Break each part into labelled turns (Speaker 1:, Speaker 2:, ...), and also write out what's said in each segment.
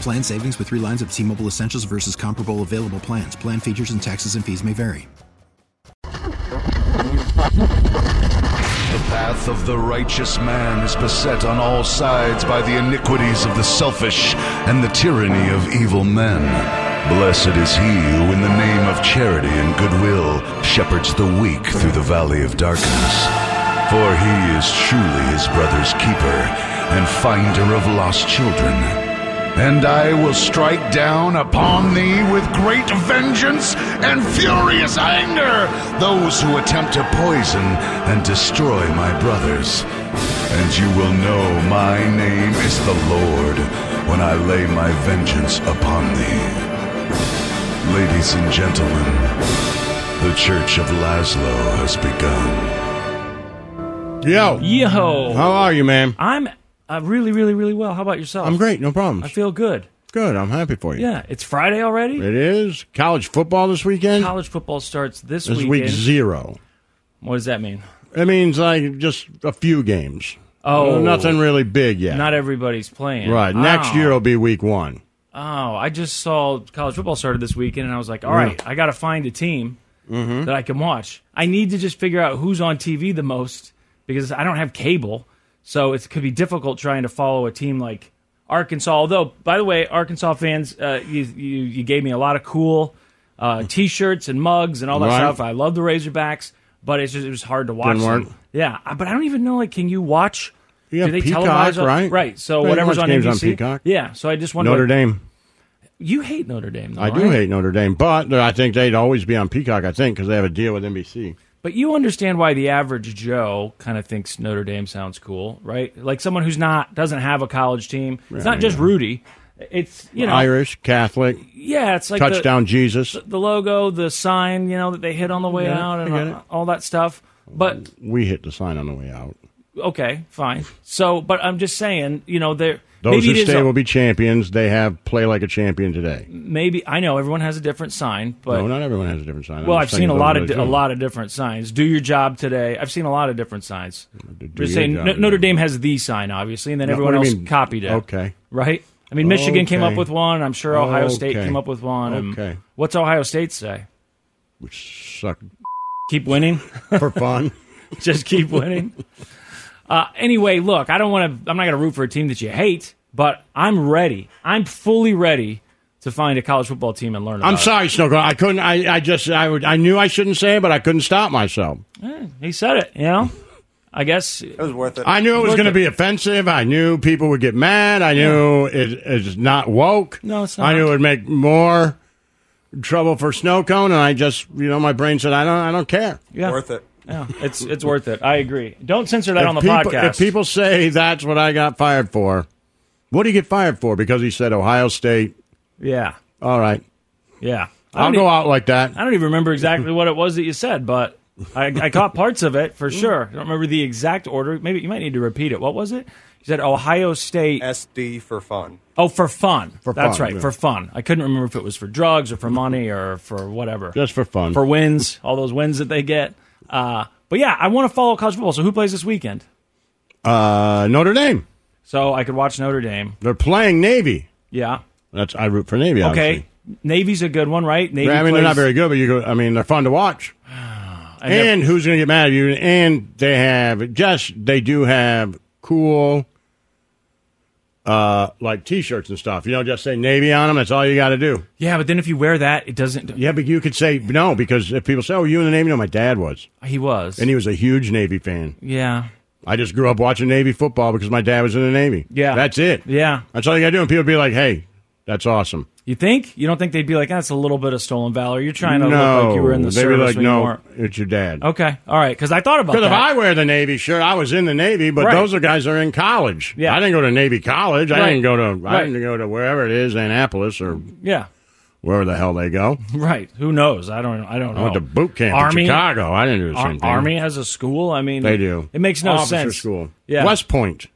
Speaker 1: Plan savings with three lines of T Mobile Essentials versus comparable available plans. Plan features and taxes and fees may vary.
Speaker 2: The path of the righteous man is beset on all sides by the iniquities of the selfish and the tyranny of evil men. Blessed is he who, in the name of charity and goodwill, shepherds the weak through the valley of darkness. For he is truly his brother's keeper and finder of lost children. And I will strike down upon thee with great vengeance and furious anger those who attempt to poison and destroy my brothers. And you will know my name is the Lord when I lay my vengeance upon thee. Ladies and gentlemen, the Church of Laszlo has begun.
Speaker 3: Yo,
Speaker 4: Yo,
Speaker 3: how are you, man?
Speaker 4: I'm uh, really, really, really well. How about yourself?
Speaker 3: I'm great, no problems.
Speaker 4: I feel good.
Speaker 3: Good, I'm happy for you.
Speaker 4: Yeah, it's Friday already.
Speaker 3: It is college football this weekend.
Speaker 4: College football starts this,
Speaker 3: this
Speaker 4: weekend.
Speaker 3: week zero.
Speaker 4: What does that mean?
Speaker 3: It means like just a few games.
Speaker 4: Oh.
Speaker 3: Well, nothing really big yet.
Speaker 4: Not everybody's playing.
Speaker 3: right.
Speaker 4: Oh.
Speaker 3: Next year will be week one.
Speaker 4: Oh, I just saw college football started this weekend, and I was like, all right, I got to find a team
Speaker 3: Mm-hmm.
Speaker 4: that I can watch. I need to just figure out who's on TV the most because I don't have cable, so it could be difficult trying to follow a team like Arkansas. Although, by the way, Arkansas fans, uh, you, you you gave me a lot of cool uh, T-shirts and mugs and all that
Speaker 3: Mm-hmm. Right.
Speaker 4: stuff. I love the Razorbacks, but it's just it was hard to watch.
Speaker 3: Didn't work.
Speaker 4: them. Yeah, I- but I don't even know. Like, can you watch?
Speaker 3: You have
Speaker 4: do they
Speaker 3: Peacock,
Speaker 4: televise on-
Speaker 3: right?
Speaker 4: Right. So
Speaker 3: Yeah, you
Speaker 4: whatever's
Speaker 3: watch
Speaker 4: on
Speaker 3: games on
Speaker 4: NBC.
Speaker 3: Peacock.
Speaker 4: Yeah. So I just wondered.
Speaker 3: Notre Dame.
Speaker 4: You hate Notre Dame, though,
Speaker 3: I do
Speaker 4: right?
Speaker 3: hate Notre Dame, but I think they'd always be on Peacock. I think because they have a deal with NBC.
Speaker 4: But you understand why the average Joe kind of thinks Notre Dame sounds cool, right? Like someone who's not doesn't have a college team. It's not just Rudy. It's you know,
Speaker 3: Irish Catholic
Speaker 4: yeah, it's like the-
Speaker 3: touchdown Jesus.
Speaker 4: the, logo, the sign, you know, that they hit on the way
Speaker 3: Yeah,
Speaker 4: out, and
Speaker 3: I get
Speaker 4: all, all that stuff. But
Speaker 3: We hit the sign on the way out.
Speaker 4: okay, fine. So, but I'm just saying, you know, there
Speaker 3: Those
Speaker 4: maybe it
Speaker 3: who
Speaker 4: is
Speaker 3: stay
Speaker 4: a-
Speaker 3: will be champions. They have play like a champion today.
Speaker 4: maybe I know everyone has a different sign, but
Speaker 3: no, not everyone has a different sign.
Speaker 4: Well,
Speaker 3: I'm
Speaker 4: I've
Speaker 3: saying
Speaker 4: seen a
Speaker 3: those
Speaker 4: lot
Speaker 3: are
Speaker 4: of
Speaker 3: the
Speaker 4: di- a
Speaker 3: two.
Speaker 4: lot of different signs. Do your job today. I've seen a lot of different signs.
Speaker 3: your
Speaker 4: Just saying,
Speaker 3: job
Speaker 4: No-
Speaker 3: today.
Speaker 4: Notre Dame has the sign, obviously, and then
Speaker 3: No,
Speaker 4: everyone
Speaker 3: what do
Speaker 4: else
Speaker 3: you mean?
Speaker 4: copied it.
Speaker 3: Okay.
Speaker 4: right? I mean, Michigan came
Speaker 3: Okay.
Speaker 4: up with one. I'm sure Ohio State
Speaker 3: Okay.
Speaker 4: came up with one. Um,
Speaker 3: Okay.
Speaker 4: What's Ohio State say?
Speaker 3: which suck
Speaker 4: Keep winning.
Speaker 3: for fun.
Speaker 4: Just keep winning. Uh, anyway, look, I don't want to. I'm not going to root for a team that you hate, but I'm ready. I'm fully ready to find a college football team and learn. About
Speaker 3: I'm sorry, Snooker. I couldn't. I, I just. I would. I knew I shouldn't say it, but I couldn't stop myself.
Speaker 4: It. He said it. You know. I guess Oh,
Speaker 3: I knew it was
Speaker 4: Look
Speaker 3: going to
Speaker 4: at-
Speaker 3: be offensive. I knew people would get mad. I knew it, it's not woke.
Speaker 4: No, it's
Speaker 3: I knew
Speaker 4: not.
Speaker 3: it would make more trouble for snow cone, and I just, you know, my brain said, I don't, I don't care.
Speaker 4: yeah.
Speaker 5: Worth it.
Speaker 4: Yeah, it's it's worth it. I agree. Don't censor that on the
Speaker 3: people,
Speaker 4: podcast.
Speaker 3: if people say that's what I got fired for, what do you get fired for? Because he said Ohio State.
Speaker 4: yeah,
Speaker 3: All right,
Speaker 4: yeah. I
Speaker 3: I'll
Speaker 4: don't
Speaker 3: go
Speaker 4: e-
Speaker 3: out like that.
Speaker 4: I don't even remember exactly what it was that you said, but I, I caught parts of it
Speaker 3: Mm.
Speaker 4: for sure. I don't remember the exact order. Maybe you might need to repeat it. What was it? You said Ohio State.
Speaker 5: SD for fun.
Speaker 4: Oh, for fun.
Speaker 3: For
Speaker 4: That's
Speaker 3: fun,
Speaker 4: right,
Speaker 3: yeah.
Speaker 4: for fun. I couldn't remember if it was for drugs or for money or for whatever.
Speaker 3: Just for fun.
Speaker 4: for wins, all those wins that they get. Uh, but yeah, I want to follow college football. So who plays this weekend?
Speaker 3: uh, Notre Dame.
Speaker 4: So I could watch Notre Dame.
Speaker 3: They're playing Navy.
Speaker 4: Yeah.
Speaker 3: That's I root for Navy. Obviously.
Speaker 4: Okay. Navy's a good one, right? Navy
Speaker 3: I mean, they're
Speaker 4: plays-
Speaker 3: not very good, but you go. I mean, they're fun to watch.
Speaker 4: and they're-
Speaker 3: And who's going to get mad at you? And they have just they do have cool uh, like T-shirts and stuff. You know, just say Navy on them. That's all you got to do.
Speaker 4: Yeah, but then if you wear that, it doesn't.
Speaker 3: Yeah, but you could say no because if people say, "Oh, you in the Navy?" No, my dad was,
Speaker 4: He was.
Speaker 3: and he was a huge Navy fan.
Speaker 4: yeah.
Speaker 3: I just grew up watching Navy football because my dad was in the Navy.
Speaker 4: Yeah.
Speaker 3: that's it.
Speaker 4: Yeah.
Speaker 3: that's all you got to do. And people be like, "Hey, that's awesome."
Speaker 4: You think? You don't think they'd be like, that's a little bit of stolen valor. You're trying to
Speaker 3: no,
Speaker 4: look like you were in the
Speaker 3: they be
Speaker 4: service
Speaker 3: like,
Speaker 4: when
Speaker 3: "No,
Speaker 4: you weren't.
Speaker 3: it's your dad."
Speaker 4: Okay. All right. Because I thought about
Speaker 3: Because if I
Speaker 4: that.
Speaker 3: wear the Navy shirt, I was in the Navy, but
Speaker 4: Right.
Speaker 3: those are guys that are in college.
Speaker 4: Yeah.
Speaker 3: I didn't go to Navy college. I
Speaker 4: Right.
Speaker 3: didn't go to I
Speaker 4: Right.
Speaker 3: didn't go to wherever it is, Annapolis or
Speaker 4: yeah.
Speaker 3: wherever the hell they go.
Speaker 4: Right. Who knows? I don't. I don't know.
Speaker 3: I went to boot camp
Speaker 4: Army,
Speaker 3: in Chicago. I didn't do the
Speaker 4: Ar-
Speaker 3: same thing.
Speaker 4: Army has a school. I mean,
Speaker 3: They do.
Speaker 4: It makes no
Speaker 3: Officer
Speaker 4: sense.
Speaker 3: School.
Speaker 4: Yeah.
Speaker 3: West Point.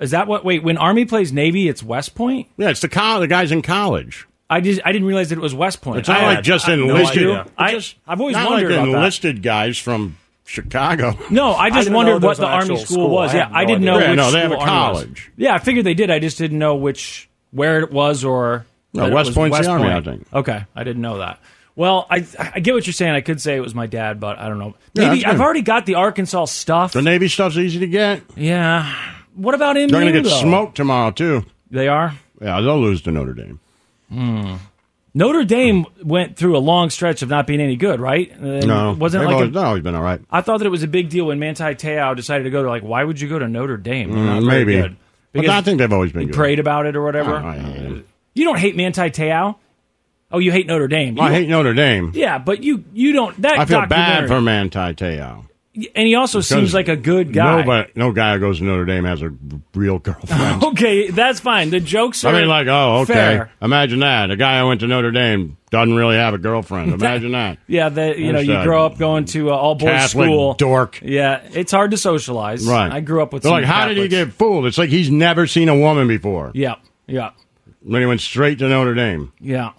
Speaker 4: Is that what? Wait, when Army plays Navy, it's West Point.
Speaker 3: Yeah, it's the col- the guys in college.
Speaker 4: I just I didn't realize that it was West Point.
Speaker 3: It's not
Speaker 4: I
Speaker 3: like
Speaker 4: had-
Speaker 3: just
Speaker 4: I had no
Speaker 3: enlisted.
Speaker 4: idea. I,
Speaker 3: just-
Speaker 4: have always
Speaker 3: not
Speaker 4: wondered
Speaker 3: like
Speaker 4: about that.
Speaker 3: enlisted guys from Chicago.
Speaker 4: No, I just
Speaker 5: didn't know
Speaker 4: wondered
Speaker 5: there
Speaker 4: what
Speaker 5: was
Speaker 4: the
Speaker 5: an
Speaker 4: Army
Speaker 5: actual
Speaker 4: school,
Speaker 5: school.
Speaker 4: was.
Speaker 5: I
Speaker 4: yeah,
Speaker 5: had
Speaker 4: I
Speaker 5: no
Speaker 4: didn't
Speaker 5: idea.
Speaker 4: know
Speaker 3: Yeah,
Speaker 4: which
Speaker 3: no, they have
Speaker 4: school
Speaker 3: a
Speaker 4: Army was.
Speaker 3: college.
Speaker 4: Yeah, I figured they did. I just didn't know which where it was or
Speaker 3: No,
Speaker 4: that it
Speaker 3: West
Speaker 4: was
Speaker 3: Point's the
Speaker 4: West
Speaker 3: Army,
Speaker 4: Point.
Speaker 3: I think.
Speaker 4: Okay, I didn't know that. Well, I I get what you're saying. I could say it was my dad, but I don't know.
Speaker 3: Yeah,
Speaker 4: Maybe
Speaker 3: that's
Speaker 4: I've
Speaker 3: good.
Speaker 4: already got the Arkansas stuff.
Speaker 3: The Navy stuff's easy to get.
Speaker 4: yeah. What about MU?
Speaker 3: They're going to get
Speaker 4: though?
Speaker 3: smoked tomorrow too.
Speaker 4: They are.
Speaker 3: Yeah, they'll lose to Notre Dame.
Speaker 4: Notre Dame went through a long stretch of not being any good, right? And
Speaker 3: No,
Speaker 4: wasn't it
Speaker 3: they've
Speaker 4: like a-
Speaker 3: always, they've always been all right.
Speaker 4: I thought that it was a big deal when Manti Te'o decided to go to like, why would you go to Notre Dame? They're
Speaker 3: Mm,
Speaker 4: not very
Speaker 3: maybe.
Speaker 4: good.
Speaker 3: But I think they've always been
Speaker 4: he
Speaker 3: good. Oh,
Speaker 4: prayed about it or whatever.
Speaker 3: I- I-
Speaker 4: You don't hate Manti Te'o. Oh, you hate Notre Dame.
Speaker 3: I
Speaker 4: You-
Speaker 3: hate Notre Dame.
Speaker 4: Yeah, but you you don't. That
Speaker 3: I feel
Speaker 4: documentary-
Speaker 3: bad for Manti Te'o.
Speaker 4: And he also seems like a good guy.
Speaker 3: No, but no guy who goes to Notre Dame has a real girlfriend.
Speaker 4: okay, that's fine. The jokes. Are
Speaker 3: I mean, like, oh, okay.
Speaker 4: fair.
Speaker 3: Imagine that. A guy who went to Notre Dame doesn't really have a girlfriend. Imagine that.
Speaker 4: Yeah, that you know,
Speaker 3: There's
Speaker 4: you
Speaker 3: that
Speaker 4: grow up going to uh, all boys
Speaker 3: Catholic
Speaker 4: school.
Speaker 3: dork.
Speaker 4: Yeah, it's hard to socialize.
Speaker 3: Right.
Speaker 4: I grew up with.
Speaker 3: They're
Speaker 4: some
Speaker 3: like, how did he
Speaker 4: Catholics.
Speaker 3: get fooled? It's like he's never seen a woman before.
Speaker 4: Yeah, yeah,
Speaker 3: Then he went straight to Notre Dame.
Speaker 4: yeah.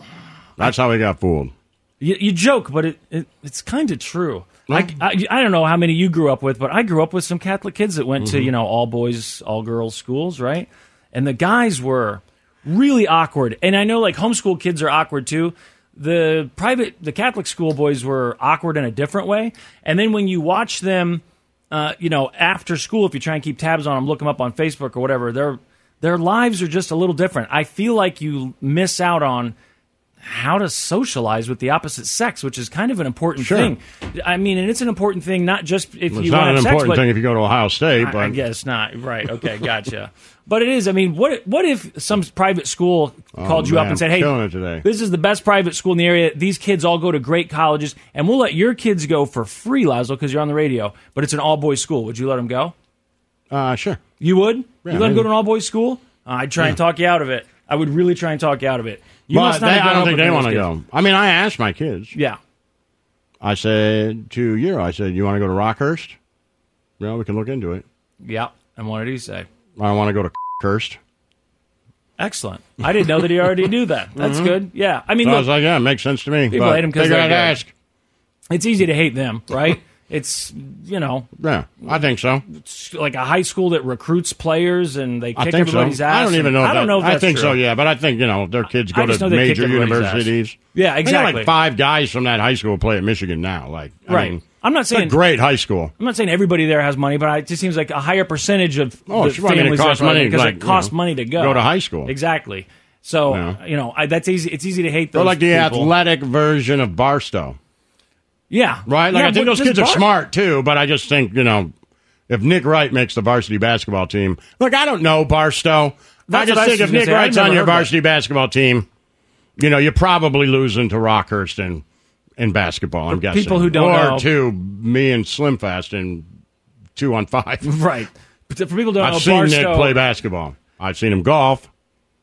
Speaker 3: That's how he got fooled.
Speaker 4: You, you joke, but it, it it's kind of true. I, I, I don't know how many you grew up with, but I grew up with some Catholic kids that went to you know all boys, all girls schools, right? And the guys were really awkward. And I know like homeschool kids are awkward too. The private, the Catholic school boys were awkward in a different way. And then when you watch them, uh, you know, after school, if you try and keep tabs on them, look them up on Facebook or whatever, their their lives are just a little different. I feel like you miss out on how to socialize with the opposite sex, which is kind of an important
Speaker 3: Sure.
Speaker 4: thing. I mean, and it's an important thing not just if
Speaker 3: It's
Speaker 4: you
Speaker 3: not
Speaker 4: want
Speaker 3: an
Speaker 4: to have
Speaker 3: important
Speaker 4: sex,
Speaker 3: thing if you go to Ohio State,
Speaker 4: but
Speaker 3: but
Speaker 4: I, I guess not. Right? Okay, gotcha. but it is. I mean, what what if some private school called you
Speaker 3: Oh, man,
Speaker 4: up and said,
Speaker 3: I'm
Speaker 4: "Hey,
Speaker 3: killing it today."
Speaker 4: this is the best private school in the area. These kids all go to great colleges, and we'll let your kids go for free, Laszlo, because you're on the radio. But it's an all boys school. Would you let them go?
Speaker 3: uh, sure.
Speaker 4: You would? You let them
Speaker 3: maybe.
Speaker 4: go to an all boys school? Uh, I'd try and talk you out of it. I would really try and talk you out of it. You
Speaker 3: but
Speaker 4: must not
Speaker 3: they,
Speaker 4: have
Speaker 3: I
Speaker 4: grown
Speaker 3: don't
Speaker 4: up
Speaker 3: think
Speaker 4: with
Speaker 3: they
Speaker 4: those
Speaker 3: want to
Speaker 4: kids.
Speaker 3: go. I mean, I asked my kids.
Speaker 4: Yeah.
Speaker 3: I said to Euro, I said, you want to go to Rockhurst? Well, we can look into it.
Speaker 4: Yeah. And what did he say?
Speaker 3: I want to go to Hurst.
Speaker 4: Excellent. I didn't know that he already knew that. That's
Speaker 3: Mm-hmm.
Speaker 4: good. Yeah. I mean,
Speaker 3: So I
Speaker 4: look,
Speaker 3: was like, yeah, it makes sense to me.
Speaker 4: People
Speaker 3: but
Speaker 4: hate 'em 'cause
Speaker 3: figure
Speaker 4: they're
Speaker 3: I'd
Speaker 4: gay.
Speaker 3: ask.
Speaker 4: it's easy to hate them, right? it's, you know,
Speaker 3: Yeah, I think so.
Speaker 4: it's like a high school that recruits players and they
Speaker 3: I
Speaker 4: kick
Speaker 3: think so.
Speaker 4: everybody's ass.
Speaker 3: I don't
Speaker 4: and-
Speaker 3: even know. if
Speaker 4: I don't
Speaker 3: that-
Speaker 4: know if
Speaker 3: I
Speaker 4: that's
Speaker 3: think
Speaker 4: true.
Speaker 3: so. Yeah, but I think you know their kids
Speaker 4: I
Speaker 3: go
Speaker 4: just know
Speaker 3: to
Speaker 4: they kick
Speaker 3: major
Speaker 4: everybody's ass.
Speaker 3: universities.
Speaker 4: Yeah,
Speaker 3: They got
Speaker 4: exactly.
Speaker 3: like five guys from that high school play at Michigan now. Like, I
Speaker 4: Right.
Speaker 3: mean,
Speaker 4: I'm not
Speaker 3: it's a
Speaker 4: saying-
Speaker 3: great high school.
Speaker 4: I'm not saying everybody there has money, but I- it just seems like a higher percentage of
Speaker 3: Oh,
Speaker 4: the
Speaker 3: sure. I mean, it
Speaker 4: families
Speaker 3: costs
Speaker 4: there probably
Speaker 3: money,
Speaker 4: because
Speaker 3: like,
Speaker 4: it
Speaker 3: you
Speaker 4: costs
Speaker 3: know,
Speaker 4: money to go
Speaker 3: go to high school.
Speaker 4: Exactly. So
Speaker 3: Yeah.
Speaker 4: you know I, that's easy. It's easy to hate those.
Speaker 3: They're like the
Speaker 4: people.
Speaker 3: athletic version of Barstow,
Speaker 4: Yeah.
Speaker 3: right? Like,
Speaker 4: Yeah,
Speaker 3: I think
Speaker 4: but
Speaker 3: those
Speaker 4: does
Speaker 3: kids are
Speaker 4: Bar-
Speaker 3: smart too, but I just think you know if Nick Wright makes the varsity basketball team, look, I don't know Barstow. I
Speaker 4: That's
Speaker 3: just
Speaker 4: what I was
Speaker 3: think if
Speaker 4: just gonna
Speaker 3: Nick
Speaker 4: say. I've
Speaker 3: Wright's
Speaker 4: never
Speaker 3: on your
Speaker 4: heard that.
Speaker 3: varsity basketball team, you know you're probably losing to Rockhurst in in basketball. I'm guessing
Speaker 4: people who don't
Speaker 3: or
Speaker 4: know-
Speaker 3: to me and Slimfast and two on five.
Speaker 4: Right. But for people who don't
Speaker 3: I've
Speaker 4: know,
Speaker 3: seen Nick
Speaker 4: Oh, Barstow-
Speaker 3: play basketball. I've seen him golf.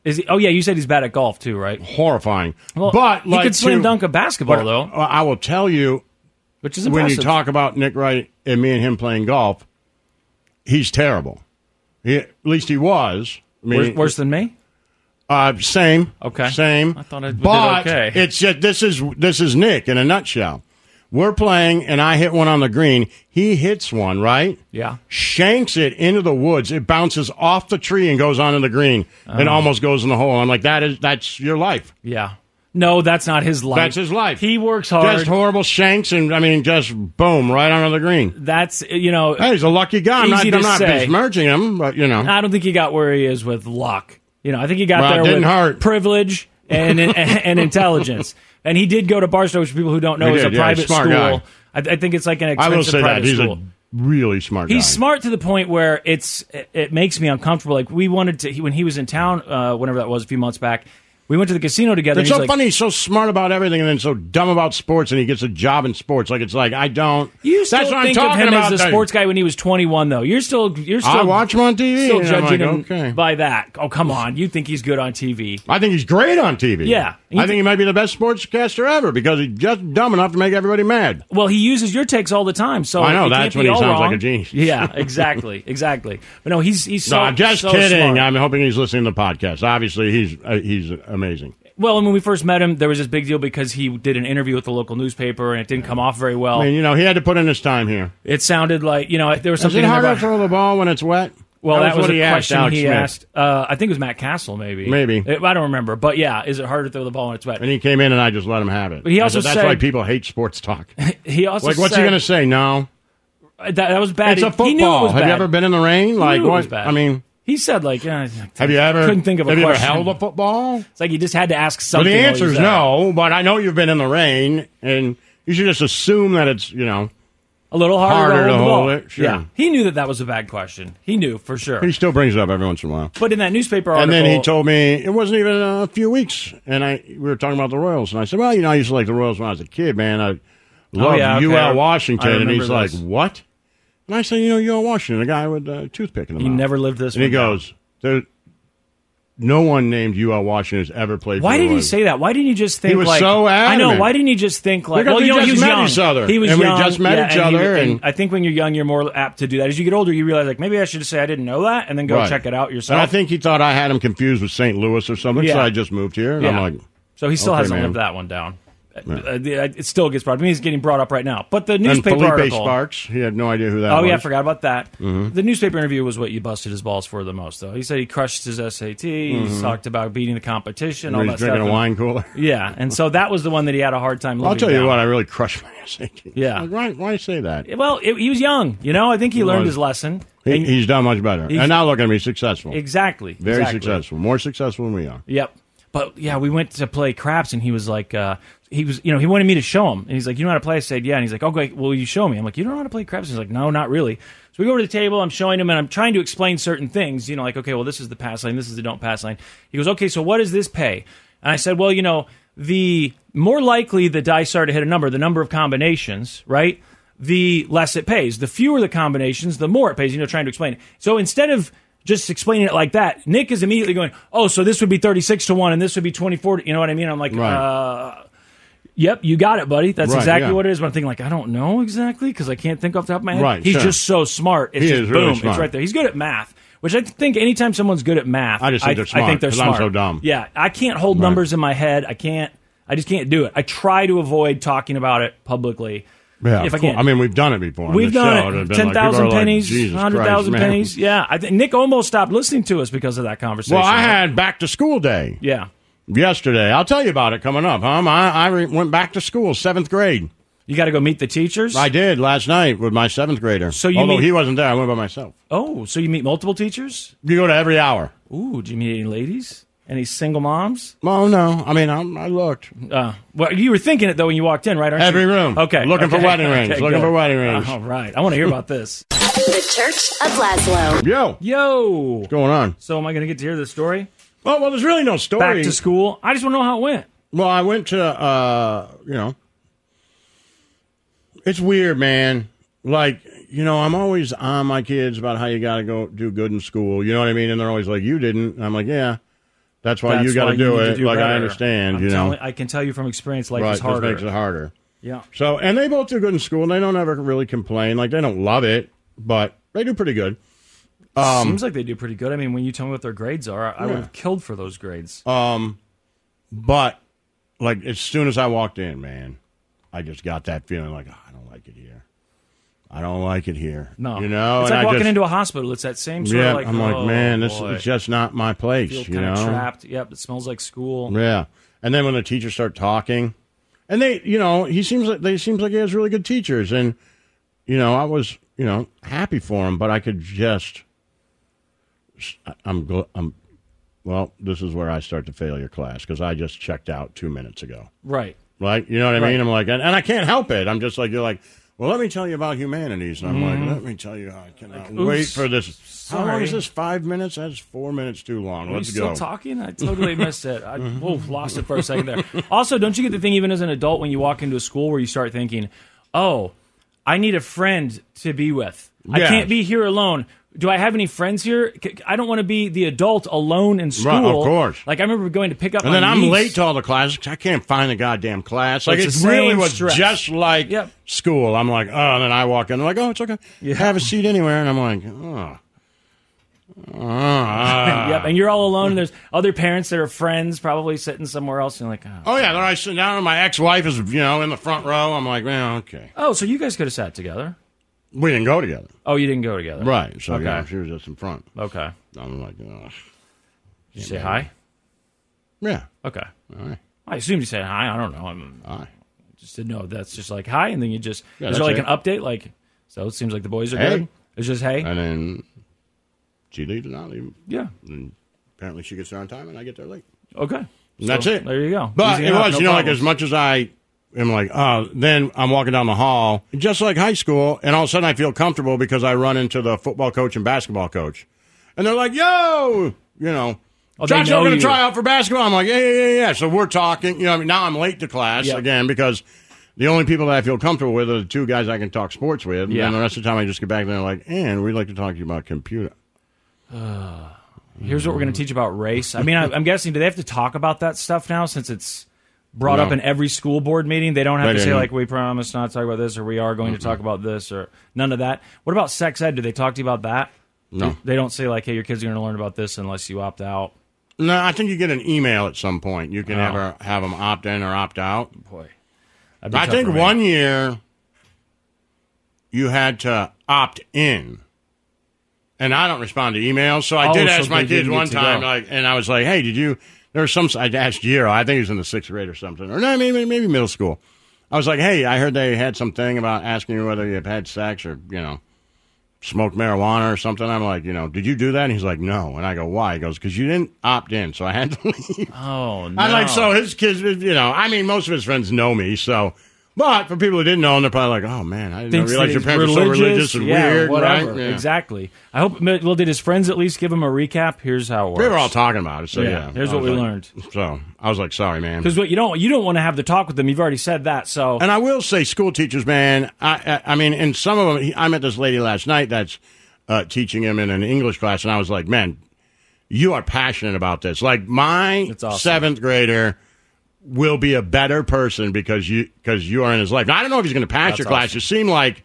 Speaker 4: Is he, oh yeah, you said he's bad at golf too, right?
Speaker 3: Horrifying.
Speaker 4: Well,
Speaker 3: but
Speaker 4: he
Speaker 3: like
Speaker 4: could slam
Speaker 3: to-
Speaker 4: dunk a basketball,
Speaker 3: but
Speaker 4: though.
Speaker 3: I will tell you
Speaker 4: Which is
Speaker 3: when
Speaker 4: impressive.
Speaker 3: you talk about Nick Wright and me and him playing golf, he's terrible. He, at least he was. I mean,
Speaker 4: worse, worse than me.
Speaker 3: uh, same.
Speaker 4: Okay.
Speaker 3: Same.
Speaker 4: I thought I did
Speaker 3: but
Speaker 4: okay.
Speaker 3: It's just, this is this is Nick in a nutshell. We're playing, and I hit one on the green. He hits one right.
Speaker 4: Yeah.
Speaker 3: Shanks it into the woods. It bounces off the tree and goes onto the green, and
Speaker 4: Oh.
Speaker 3: almost goes in the hole. I'm like, that is that's your life.
Speaker 4: Yeah. No, that's not his life.
Speaker 3: That's his life.
Speaker 4: He works hard.
Speaker 3: Just horrible shanks, and I mean, just boom, right onto the green.
Speaker 4: that's you know.
Speaker 3: Hey, he's a lucky guy. I'm not,
Speaker 4: Easy to
Speaker 3: I'm not
Speaker 4: say.
Speaker 3: besmirching him, but you know,
Speaker 4: I don't think he got where he is with luck. You know, I think he got
Speaker 3: Well, it
Speaker 4: there
Speaker 3: didn't
Speaker 4: with
Speaker 3: hurt.
Speaker 4: privilege and, and intelligence. And he did go to Barstow, which people who don't know
Speaker 3: He
Speaker 4: is
Speaker 3: did,
Speaker 4: a
Speaker 3: yeah,
Speaker 4: private
Speaker 3: smart guy.
Speaker 4: school. I, I think it's like an
Speaker 3: I
Speaker 4: expensive
Speaker 3: will say
Speaker 4: private
Speaker 3: that he's
Speaker 4: school.
Speaker 3: a really smart guy.
Speaker 4: He's smart to the point where it's it, it makes me uncomfortable. Like we wanted to he, when he was in town, uh, whenever that was, a few months back. We went to the casino together.
Speaker 3: It's
Speaker 4: and
Speaker 3: so
Speaker 4: he's like,
Speaker 3: funny. He's so smart about everything, and then so dumb about sports. And he gets a job in sports. Like it's like I don't.
Speaker 4: You still
Speaker 3: that's what
Speaker 4: think
Speaker 3: I'm
Speaker 4: of
Speaker 3: talking
Speaker 4: him
Speaker 3: about.
Speaker 4: as the
Speaker 3: dude.
Speaker 4: sports guy when he was 21, though. You're still you're still
Speaker 3: I watch him on TV.
Speaker 4: still
Speaker 3: and I'm
Speaker 4: judging
Speaker 3: like,
Speaker 4: him
Speaker 3: okay.
Speaker 4: by that. Oh come on, you think he's good on TV?
Speaker 3: I think he's great on TV.
Speaker 4: Yeah.
Speaker 3: I think he might be the best sportscaster ever because he's just dumb enough to make everybody mad.
Speaker 4: Well, he uses your takes all the time, so
Speaker 3: I know,
Speaker 4: it can't
Speaker 3: that's
Speaker 4: be
Speaker 3: when he
Speaker 4: all
Speaker 3: sounds like
Speaker 4: wrong.
Speaker 3: a genius.
Speaker 4: Yeah, exactly, exactly. But no, he's he's so,
Speaker 3: no, I'm just
Speaker 4: so
Speaker 3: kidding.
Speaker 4: smart.
Speaker 3: I'm hoping he's listening to the podcast. Obviously, he's uh, he's amazing.
Speaker 4: Well, and when we first met him, there was this big deal because he did an interview with the local newspaper, and it didn't come off very well.
Speaker 3: I mean, you know, he had to put in his time here.
Speaker 4: it sounded like you know there
Speaker 3: Is
Speaker 4: was something
Speaker 3: it
Speaker 4: in there
Speaker 3: harder to
Speaker 4: about-
Speaker 3: throw the ball when it's wet?
Speaker 4: Well, that was,
Speaker 3: what he
Speaker 4: a
Speaker 3: asked
Speaker 4: question
Speaker 3: Alex
Speaker 4: he
Speaker 3: Smith.
Speaker 4: asked. Uh, I think it was Matt Castle, maybe.
Speaker 3: Maybe.
Speaker 4: Uh, I don't remember, but yeah, is it harder to throw the ball when it's wet?
Speaker 3: and he came in, and I just let him have it.
Speaker 4: But he
Speaker 3: I
Speaker 4: also
Speaker 3: said, that's
Speaker 4: said-
Speaker 3: why people hate sports talk.
Speaker 4: He also
Speaker 3: Like, what's
Speaker 4: said-
Speaker 3: he going to say? No,
Speaker 4: That, that was bad.
Speaker 3: it's
Speaker 4: He-
Speaker 3: a football.
Speaker 4: He knew it was
Speaker 3: have
Speaker 4: bad.
Speaker 3: you ever been in the rain?
Speaker 4: He
Speaker 3: Like,
Speaker 4: knew it
Speaker 3: what?
Speaker 4: was bad.
Speaker 3: I mean,
Speaker 4: He said like, uh,
Speaker 3: have you ever?
Speaker 4: Couldn't think of a
Speaker 3: Have
Speaker 4: question.
Speaker 3: you ever held a football?
Speaker 4: It's like you just had to ask
Speaker 3: Well,
Speaker 4: something.
Speaker 3: the
Speaker 4: while
Speaker 3: answer is
Speaker 4: he was there.
Speaker 3: no, but I know you've been in the rain, and you should just assume that it's you know
Speaker 4: A little harder,
Speaker 3: Harder
Speaker 4: to
Speaker 3: to
Speaker 4: hold, the
Speaker 3: hold
Speaker 4: ball.
Speaker 3: it, sure.
Speaker 4: Yeah, he knew that that was a bad question. He knew for sure.
Speaker 3: he still brings it up every once in a while.
Speaker 4: But in that newspaper
Speaker 3: And
Speaker 4: article,
Speaker 3: then he told me it wasn't even a few weeks, and I we were talking about the Royals, and I said, "Well, you know, I used to like the Royals when I was a kid, man. I loved
Speaker 4: Oh, yeah, okay. I-
Speaker 3: UL
Speaker 4: I
Speaker 3: Washington." And
Speaker 4: remember
Speaker 3: he's like,
Speaker 4: this.
Speaker 3: "What?" And I said, "You know, UL Washington, the guy with the toothpick in the
Speaker 4: "You
Speaker 3: mouth."
Speaker 4: never lived this."
Speaker 3: And he
Speaker 4: one down.
Speaker 3: goes, "There, no one named UL Washington has ever played."
Speaker 4: "Why
Speaker 3: for the
Speaker 4: did he
Speaker 3: Royals."
Speaker 4: say that? Why didn't you just think
Speaker 3: was
Speaker 4: like
Speaker 3: so
Speaker 4: I know.
Speaker 3: adamant.
Speaker 4: Why didn't you just think like
Speaker 3: Because
Speaker 4: well,
Speaker 3: we
Speaker 4: you know,
Speaker 3: just
Speaker 4: he was
Speaker 3: met
Speaker 4: young.
Speaker 3: each other,
Speaker 4: He was
Speaker 3: and we
Speaker 4: young,
Speaker 3: just met
Speaker 4: yeah,
Speaker 3: each
Speaker 4: and he-
Speaker 3: other,
Speaker 4: and
Speaker 3: and-
Speaker 4: I think when you're young, you're more apt to do that. As you get older, you realize like maybe I should just say I didn't know that, and then go
Speaker 3: Right.
Speaker 4: check it out yourself.
Speaker 3: And I think he thought I had him confused with St. Louis or something, so
Speaker 4: Yeah.
Speaker 3: I just moved here. And
Speaker 4: yeah.
Speaker 3: I'm like,
Speaker 4: so he still
Speaker 3: okay,
Speaker 4: hasn't
Speaker 3: man.
Speaker 4: lived that one down. Uh, uh, it still gets brought. I mean, he's getting brought up right now. But the
Speaker 3: and
Speaker 4: newspaper
Speaker 3: Felipe
Speaker 4: article.
Speaker 3: Sparks, Mm-hmm. he had no idea who that
Speaker 4: Oh
Speaker 3: was.
Speaker 4: yeah, I forgot about that. The newspaper interview was what you busted his balls for the most, though. He said he crushed his SAT. He talked about beating the competition, all
Speaker 3: Mm-hmm. He's
Speaker 4: that
Speaker 3: drinking
Speaker 4: stuff.
Speaker 3: a wine cooler.
Speaker 4: Yeah, and so that was the one that he had a hard time.
Speaker 3: I'll
Speaker 4: living
Speaker 3: tell you
Speaker 4: down.
Speaker 3: what, I really crushed my SAT.
Speaker 4: Yeah.
Speaker 3: Like, why, why say that?
Speaker 4: Well, it, he was young. You know, I think he, learned
Speaker 3: was.
Speaker 4: his lesson.
Speaker 3: He,
Speaker 4: And-
Speaker 3: he's done much better.
Speaker 4: He's-
Speaker 3: And now look at him, he's successful.
Speaker 4: exactly.
Speaker 3: Very
Speaker 4: exactly.
Speaker 3: successful. More successful than we are.
Speaker 4: Yep. But yeah, we went to play craps, and he was like, uh, he was, you know, he wanted me to show him, and he's like, you know how to play? I said, yeah, and he's like, okay, well, you show me. I'm like, you don't know how to play craps? He's like, no, not really. So we go over to the table. I'm showing him, and I'm trying to explain certain things, you know, like, okay, well, this is the pass line, this is the don't pass line. He goes, okay, so what does this pay? And I said, well, you know, the more likely the dice are to hit a number, the number of combinations, right? The less it pays. The fewer the combinations, the more it pays. You know, trying to explain it. So instead of just explaining it like that, Nick is immediately going, "Oh, so this would be thirty-six to one, and this would be twenty-four." To, you know what I mean? I'm like,
Speaker 3: Right.
Speaker 4: uh, "Yep, you got it, buddy. That's
Speaker 3: Right,
Speaker 4: exactly
Speaker 3: yeah.
Speaker 4: what it is." But I'm thinking, like, I don't know exactly because I can't think off the top of my head.
Speaker 3: Right,
Speaker 4: He's
Speaker 3: sure.
Speaker 4: just so smart. It's
Speaker 3: He
Speaker 4: just
Speaker 3: is really
Speaker 4: boom.
Speaker 3: smart.
Speaker 4: It's right there. He's good at math, which I think anytime someone's good at math,
Speaker 3: I just think
Speaker 4: I,
Speaker 3: they're smart,
Speaker 4: I think they're
Speaker 3: 'cause I'm
Speaker 4: smart.
Speaker 3: so dumb.
Speaker 4: Yeah, I can't hold numbers in my head. I can't. I just can't do it. I try to avoid talking about it publicly.
Speaker 3: Yeah,
Speaker 4: if I
Speaker 3: of course.
Speaker 4: can.
Speaker 3: I mean, we've done it before. on
Speaker 4: We've
Speaker 3: this show.
Speaker 4: done
Speaker 3: It'd have
Speaker 4: it.
Speaker 3: been
Speaker 4: Ten
Speaker 3: like, people
Speaker 4: thousand
Speaker 3: are like,
Speaker 4: pennies,
Speaker 3: "Jesus
Speaker 4: hundred thousand
Speaker 3: Christ, man."
Speaker 4: pennies. Yeah, I think Nick almost stopped listening to us because of that conversation.
Speaker 3: Well, I had back to school day
Speaker 4: Yeah,
Speaker 3: yesterday. I'll tell you about it coming up, huh? I, I re- went back to school, seventh grade.
Speaker 4: you got to go meet the teachers.
Speaker 3: I did last night with my seventh grader.
Speaker 4: So you
Speaker 3: Although
Speaker 4: mean-
Speaker 3: he wasn't there, I went by myself.
Speaker 4: Oh, so you meet multiple teachers?
Speaker 3: You go to every hour.
Speaker 4: Ooh, do you meet any ladies? Any single moms?
Speaker 3: Well, no. I mean, I'm, I looked.
Speaker 4: Uh, well, you were thinking it though when you walked in, right? Aren't
Speaker 3: Every
Speaker 4: you?
Speaker 3: room.
Speaker 4: Okay.
Speaker 3: Looking for
Speaker 4: okay,
Speaker 3: wedding
Speaker 4: okay,
Speaker 3: rings, looking
Speaker 4: good.
Speaker 3: for wedding rings.
Speaker 4: All right. I want to hear about this.
Speaker 5: The Church of Laszlo.
Speaker 3: Yo, what's
Speaker 4: Yo.
Speaker 3: going on?
Speaker 4: So am I going to get to hear this story?
Speaker 3: Oh well, there's really no story.
Speaker 4: Back to school. I just want to know how it went.
Speaker 3: Well, I went to uh, you know, it's weird, man. Like you know, I'm always on my kids about how you got to go do good in school. You know what I mean? And they're always like, "You didn't." And I'm like, "Yeah, that's why
Speaker 4: That's
Speaker 3: Oh, you got
Speaker 4: why
Speaker 3: to do it."
Speaker 4: need
Speaker 3: like I
Speaker 4: better.
Speaker 3: understand,
Speaker 4: I'm
Speaker 3: you know.
Speaker 4: telling- I can tell you from experience, life
Speaker 3: right,
Speaker 4: is
Speaker 3: this
Speaker 4: harder.
Speaker 3: makes it harder.
Speaker 4: Yeah.
Speaker 3: So, and they both do good in school, and they don't ever really complain. Like they don't love it, but they do pretty good. Um,
Speaker 4: Seems like they do pretty good. I mean, when you tell me what their grades are, I, I would have killed for those grades.
Speaker 3: Uh, But like as soon as I walked in, man, I just got that feeling like "Ah, I don't like it here. I don't like it here.
Speaker 4: no,
Speaker 3: you know,
Speaker 4: it's
Speaker 3: and
Speaker 4: like
Speaker 3: I
Speaker 4: walking
Speaker 3: just-
Speaker 4: into a hospital. It's that same sort
Speaker 3: yeah.
Speaker 4: of like.
Speaker 3: I'm like,
Speaker 4: oh,
Speaker 3: man, this
Speaker 4: boy.
Speaker 3: is just not my place.
Speaker 4: Feel
Speaker 3: you
Speaker 4: kind
Speaker 3: know,
Speaker 4: of trapped. Yep, it smells like school.
Speaker 3: yeah. And then when the teachers start talking, and they, you know, he seems like they seems like he has really good teachers, and you know, I was, you know, happy for him, but I could just, I- I'm, gl- I'm Well, this is where I start to fail your class because I just checked out two minutes ago.
Speaker 4: Right.
Speaker 3: Like, you know what I mean?
Speaker 4: Right.
Speaker 3: I'm like, and, and I can't help it. I'm just like, you're like, well, let me tell you about humanities. And I'm like, let me tell you how I cannot
Speaker 4: Mm-hmm. oops,
Speaker 3: wait for this. How long
Speaker 4: sorry.
Speaker 3: is this? Five minutes? That's four minutes too long.
Speaker 4: Are you
Speaker 3: Let's
Speaker 4: still
Speaker 3: go.
Speaker 4: talking? I totally missed it. I whoa, lost it for a second there. Also, don't you get the thing even as an adult when you walk into a school where you start thinking, "Oh, I need a friend to be with. I
Speaker 3: Yes.
Speaker 4: can't be here alone." Do I have any friends here? C- I don't want to be the adult alone in school.
Speaker 3: Right, of course.
Speaker 4: Like I remember going to pick up,
Speaker 3: and
Speaker 4: my
Speaker 3: then I'm
Speaker 4: niece.
Speaker 3: late to all the classes. 'cause I can't find the goddamn class. Like
Speaker 4: It's
Speaker 3: it
Speaker 4: the
Speaker 3: really
Speaker 4: same
Speaker 3: was
Speaker 4: stress.
Speaker 3: just like
Speaker 4: Yep.
Speaker 3: school. I'm like, oh, and then I walk in. They're like, oh, it's okay. You have a seat anywhere. And I'm like, oh. Ah.
Speaker 4: Yep, and you're all alone. And there's other parents that are friends, probably sitting somewhere else. And you're like, oh,
Speaker 3: Oh yeah, then I sit down and my ex-wife is, you know, in the front row. I'm like, well, okay.
Speaker 4: oh, so you guys could have sat together.
Speaker 3: We didn't go together,
Speaker 4: Oh, you didn't go together,
Speaker 3: right? So
Speaker 4: Okay.
Speaker 3: yeah, she was just in front.
Speaker 4: Okay.
Speaker 3: I'm like, Ugh.
Speaker 4: Did you say hi?
Speaker 3: yeah,
Speaker 4: Okay.
Speaker 3: all right,
Speaker 4: I assumed you said hi. I don't know. I'm
Speaker 3: all right.
Speaker 4: just said no. That's just like hi, and then you just
Speaker 3: Yeah,
Speaker 4: is there like
Speaker 3: that's
Speaker 4: an update? Like so, it seems like the boys are
Speaker 3: Hey.
Speaker 4: good. It's just hey,
Speaker 3: And then she leaves and I leave.
Speaker 4: yeah,
Speaker 3: And apparently she gets there on time and I get there late.
Speaker 4: okay.
Speaker 3: And that's
Speaker 4: So,
Speaker 3: it.
Speaker 4: There you go.
Speaker 3: But
Speaker 4: Easy
Speaker 3: it
Speaker 4: enough,
Speaker 3: was,
Speaker 4: no
Speaker 3: you know, like
Speaker 4: problem.
Speaker 3: as much as I am like, oh, then I'm walking down the hall, just like high school, and all of a sudden I feel comfortable because I run into the football coach and basketball coach. And they're like, yo, you know,
Speaker 4: Oh, they
Speaker 3: Josh,
Speaker 4: know
Speaker 3: I'm going
Speaker 4: you.
Speaker 3: to try out for basketball. I'm like, yeah, yeah, yeah, yeah. So we're talking. You know, I mean, now I'm late to class
Speaker 4: Yep.
Speaker 3: again because the only people that I feel comfortable with are the two guys I can talk sports with.
Speaker 4: Yeah.
Speaker 3: And the rest of the time I just get back there and like, and we'd like to talk to you about computer.
Speaker 4: Here's what we're going to teach about race. I mean, I, I'm guessing do they have to talk about that stuff now since it's brought
Speaker 3: No.
Speaker 4: up in every school board meeting? They don't have
Speaker 3: They
Speaker 4: to say
Speaker 3: didn't.
Speaker 4: like we promise not to talk about this or we are going to talk about this or none of that. What about sex ed? Do they talk to you about that?
Speaker 3: No.
Speaker 4: They don't say like hey, your kids are going to learn about this unless you opt out.
Speaker 3: No, I think you get an email at some point. You can ever have them opt in or opt out.
Speaker 4: Boy,
Speaker 3: I think one year you had to opt in. And I don't respond to emails, so I
Speaker 4: Oh,
Speaker 3: did
Speaker 4: so
Speaker 3: ask my
Speaker 4: they
Speaker 3: kids
Speaker 4: didn't
Speaker 3: one
Speaker 4: get to
Speaker 3: time,
Speaker 4: go.
Speaker 3: like, and I was like, "Hey, did you?" There was some. I asked Jiro. I think he was in the sixth grade or something, or no, maybe maybe middle school. I was like, "Hey, I heard they had something about asking you whether you've had sex or you know, smoked marijuana or something." I'm like, "You know, did you do that?" And he's like, "No." And I go, "Why?" He goes, "Because you didn't opt in, so I had to leave."
Speaker 4: Oh no.
Speaker 3: I like so his kids, you know. I mean, most of his friends know me, so. But for people who didn't know him, they're probably like, "Oh man, I didn't
Speaker 4: thinks
Speaker 3: realize
Speaker 4: that
Speaker 3: your
Speaker 4: he's
Speaker 3: parents were so religious and
Speaker 4: yeah,
Speaker 3: weird."
Speaker 4: Whatever.
Speaker 3: Right? Yeah.
Speaker 4: Exactly. I hope. Well, did his friends at least give him a recap? Here's how it works.
Speaker 3: We were all talking about it, so
Speaker 4: Yeah,
Speaker 3: yeah.
Speaker 4: here's
Speaker 3: I
Speaker 4: what
Speaker 3: was
Speaker 4: we
Speaker 3: like-
Speaker 4: learned.
Speaker 3: So I was like, "Sorry, man."
Speaker 4: Because what you don't you don't want to have the talk with them. You've already said that. So
Speaker 3: And I will say, school teachers, man. I, I, I mean, and some of them. he- I met this lady last night that's uh, teaching him in an English class, and I was like, "Man, you are passionate about this." Like my
Speaker 4: That's awesome.
Speaker 3: seventh grader will be a better person because you because you are in his life. Now, I don't know if he's going to pass your class. You seem like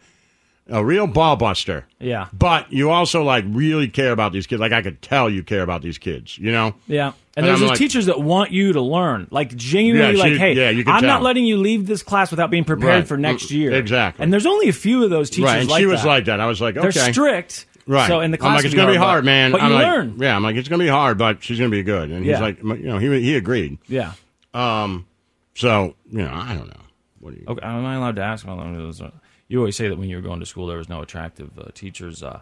Speaker 3: a real ball buster.
Speaker 4: Yeah.
Speaker 3: But you also like really care about these kids. Like I could tell you care about these kids. You know.
Speaker 4: yeah. And,
Speaker 3: And
Speaker 4: there's
Speaker 3: I'm
Speaker 4: those
Speaker 3: like-
Speaker 4: teachers that want you to learn, like genuinely,
Speaker 3: Yeah,
Speaker 4: like,
Speaker 3: she-
Speaker 4: hey,
Speaker 3: yeah, you can
Speaker 4: I'm not
Speaker 3: tell.
Speaker 4: letting you leave this class without being prepared
Speaker 3: Right.
Speaker 4: for next
Speaker 3: Mm,
Speaker 4: year.
Speaker 3: exactly.
Speaker 4: And there's only a few of those teachers.
Speaker 3: Right, and
Speaker 4: like
Speaker 3: she was
Speaker 4: that.
Speaker 3: like that. I was like,
Speaker 4: they're
Speaker 3: okay,
Speaker 4: strict.
Speaker 3: Right.
Speaker 4: So in the class,
Speaker 3: I'm like,
Speaker 4: can
Speaker 3: it's going to be hard,
Speaker 4: but-
Speaker 3: man.
Speaker 4: But
Speaker 3: I'm
Speaker 4: you
Speaker 3: like,
Speaker 4: learn.
Speaker 3: Yeah, I'm like, it's going to be hard, but she's going to be good. And
Speaker 4: Yeah.
Speaker 3: he's like, you know, he, he agreed.
Speaker 4: Yeah.
Speaker 3: Um, so, you know, I don't know. What do you,
Speaker 4: Okay, am I allowed to ask? Well, let me- let's- You always say that when you were going to school, there was no attractive uh, teachers, uh,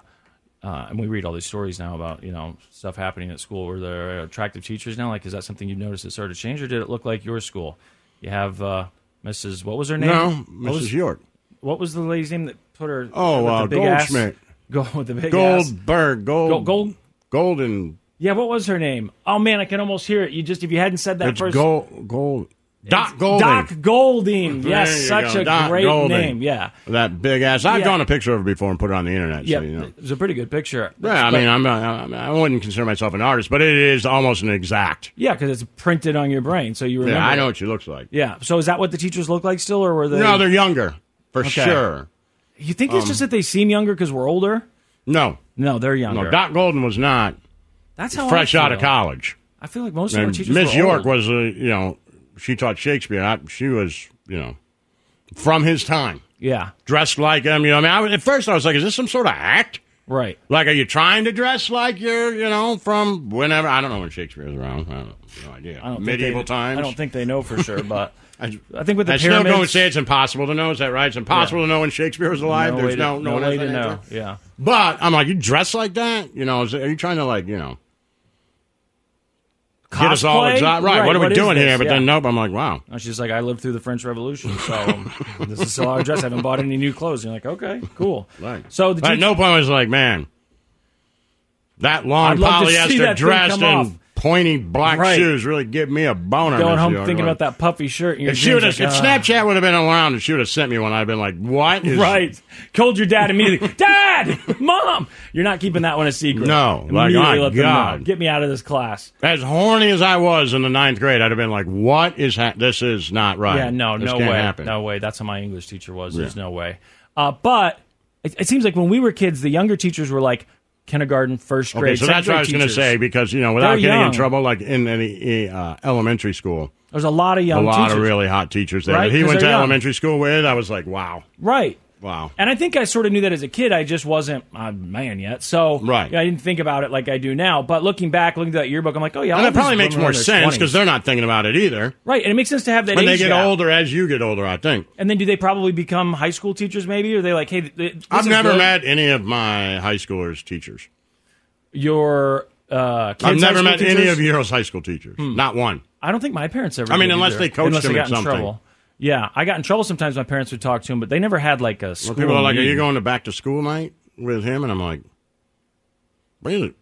Speaker 4: uh, and we read all these stories now about you know stuff happening at school. Were there attractive teachers now? Like, is that something you noticed that started to change, or did it look like your school? You have uh, Mrs. What was her name?
Speaker 3: No,
Speaker 4: What was,
Speaker 3: Mrs. York.
Speaker 4: What was the lady's name that put her?
Speaker 3: Oh,
Speaker 4: with
Speaker 3: uh,
Speaker 4: the big ass-
Speaker 3: Goldschmidt.
Speaker 4: Gold with the big ass.
Speaker 3: Goldberg. Gold.
Speaker 4: Gold. Gold.
Speaker 3: Golden.
Speaker 4: Yeah, what was her name? Oh man, I can almost hear it. You just if you hadn't said that
Speaker 3: It's
Speaker 4: first.
Speaker 3: gold. Gold. Doc Golden.
Speaker 4: Doc Golding.
Speaker 3: There
Speaker 4: Yes,
Speaker 3: you
Speaker 4: such
Speaker 3: go,
Speaker 4: a
Speaker 3: Doc
Speaker 4: great
Speaker 3: Golden.
Speaker 4: name. Yeah.
Speaker 3: That big ass. I've
Speaker 4: Yeah.
Speaker 3: drawn a picture of her before and put it on the internet.
Speaker 4: Yeah,
Speaker 3: So, you know.
Speaker 4: it was a pretty good picture.
Speaker 3: Yeah, I
Speaker 4: But-
Speaker 3: mean, I'm, uh, I'm, I wouldn't consider myself an artist, but it is almost an exact.
Speaker 4: yeah, because it's printed on your brain, so you remember.
Speaker 3: Yeah, I know
Speaker 4: it.
Speaker 3: what she looks like.
Speaker 4: Yeah, so is that what the teachers look like still, or were they?
Speaker 3: No, they're younger, for
Speaker 4: Okay.
Speaker 3: sure.
Speaker 4: You think it's just that they seem younger because we're older?
Speaker 3: No,
Speaker 4: No, they're younger. Oh,
Speaker 3: no, Doc Golden was not
Speaker 4: That's how
Speaker 3: fresh
Speaker 4: I feel.
Speaker 3: out of college.
Speaker 4: I feel like most of our
Speaker 3: And
Speaker 4: teachers.
Speaker 3: Miss
Speaker 4: were
Speaker 3: York
Speaker 4: old.
Speaker 3: was, uh, you know, she taught Shakespeare. I, she was, you know, from his time,
Speaker 4: Yeah,
Speaker 3: dressed like him. You know, I mean, I, was- at first I was like, is this some sort of act?
Speaker 4: right.
Speaker 3: Like, are you trying to dress like you're, you know, from whenever? I don't know when Shakespeare was around. I don't know. No idea.
Speaker 4: I don't think
Speaker 3: Medieval
Speaker 4: they,
Speaker 3: times.
Speaker 4: I don't think they know for sure, but
Speaker 3: I,
Speaker 4: I think with the
Speaker 3: I still
Speaker 4: pyramids.
Speaker 3: go and say it's impossible to know. Is that right? It's impossible to know when Shakespeare was alive.
Speaker 4: no way
Speaker 3: There's
Speaker 4: to,
Speaker 3: no no, one
Speaker 4: way
Speaker 3: has
Speaker 4: to
Speaker 3: that answer.
Speaker 4: know. Yeah.
Speaker 3: But I'm like, you dress like that? You know, is, are you trying to like, you know, Get us all
Speaker 4: Cosplay?
Speaker 3: exotic. Right,
Speaker 4: Right,
Speaker 3: what are we
Speaker 4: what is
Speaker 3: doing
Speaker 4: this?
Speaker 3: here? But
Speaker 4: Yeah.
Speaker 3: then, nope. I'm like, wow.
Speaker 4: And she's like, I lived through the French Revolution, so this is how I dress. I haven't bought any new clothes. And you're like, okay, cool.
Speaker 3: Right.
Speaker 4: So the
Speaker 3: But at
Speaker 4: two-
Speaker 3: no point was like, man, that long
Speaker 4: I'd love to see
Speaker 3: polyester
Speaker 4: that thing
Speaker 3: dress
Speaker 4: come
Speaker 3: and
Speaker 4: off.
Speaker 3: pointy black
Speaker 4: Right.
Speaker 3: shoes really give me a boner.
Speaker 4: going
Speaker 3: Miss
Speaker 4: home
Speaker 3: York.
Speaker 4: thinking
Speaker 3: Like,
Speaker 4: about that puffy shirt. And your
Speaker 3: If, she would've-
Speaker 4: dreams,
Speaker 3: if
Speaker 4: like, ah.
Speaker 3: Snapchat would have been around and she would have sent me one, I'd been like, what is
Speaker 4: Right. Called your dad immediately. dad! Mom! You're not keeping that one a secret.
Speaker 3: No, like,
Speaker 4: Immediately
Speaker 3: my
Speaker 4: let them know.
Speaker 3: God.
Speaker 4: Get me out of this class.
Speaker 3: As horny as I was in the ninth grade, I'd have been like, "What is ha- this? Is not right."
Speaker 4: Yeah, no,
Speaker 3: This
Speaker 4: no
Speaker 3: can't
Speaker 4: way.
Speaker 3: Happen.
Speaker 4: No way. That's how my English teacher was. There's no way. Uh, but it, it seems like when we were kids, the younger teachers were like kindergarten, first grade.
Speaker 3: Okay, so that's
Speaker 4: second
Speaker 3: what I
Speaker 4: grade
Speaker 3: was going to
Speaker 4: teachers.
Speaker 3: say because you know, without
Speaker 4: They're
Speaker 3: getting in
Speaker 4: young.
Speaker 3: trouble, like in any uh, elementary school,
Speaker 4: There's a lot of
Speaker 3: a
Speaker 4: young
Speaker 3: lot
Speaker 4: teachers.
Speaker 3: of really hot teachers there.
Speaker 4: Right,
Speaker 3: that he
Speaker 4: 'cause
Speaker 3: went to
Speaker 4: they're young.
Speaker 3: elementary school with. I was like, "Wow,
Speaker 4: Right.
Speaker 3: wow."
Speaker 4: And I think I sort of knew that as a kid. I just wasn't a man yet. So
Speaker 3: Right.
Speaker 4: I didn't think about it like I do now. But looking back, looking at that yearbook, I'm like, oh, yeah. all
Speaker 3: And it
Speaker 4: these
Speaker 3: probably makes
Speaker 4: women
Speaker 3: more
Speaker 4: are in their
Speaker 3: sense because
Speaker 4: 20s.
Speaker 3: they're not thinking about it either.
Speaker 4: Right. And it makes sense to have that
Speaker 3: When they
Speaker 4: age
Speaker 3: get
Speaker 4: gap.
Speaker 3: older, as you get older, I think.
Speaker 4: And then do they probably become high school teachers maybe? Or are they like, hey, th- th- this
Speaker 3: I've
Speaker 4: is
Speaker 3: never
Speaker 4: good.
Speaker 3: met any of my high schoolers' teachers.
Speaker 4: your uh, kids.
Speaker 3: I've
Speaker 4: high
Speaker 3: never
Speaker 4: school
Speaker 3: met any
Speaker 4: teachers? Hmm.
Speaker 3: of yours high school teachers. Not one.
Speaker 4: I don't think my parents ever.
Speaker 3: I mean,
Speaker 4: did
Speaker 3: unless
Speaker 4: either.
Speaker 3: they coached
Speaker 4: unless
Speaker 3: them
Speaker 4: they
Speaker 3: in
Speaker 4: got in
Speaker 3: something.
Speaker 4: trouble. Yeah, I got in trouble sometimes. My parents would talk to him, but they never had like a school.
Speaker 3: Well, people are like, "Are you
Speaker 4: meeting.
Speaker 3: going to back to school night with him?" And I'm like, "Really?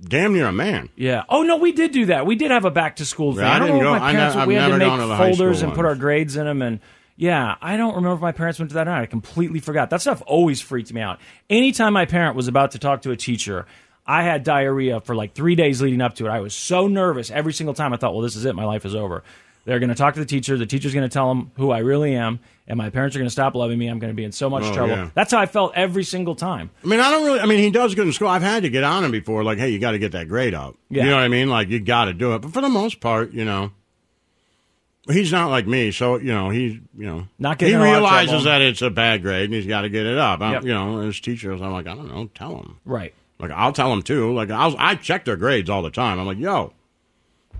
Speaker 3: Damn near a man."
Speaker 4: Yeah. Oh no, we did do that. We did have a back to school thing.
Speaker 3: Yeah, I
Speaker 4: I, don't
Speaker 3: didn't
Speaker 4: know
Speaker 3: go-
Speaker 4: if my
Speaker 3: I
Speaker 4: parents.
Speaker 3: ne- I've
Speaker 4: we had
Speaker 3: never
Speaker 4: to
Speaker 3: gone to the
Speaker 4: make
Speaker 3: high school
Speaker 4: folders and put
Speaker 3: ones.
Speaker 4: our grades in them, and yeah, I don't remember if my parents went to that or not. I completely forgot. That stuff always freaked me out. Anytime my parent was about to talk to a teacher. I had diarrhea for like three days leading up to it. I was so nervous every single time. I thought, well, this is it. My life is over. They're going to talk to the teacher. The teacher's going to tell them who I really am, and my parents are going to stop loving me. I'm going to be in so much
Speaker 3: Oh,
Speaker 4: trouble.
Speaker 3: yeah.
Speaker 4: That's how I felt every single time.
Speaker 3: I mean, I don't really. I mean, he does good in school. I've had to get on him before, like, "Hey, you got to get that grade up."
Speaker 4: Yeah.
Speaker 3: You know what I mean? Like, you got to do it. But for the most part, you know, he's not like me. So you know, he's you know,
Speaker 4: Not
Speaker 3: he
Speaker 4: getting in a lot of
Speaker 3: realizes
Speaker 4: trouble.
Speaker 3: that it's a bad grade and he's got to get it up. I'm,
Speaker 4: Yep.
Speaker 3: You know, as teachers, I'm like, I don't know, tell him.
Speaker 4: Right.
Speaker 3: Like, I'll tell them too. Like, I'll, I check their grades all the time. I'm like, yo,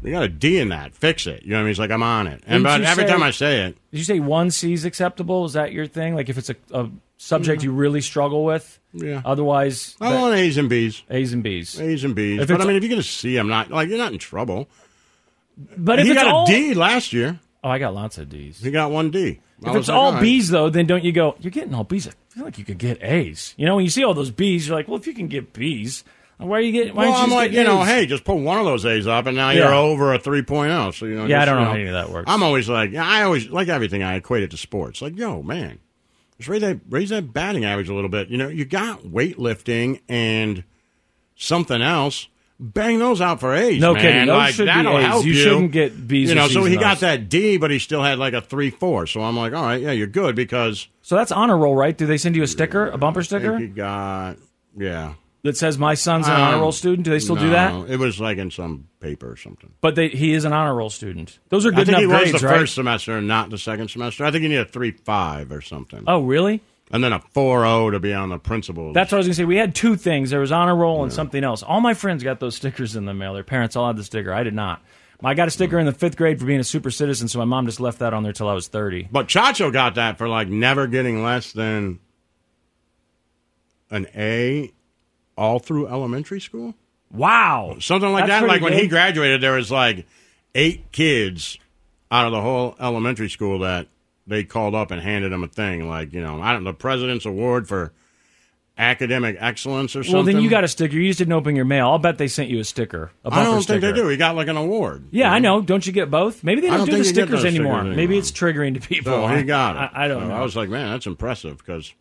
Speaker 3: you got a D in that. Fix it. You know what I mean? He's like, I'm on it. And
Speaker 4: Didn't
Speaker 3: but
Speaker 4: you
Speaker 3: every
Speaker 4: say-
Speaker 3: time I say it,
Speaker 4: Did you say one C is acceptable? Is that your thing? Like if it's a, a subject you really struggle with?
Speaker 3: Yeah.
Speaker 4: Otherwise,
Speaker 3: Mm. I
Speaker 4: the-
Speaker 3: want A's and B's.
Speaker 4: A's and B's.
Speaker 3: A's and B's.
Speaker 4: If
Speaker 3: but I
Speaker 4: it's-
Speaker 3: mean, if you get a C, I'm not, like, you're not in trouble.
Speaker 4: But if
Speaker 3: he
Speaker 4: it's
Speaker 3: got
Speaker 4: all
Speaker 3: a D last year.
Speaker 4: oh, I got lots of D's.
Speaker 3: He got one D. I
Speaker 4: If
Speaker 3: was
Speaker 4: it's
Speaker 3: like,
Speaker 4: all
Speaker 3: right.
Speaker 4: B's though, then don't you go? You're getting all B's. I feel like you could get A's. You know, when you see all those B's, you're like, well, if you can get B's, why are you getting? Why
Speaker 3: Well,
Speaker 4: aren't you
Speaker 3: I'm
Speaker 4: just
Speaker 3: like, you
Speaker 4: getting
Speaker 3: know,
Speaker 4: A's?
Speaker 3: hey, just put one of those A's up, and now
Speaker 4: Yeah.
Speaker 3: you're over a 3.0. So, you know,
Speaker 4: Yeah, I
Speaker 3: just,
Speaker 4: don't
Speaker 3: you
Speaker 4: know how any of that works.
Speaker 3: I'm always like, I always, like everything, I equate it to sports. Like, yo, man, just raise that, raise that batting average a little bit. You know, you got weightlifting and something else. Bang those out for A's.
Speaker 4: No
Speaker 3: man.
Speaker 4: kidding. Those
Speaker 3: Like,
Speaker 4: should be
Speaker 3: that'll
Speaker 4: A's.
Speaker 3: help
Speaker 4: You
Speaker 3: you.
Speaker 4: shouldn't get B's
Speaker 3: You
Speaker 4: or
Speaker 3: know, so
Speaker 4: C's
Speaker 3: he
Speaker 4: in
Speaker 3: got
Speaker 4: those.
Speaker 3: that D, but he still had like a 3 4. So I'm like, all right, yeah, you're good because
Speaker 4: So that's honor roll, right? Do they send you a sticker, a bumper
Speaker 3: I think
Speaker 4: sticker
Speaker 3: he got, yeah.
Speaker 4: that says my son's an honor
Speaker 3: Um,
Speaker 4: roll student? Do they still do
Speaker 3: No,
Speaker 4: that?
Speaker 3: It was like in some paper or something.
Speaker 4: But they, he is an honor roll student. Those are
Speaker 3: I
Speaker 4: good
Speaker 3: think
Speaker 4: enough
Speaker 3: he
Speaker 4: grades,
Speaker 3: was the
Speaker 4: right?
Speaker 3: first semester and not the second semester. I think you need a three five or something,
Speaker 4: Oh, really?
Speaker 3: and then a four zero to be on the principal.
Speaker 4: That's what I was gonna say. We had two things. There was honor roll and something else. All my friends got those stickers in the mail. Their parents all had the sticker. I did not. I got a
Speaker 3: Hmm.
Speaker 4: sticker in the fifth grade for being a super citizen, so my mom just left that on there till I was thirty.
Speaker 3: But Chacho got that for like never getting less than an A all through elementary school,
Speaker 4: Wow,
Speaker 3: something like
Speaker 4: That's
Speaker 3: that. Like
Speaker 4: pretty
Speaker 3: when he
Speaker 4: good.
Speaker 3: graduated, there was like eight kids out of the whole elementary school that they called up and handed him a thing, like you know, I don't the president's award for academic excellence or something.
Speaker 4: Well, then you got a sticker. You just didn't open your mail. I'll bet they sent you a sticker. A
Speaker 3: I
Speaker 4: bumper
Speaker 3: don't
Speaker 4: sticker.
Speaker 3: think they do. He got like an award.
Speaker 4: Yeah, I know. Don't you get both? Maybe they
Speaker 3: I
Speaker 4: don't,
Speaker 3: don't
Speaker 4: do the
Speaker 3: think you get
Speaker 4: stickers
Speaker 3: those
Speaker 4: anymore.
Speaker 3: stickers
Speaker 4: Maybe
Speaker 3: anymore.
Speaker 4: it's triggering to people.
Speaker 3: So he got it.
Speaker 4: I, I don't
Speaker 3: So
Speaker 4: know.
Speaker 3: I was like, man, that's impressive because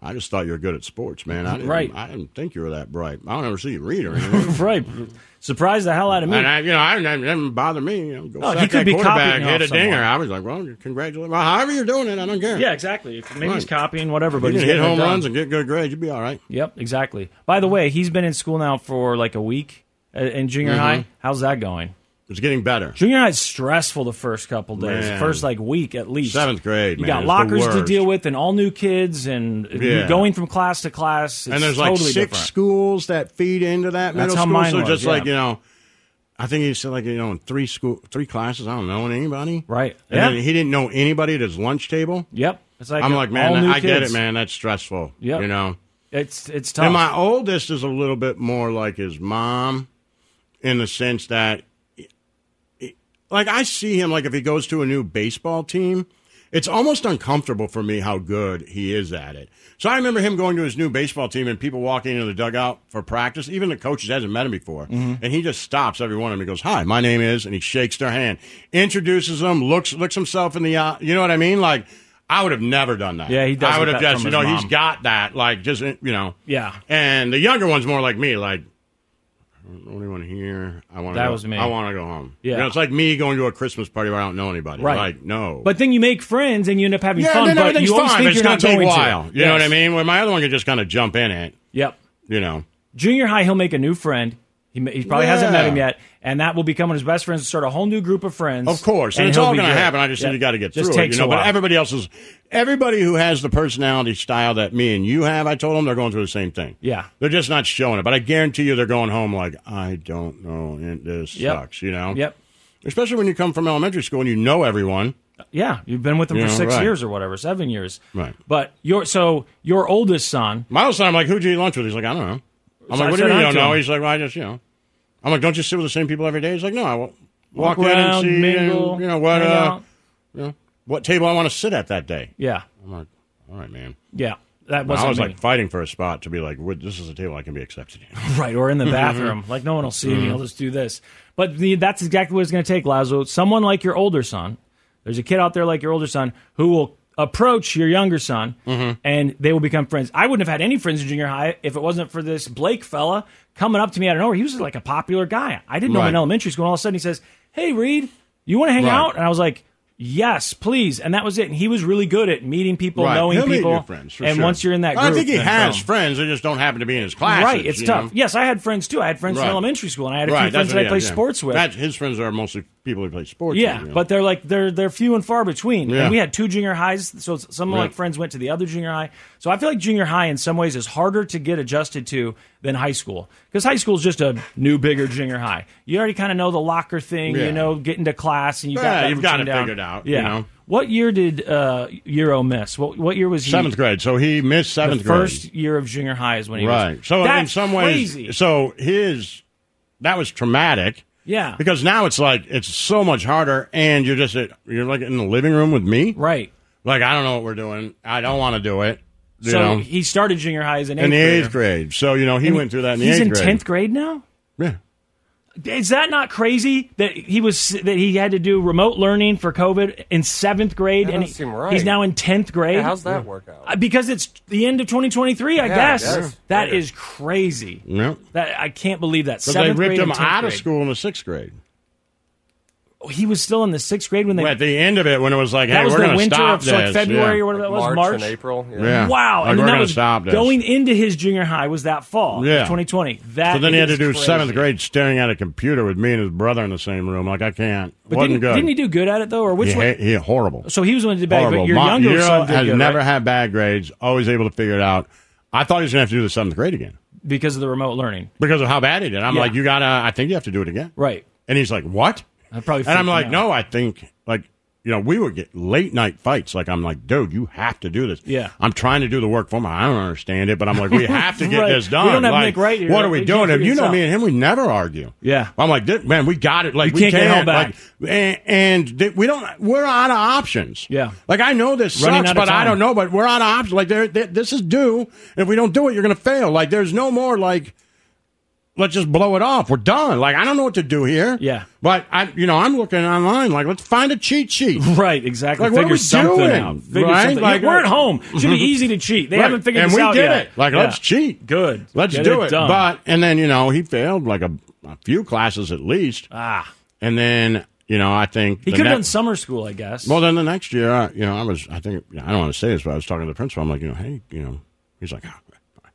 Speaker 3: I just thought you were good at sports, man. I didn't,
Speaker 4: Right.
Speaker 3: I didn't think you were that bright. I don't ever see you read or anything.
Speaker 4: right. Surprised the hell out of me.
Speaker 3: And I, you know, I didn't, it didn't bother me. You know, go
Speaker 4: Oh,
Speaker 3: sack
Speaker 4: he could
Speaker 3: that
Speaker 4: be
Speaker 3: quarterback,
Speaker 4: copying
Speaker 3: hit a
Speaker 4: off someone.
Speaker 3: dinger. I was like, well, congratulations. Well, however you're doing it, I don't care.
Speaker 4: yeah, exactly. If- Maybe he's
Speaker 3: Right.
Speaker 4: copying whatever,
Speaker 3: you
Speaker 4: but
Speaker 3: can
Speaker 4: he's
Speaker 3: hit
Speaker 4: getting it
Speaker 3: home
Speaker 4: done.
Speaker 3: runs and get good grades. You'd be all right.
Speaker 4: Yep, exactly. By the way, he's been in school now for like a week uh, in junior
Speaker 3: Mm-hmm.
Speaker 4: high. How's that going?
Speaker 3: It's getting better.
Speaker 4: Junior high is stressful the first couple days,
Speaker 3: Man.
Speaker 4: first like week at least.
Speaker 3: Seventh grade,
Speaker 4: you
Speaker 3: man, is
Speaker 4: got
Speaker 3: the
Speaker 4: lockers to
Speaker 3: worst.
Speaker 4: deal with and all new kids, and
Speaker 3: Yeah.
Speaker 4: you're going from class to class. It's
Speaker 3: and there's
Speaker 4: totally
Speaker 3: like six
Speaker 4: different.
Speaker 3: schools that feed into that middle
Speaker 4: That's how
Speaker 3: school.
Speaker 4: mine
Speaker 3: so
Speaker 4: was,
Speaker 3: just like
Speaker 4: yeah.
Speaker 3: you know, I think he said like you know in three school three classes. I don't know anybody.
Speaker 4: Right.
Speaker 3: And
Speaker 4: Yeah.
Speaker 3: then he didn't know anybody at his lunch table.
Speaker 4: Yep, it's like
Speaker 3: I'm like,
Speaker 4: all
Speaker 3: man,
Speaker 4: new
Speaker 3: I get it,
Speaker 4: kids.
Speaker 3: man. That's stressful.
Speaker 4: Yep.
Speaker 3: You know.
Speaker 4: It's it's tough.
Speaker 3: And my oldest is a little bit more like his mom, in the sense that like I see him like if he goes to a new baseball team, it's almost uncomfortable for me how good he is at it. So I remember him going to his new baseball team and people walking into the dugout for practice. Even the coaches hasn't met him before,
Speaker 4: Mm-hmm.
Speaker 3: and he just stops every one of them. and goes, "Hi, my name is," and he shakes their hand, introduces them, looks looks himself in the eye. You know what I mean? Like I would have never done that.
Speaker 4: Yeah, he does
Speaker 3: I would
Speaker 4: get
Speaker 3: have
Speaker 4: that
Speaker 3: just
Speaker 4: from
Speaker 3: you
Speaker 4: his
Speaker 3: know he's
Speaker 4: mom.
Speaker 3: got that like just you know
Speaker 4: Yeah.
Speaker 3: And the younger one's more like me like. I don't really want to hear. I want to.
Speaker 4: That
Speaker 3: go,
Speaker 4: was me.
Speaker 3: I want to go home.
Speaker 4: Yeah.
Speaker 3: You know, it's like me going to a Christmas party where I don't know anybody.
Speaker 4: Right.
Speaker 3: Like no.
Speaker 4: But then you make friends and you end up having
Speaker 3: yeah,
Speaker 4: fun.
Speaker 3: then
Speaker 4: but
Speaker 3: everything's
Speaker 4: you always
Speaker 3: fine.
Speaker 4: think
Speaker 3: but it's
Speaker 4: you're
Speaker 3: gonna
Speaker 4: not going
Speaker 3: take a
Speaker 4: to.
Speaker 3: while. You know what I
Speaker 4: Yes.
Speaker 3: mean? Where my other one could just kind of jump in it.
Speaker 4: Yep.
Speaker 3: You know.
Speaker 4: Junior high, he'll make a new friend. He, ma- he probably hasn't
Speaker 3: Yeah.
Speaker 4: met him yet, and that will become one of his best friends and start a whole new group of friends.
Speaker 3: Of course, and, it's
Speaker 4: he'll
Speaker 3: all
Speaker 4: be
Speaker 3: going to
Speaker 4: great.
Speaker 3: happen. I just
Speaker 4: Yeah.
Speaker 3: think you got to get
Speaker 4: Just
Speaker 3: through
Speaker 4: takes
Speaker 3: it. You know,
Speaker 4: a while.
Speaker 3: but everybody else is everybody who has the personality style that me and you have. I told them they're going through the same thing.
Speaker 4: Yeah.
Speaker 3: they're just not showing it. But I guarantee you, they're going home like I don't know. and This
Speaker 4: Yep.
Speaker 3: sucks. You know.
Speaker 4: Yep.
Speaker 3: Especially when you come from elementary school and you know everyone.
Speaker 4: Yeah, you've been with him
Speaker 3: Yeah,
Speaker 4: for six
Speaker 3: right.
Speaker 4: years or whatever, seven years.
Speaker 3: Right.
Speaker 4: But your so your oldest son,
Speaker 3: My old son, I'm like, who'd you eat lunch with? He's like, I don't know. I'm
Speaker 4: So I
Speaker 3: like, what do you
Speaker 4: said
Speaker 3: mean you
Speaker 4: hi
Speaker 3: don't
Speaker 4: to
Speaker 3: know?
Speaker 4: him.
Speaker 3: He's like, well, I just, you know. I'm like, don't you sit with the same people every day? He's like, no, I wa- walk,
Speaker 4: Walk
Speaker 3: in and
Speaker 4: around,
Speaker 3: see,
Speaker 4: mingle,
Speaker 3: and, you know, what,
Speaker 4: hang
Speaker 3: uh,
Speaker 4: out.
Speaker 3: you know, what table I want to sit at that day.
Speaker 4: yeah,
Speaker 3: I'm like, all right, man.
Speaker 4: yeah, that
Speaker 3: I
Speaker 4: wasn't
Speaker 3: was
Speaker 4: me.
Speaker 3: like fighting for a spot to be like, "What- this is a table I can be accepted in.
Speaker 4: right, or in
Speaker 3: Mm-hmm.
Speaker 4: the bathroom, like no one will see me. I'll just do this. But the, that's exactly what it's going to take, Lazo. Someone like your older son. There's a kid out there like your older son who will approach your younger son,
Speaker 3: Mm-hmm.
Speaker 4: and they will become friends. I wouldn't have had any friends in junior high if it wasn't for this Blake fella coming up to me out of nowhere. He was like a popular guy. I didn't know him in
Speaker 3: Right.
Speaker 4: elementary school. And all of a sudden, he says, "Hey, Reed, you want to hang
Speaker 3: Right.
Speaker 4: out?" And I was like. Yes, please, and that was it. And he was really good at meeting people, knowing
Speaker 3: He'll meet
Speaker 4: people,
Speaker 3: new friends, for
Speaker 4: and
Speaker 3: sure.
Speaker 4: once you're in that group,
Speaker 3: I think he
Speaker 4: then
Speaker 3: has
Speaker 4: boom.
Speaker 3: friends. They just don't happen to be in his class.
Speaker 4: Right, it's tough. Yes, I had friends too. I had friends
Speaker 3: Right.
Speaker 4: in elementary school, and I had a
Speaker 3: right,
Speaker 4: few friends
Speaker 3: that's
Speaker 4: that I
Speaker 3: what-
Speaker 4: played
Speaker 3: yeah, yeah.
Speaker 4: sports with.
Speaker 3: That's- his friends are mostly people he plays sports
Speaker 4: yeah,
Speaker 3: with. you know.
Speaker 4: but they're like they're they're few and far between.
Speaker 3: Yeah.
Speaker 4: And we had two junior highs, so s- some of
Speaker 3: Right.
Speaker 4: like friends went to the other junior high. So I feel like junior high in some ways is harder to get adjusted to than high school because high school is just a new, bigger junior high. You already kind of know the locker thing.
Speaker 3: Yeah.
Speaker 4: You know, getting to class, and you
Speaker 3: Yeah,
Speaker 4: got that
Speaker 3: you've got
Speaker 4: routine
Speaker 3: it
Speaker 4: down.
Speaker 3: figured out,
Speaker 4: Yeah.
Speaker 3: you know.
Speaker 4: What year did uh, Euro miss? What what year was he?
Speaker 3: seventh grade. So he missed
Speaker 4: The
Speaker 3: seventh grade.
Speaker 4: first year of junior high is when he
Speaker 3: Right.
Speaker 4: was.
Speaker 3: So in
Speaker 4: That's
Speaker 3: some ways,
Speaker 4: crazy.
Speaker 3: so his that was traumatic.
Speaker 4: Yeah.
Speaker 3: Because now it's like it's so much harder, and you're just at, you're like in the living room with me.
Speaker 4: right.
Speaker 3: Like I don't know what we're doing. I don't want to do it. You
Speaker 4: So
Speaker 3: know,
Speaker 4: he started junior high as an eighth
Speaker 3: in the
Speaker 4: grader.
Speaker 3: eighth grade. So you know he
Speaker 4: And
Speaker 3: went through that in the
Speaker 4: he's
Speaker 3: eighth
Speaker 4: in
Speaker 3: grade.
Speaker 4: tenth grade now.
Speaker 3: Yeah.
Speaker 4: Is that not crazy that he was that he had to do remote learning for COVID in seventh grade,
Speaker 6: That
Speaker 4: and
Speaker 6: don't
Speaker 4: he-
Speaker 6: seem right.
Speaker 4: he's now in tenth grade?
Speaker 6: Yeah, how's that work out?
Speaker 4: Uh, because it's the end of 2023, I
Speaker 6: Yeah,
Speaker 4: guess.
Speaker 6: I guess.
Speaker 4: That
Speaker 6: Yeah.
Speaker 4: is crazy.
Speaker 3: Yeah.
Speaker 4: That I can't believe that.
Speaker 3: But they
Speaker 4: Seventh
Speaker 3: ripped
Speaker 4: grade
Speaker 3: him
Speaker 4: and 10th
Speaker 3: out of
Speaker 4: grade.
Speaker 3: school in the sixth grade.
Speaker 4: He was still in the sixth grade when they.
Speaker 3: At the end of it, when it was like,
Speaker 4: that
Speaker 3: hey,
Speaker 4: was
Speaker 3: we're
Speaker 4: the
Speaker 3: going to
Speaker 4: winter
Speaker 3: stop
Speaker 4: of
Speaker 3: this.
Speaker 4: like February
Speaker 3: yeah.
Speaker 4: or whatever that was.
Speaker 6: March,
Speaker 4: March
Speaker 6: and April. Yeah.
Speaker 3: Yeah.
Speaker 4: Wow,
Speaker 3: Like,
Speaker 4: and
Speaker 3: we're
Speaker 4: then that
Speaker 3: gonna
Speaker 4: was
Speaker 3: stop this.
Speaker 4: going into his junior high was that fall,
Speaker 3: Yeah.
Speaker 4: 2020. That
Speaker 3: So then he had
Speaker 4: is
Speaker 3: to do
Speaker 4: crazy.
Speaker 3: seventh grade staring at a computer with me and his brother in the same room. Like I can't.
Speaker 4: But
Speaker 3: Wasn't
Speaker 4: didn't,
Speaker 3: good.
Speaker 4: didn't he do good at it though, or which
Speaker 3: he,
Speaker 4: one?
Speaker 3: ha- he horrible.
Speaker 4: So he was the one who did bad,
Speaker 3: horrible.
Speaker 4: but your
Speaker 3: Ma-
Speaker 4: younger
Speaker 3: Euro
Speaker 4: son did
Speaker 3: has
Speaker 4: good,
Speaker 3: never
Speaker 4: right?
Speaker 3: had bad grades. Always able to figure it out. I thought he was going to have to do the seventh grade again
Speaker 4: because of the remote learning,
Speaker 3: because of how bad he did. I'm
Speaker 4: Yeah.
Speaker 3: like, you gotta. I think you have to do it again.
Speaker 4: right?
Speaker 3: And he's like, what?
Speaker 4: I probably
Speaker 3: And I'm
Speaker 4: freaked
Speaker 3: like,
Speaker 4: him out.
Speaker 3: no, I think like you know we would get late night fights. Like I'm like, dude, you have to do this.
Speaker 4: Yeah.
Speaker 3: I'm trying to do the work for him. I don't understand it, but I'm like, we have to get
Speaker 4: Right.
Speaker 3: this done.
Speaker 4: We don't have
Speaker 3: like,
Speaker 4: Nick right here.
Speaker 3: What are
Speaker 4: We
Speaker 3: we
Speaker 4: can't
Speaker 3: doing?
Speaker 4: figure
Speaker 3: you
Speaker 4: this
Speaker 3: know
Speaker 4: out.
Speaker 3: me and him, we never argue.
Speaker 4: Yeah.
Speaker 3: I'm like, "Th- man, we got it. Like
Speaker 4: You
Speaker 3: we
Speaker 4: can't get held back.
Speaker 3: Like, and and th- we don't. We're out of options.
Speaker 4: Yeah.
Speaker 3: Like I know this
Speaker 4: Running
Speaker 3: sucks,
Speaker 4: out of
Speaker 3: but I
Speaker 4: time.
Speaker 3: don't know. But we're out of options. Like there, there- this is due. And if we don't do it, you're gonna fail. Like there's no more like. Let's just blow it off. We're done. Like I don't know what to do here.
Speaker 4: Yeah.
Speaker 3: But I, you know, I'm looking online. Like, let's find a cheat sheet.
Speaker 4: Right, exactly.
Speaker 3: Like, what are
Speaker 4: Figure
Speaker 3: we
Speaker 4: something
Speaker 3: doing?
Speaker 4: out. Figure
Speaker 3: Right?
Speaker 4: something.
Speaker 3: Like,
Speaker 4: Like, we're at
Speaker 3: uh,
Speaker 4: home. It should be easy to cheat. They
Speaker 3: Right.
Speaker 4: haven't figured
Speaker 3: and
Speaker 4: this
Speaker 3: we
Speaker 4: out
Speaker 3: did
Speaker 4: yet.
Speaker 3: it. Like,
Speaker 4: Yeah.
Speaker 3: let's cheat.
Speaker 4: Good.
Speaker 3: Let's
Speaker 4: Get
Speaker 3: do
Speaker 4: it
Speaker 3: it.
Speaker 4: done.
Speaker 3: But and then you know he failed like a, a few classes at least.
Speaker 4: ah,
Speaker 3: And then you know I think
Speaker 4: he
Speaker 3: the
Speaker 4: could have
Speaker 3: ne-
Speaker 4: done summer school, I guess.
Speaker 3: Well, then the next year, I, you know, I was I think I don't want to say this, but I was talking to the principal. I'm like, you know, hey, you know, he's like, "Ah, fine."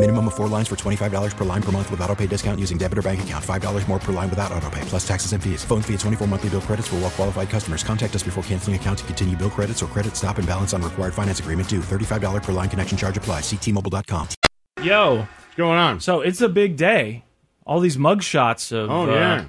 Speaker 1: Minimum of four lines for $25 per line per month with auto pay discount using debit or bank account. $5 more per line without auto pay, plus taxes and fees. Phone fee at 24 monthly bill credits for all qualified customers. Contact us before canceling account to continue bill credits or credit stop and balance on required finance agreement due. $35 per line connection charge applies. Ctmobile.com.
Speaker 4: Yo,
Speaker 3: What's going on?
Speaker 4: so it's a big day. All these mug shots of
Speaker 3: Oh,
Speaker 4: uh,
Speaker 3: yeah.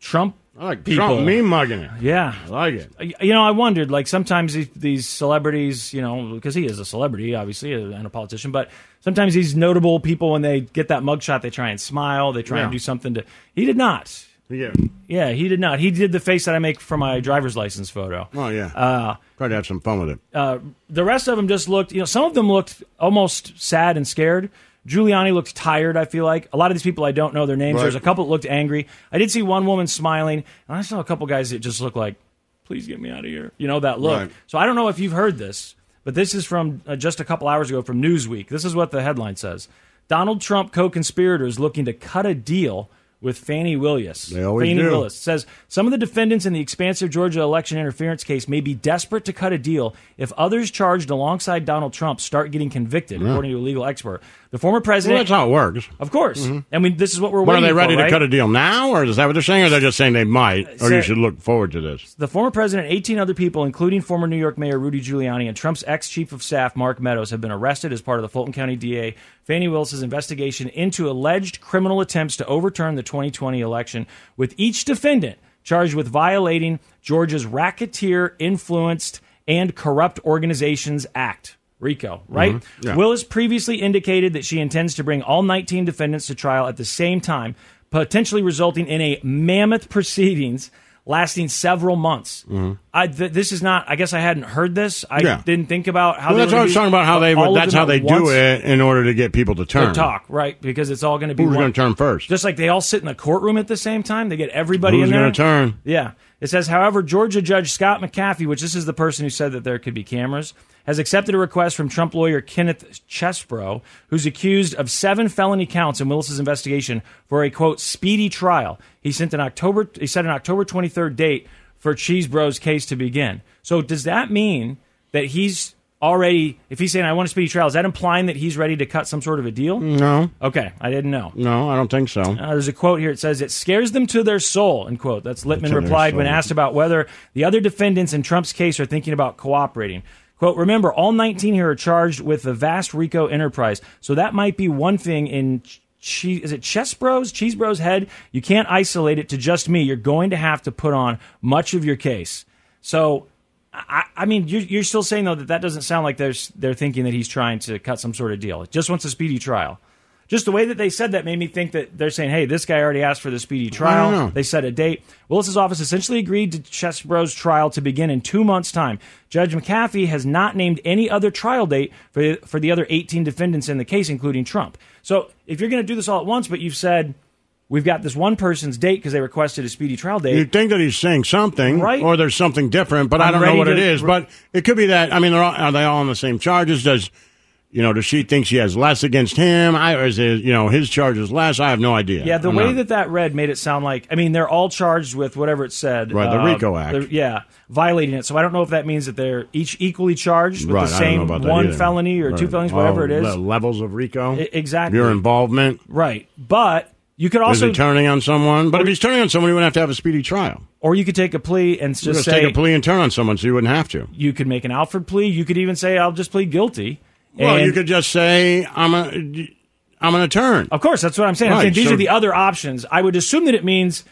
Speaker 4: Trump
Speaker 3: I like
Speaker 4: people.
Speaker 3: Trump me mugging it.
Speaker 4: Yeah,
Speaker 3: I like it.
Speaker 4: you know, I wondered like sometimes these, these celebrities, you know, because he is a celebrity, obviously, and a politician, but sometimes these notable people, when they get that mugshot, they try and smile, they try and
Speaker 3: Yeah.
Speaker 4: do something to. He did not.
Speaker 3: Yeah.
Speaker 4: Yeah, he did not. He did the face that I make for my driver's license photo.
Speaker 3: Oh, yeah. Uh, Try to have some fun with it.
Speaker 4: uh, The rest of them just looked, you know, some of them looked almost sad and scared. Giuliani looked tired, I feel like. A lot of these people, I don't know their names.
Speaker 3: Right.
Speaker 4: There's a couple that looked angry. I did see one woman smiling, and I saw a couple guys that just looked like, please get me out of here. You know, that look.
Speaker 3: Right.
Speaker 4: So I don't know if you've heard this, but this is from uh, just a couple hours ago from Newsweek. This is what the headline says Donald Trump co conspirators looking to cut a deal with Fannie Willis.
Speaker 3: They always
Speaker 4: Fannie
Speaker 3: do.
Speaker 4: Willis says some of the defendants in the expansive Georgia election interference case may be desperate to cut a deal if others charged alongside Donald Trump start getting convicted, according to a legal expert. The former
Speaker 3: well,
Speaker 4: president,
Speaker 3: that's how it works.
Speaker 4: of course, and we, this is what we're
Speaker 3: But are
Speaker 4: waiting
Speaker 3: they ready
Speaker 4: for,
Speaker 3: to
Speaker 4: right?
Speaker 3: cut a deal now, or is that what they're saying, or they're just saying they might, or
Speaker 4: Say-
Speaker 3: you should look forward to this?
Speaker 4: The former president, and 18 other people, including former New York Mayor Rudy Giuliani and Trump's ex chief of staff Mark Meadows, have been arrested as part of the Fulton County DA Fannie Willis's investigation into alleged criminal attempts to overturn the 2020 election, with each defendant charged with violating Georgia's Racketeer Influenced and Corrupt Organizations Act. RICO, right?
Speaker 3: Mm-hmm. Yeah.
Speaker 4: Willis previously indicated that she intends to bring all 19 defendants to trial at the same time, potentially resulting in a mammoth proceedings lasting several months. I, th- this is not. I guess I hadn't heard this. I
Speaker 3: Mm-hmm. Yeah.
Speaker 4: didn't think about how.
Speaker 3: Well,
Speaker 4: they
Speaker 3: that's
Speaker 4: were
Speaker 3: what I was
Speaker 4: gonna
Speaker 3: talking
Speaker 4: do
Speaker 3: about. How they
Speaker 4: all
Speaker 3: would,
Speaker 4: of
Speaker 3: that's
Speaker 4: them
Speaker 3: how
Speaker 4: at
Speaker 3: they do
Speaker 4: once
Speaker 3: it in order to get people to
Speaker 4: to
Speaker 3: turn.
Speaker 4: talk right because it's all going to be
Speaker 3: Who's
Speaker 4: one-
Speaker 3: going to turn first?
Speaker 4: just like they all sit in the courtroom at the same time. They get everybody
Speaker 3: Who's
Speaker 4: in there.
Speaker 3: gonna turn?
Speaker 4: Yeah. It says, however, Georgia Judge Scott McAfee, which this is the person who said that there could be cameras, has accepted a request from Trump lawyer Kenneth Chesbro, who's accused of seven felony counts in Willis's investigation for a quote speedy trial. He sent an October. He set an October 23rd date for Cheesebro's case to begin. So does that mean that he's already? If he's saying I want a speedy trial, is that implying that he's ready to cut some sort of a deal?
Speaker 3: no,
Speaker 4: Okay, I didn't know.
Speaker 3: no, I don't think so.
Speaker 4: Uh, there's a quote here. It says, It scares them to their soul, end quote. That's Littman
Speaker 3: To their
Speaker 4: replied when
Speaker 3: soul.
Speaker 4: asked about whether the other defendants in Trump's case are thinking about cooperating. Quote, remember, all 19 here are charged with the vast RICO enterprise. So that might be one thing in. Ch- Che- is it Chess Bros? Cheese Bros head? You can't isolate it to just me. You're going to have to put on much of your case. So I, I mean, you're, you're still saying though that that doesn't sound like there's they're thinking that he's trying to cut some sort of deal. It just wants a speedy trial. Just the way that they said that made me think that they're saying, "Hey, this guy already asked for the speedy
Speaker 3: I don't
Speaker 4: trial."
Speaker 3: know.
Speaker 4: They set a date. Willis's office essentially agreed to Chesbro's trial to begin in two months' time. Judge McAfee has not named any other trial date for the, for the other 18 defendants in the case, including Trump. So, if you're going to do this all at once, but you've said we've got this one person's date because they requested a speedy trial date,
Speaker 3: You'd think that he's saying something,
Speaker 4: Right.
Speaker 3: Or there's something different, but I'm I
Speaker 4: I'm
Speaker 3: do not know
Speaker 4: ready
Speaker 3: what it
Speaker 4: to-
Speaker 3: is. But it could be that. I mean, they're all, are they all on the same charges? Does you know? Does she think she has less against him? I or is it, you know his charges less? I have no idea.
Speaker 4: Yeah, the
Speaker 3: I'm
Speaker 4: way
Speaker 3: not-
Speaker 4: that that read made it sound like I mean they're all charged with whatever it said,
Speaker 3: Right, the
Speaker 4: uh,
Speaker 3: RICO Act.
Speaker 4: the- yeah, violating it. So I don't know if that means that they're each equally charged with
Speaker 3: Right,
Speaker 4: the
Speaker 3: I don't know
Speaker 4: same
Speaker 3: about that
Speaker 4: one
Speaker 3: either.
Speaker 4: felony or two
Speaker 3: Right.
Speaker 4: felonies, whatever
Speaker 3: Oh,
Speaker 4: it is.
Speaker 3: the levels of RICO,
Speaker 4: I- exactly.
Speaker 3: your involvement.
Speaker 4: right, but you could
Speaker 3: is
Speaker 4: also,
Speaker 3: he turning on someone? But if he's turning on someone, he would have to have a speedy trial.
Speaker 4: or you could take a plea and
Speaker 3: Just,
Speaker 4: just say
Speaker 3: take a plea and turn on someone, so you wouldn't have to.
Speaker 4: you could make an Alfred plea. You could even say I'll just plead guilty.
Speaker 3: Well,
Speaker 4: and-
Speaker 3: you could just say I'm a I'm going to turn.
Speaker 4: Of course, that's what I'm saying. I'm
Speaker 3: Right,
Speaker 4: saying these
Speaker 3: so-
Speaker 4: are the other options. I would assume that it means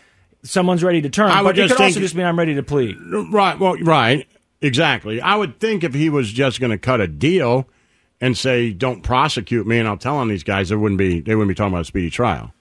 Speaker 4: someone's ready to turn,
Speaker 3: I would
Speaker 4: but it
Speaker 3: just
Speaker 4: could also
Speaker 3: think-
Speaker 4: just mean I'm ready to plead.
Speaker 3: Right. Well, right. Exactly. I would think if he was just going to cut a deal and say, "Don't prosecute me," and I'll tell on these guys, there wouldn't be they wouldn't be talking about a speedy trial.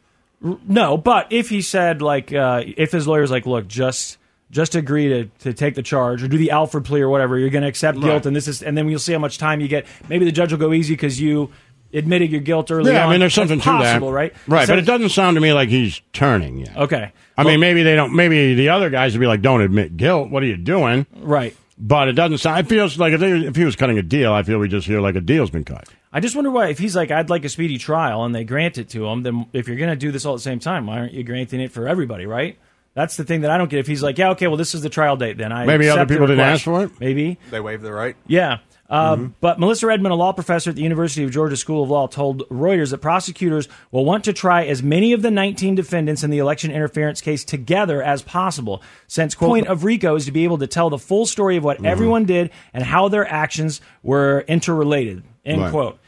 Speaker 4: No, but if he said like uh, if his lawyer's like, look, just just agree to, to take the charge or do the Alfred plea or whatever, you're going to accept guilt,
Speaker 3: Right.
Speaker 4: and this is and then we'll see how much time you get. Maybe the judge will go easy because you admitted your guilt early.
Speaker 3: yeah,
Speaker 4: on.
Speaker 3: I mean, there's
Speaker 4: That's
Speaker 3: something
Speaker 4: possible,
Speaker 3: to that,
Speaker 4: right?
Speaker 3: Right,
Speaker 4: So- Oh,
Speaker 3: but it doesn't sound to me like he's turning yet.
Speaker 4: Okay,
Speaker 3: I mean, maybe they don't. Maybe the other guys would be like, "Don't admit guilt. What are you doing?"
Speaker 4: right.
Speaker 3: But it doesn't sound. It feels like if, they, if he was cutting a deal, I feel we just hear like a deal's been cut.
Speaker 4: I just wonder why if he's like, I'd like a speedy trial, and they grant it to him. Then if you're going to do this all at the same time, why aren't you granting it for everybody? Right? That's the thing that I don't get. If he's like, yeah, okay, well, this is the trial date, then I
Speaker 3: Maybe other
Speaker 4: accept the
Speaker 3: people didn't
Speaker 4: request.
Speaker 3: ask for it?
Speaker 4: Maybe
Speaker 7: They waive the right.
Speaker 4: Yeah. Uh, But Melissa Redmond, a law professor at the University of Georgia School of Law, told Reuters that prosecutors will want to try as many of the 19 defendants in the election interference case together as possible, since quote, point of RICO is to be able to tell the full story of what everyone did and how their actions were interrelated. End
Speaker 3: Right.
Speaker 4: quote.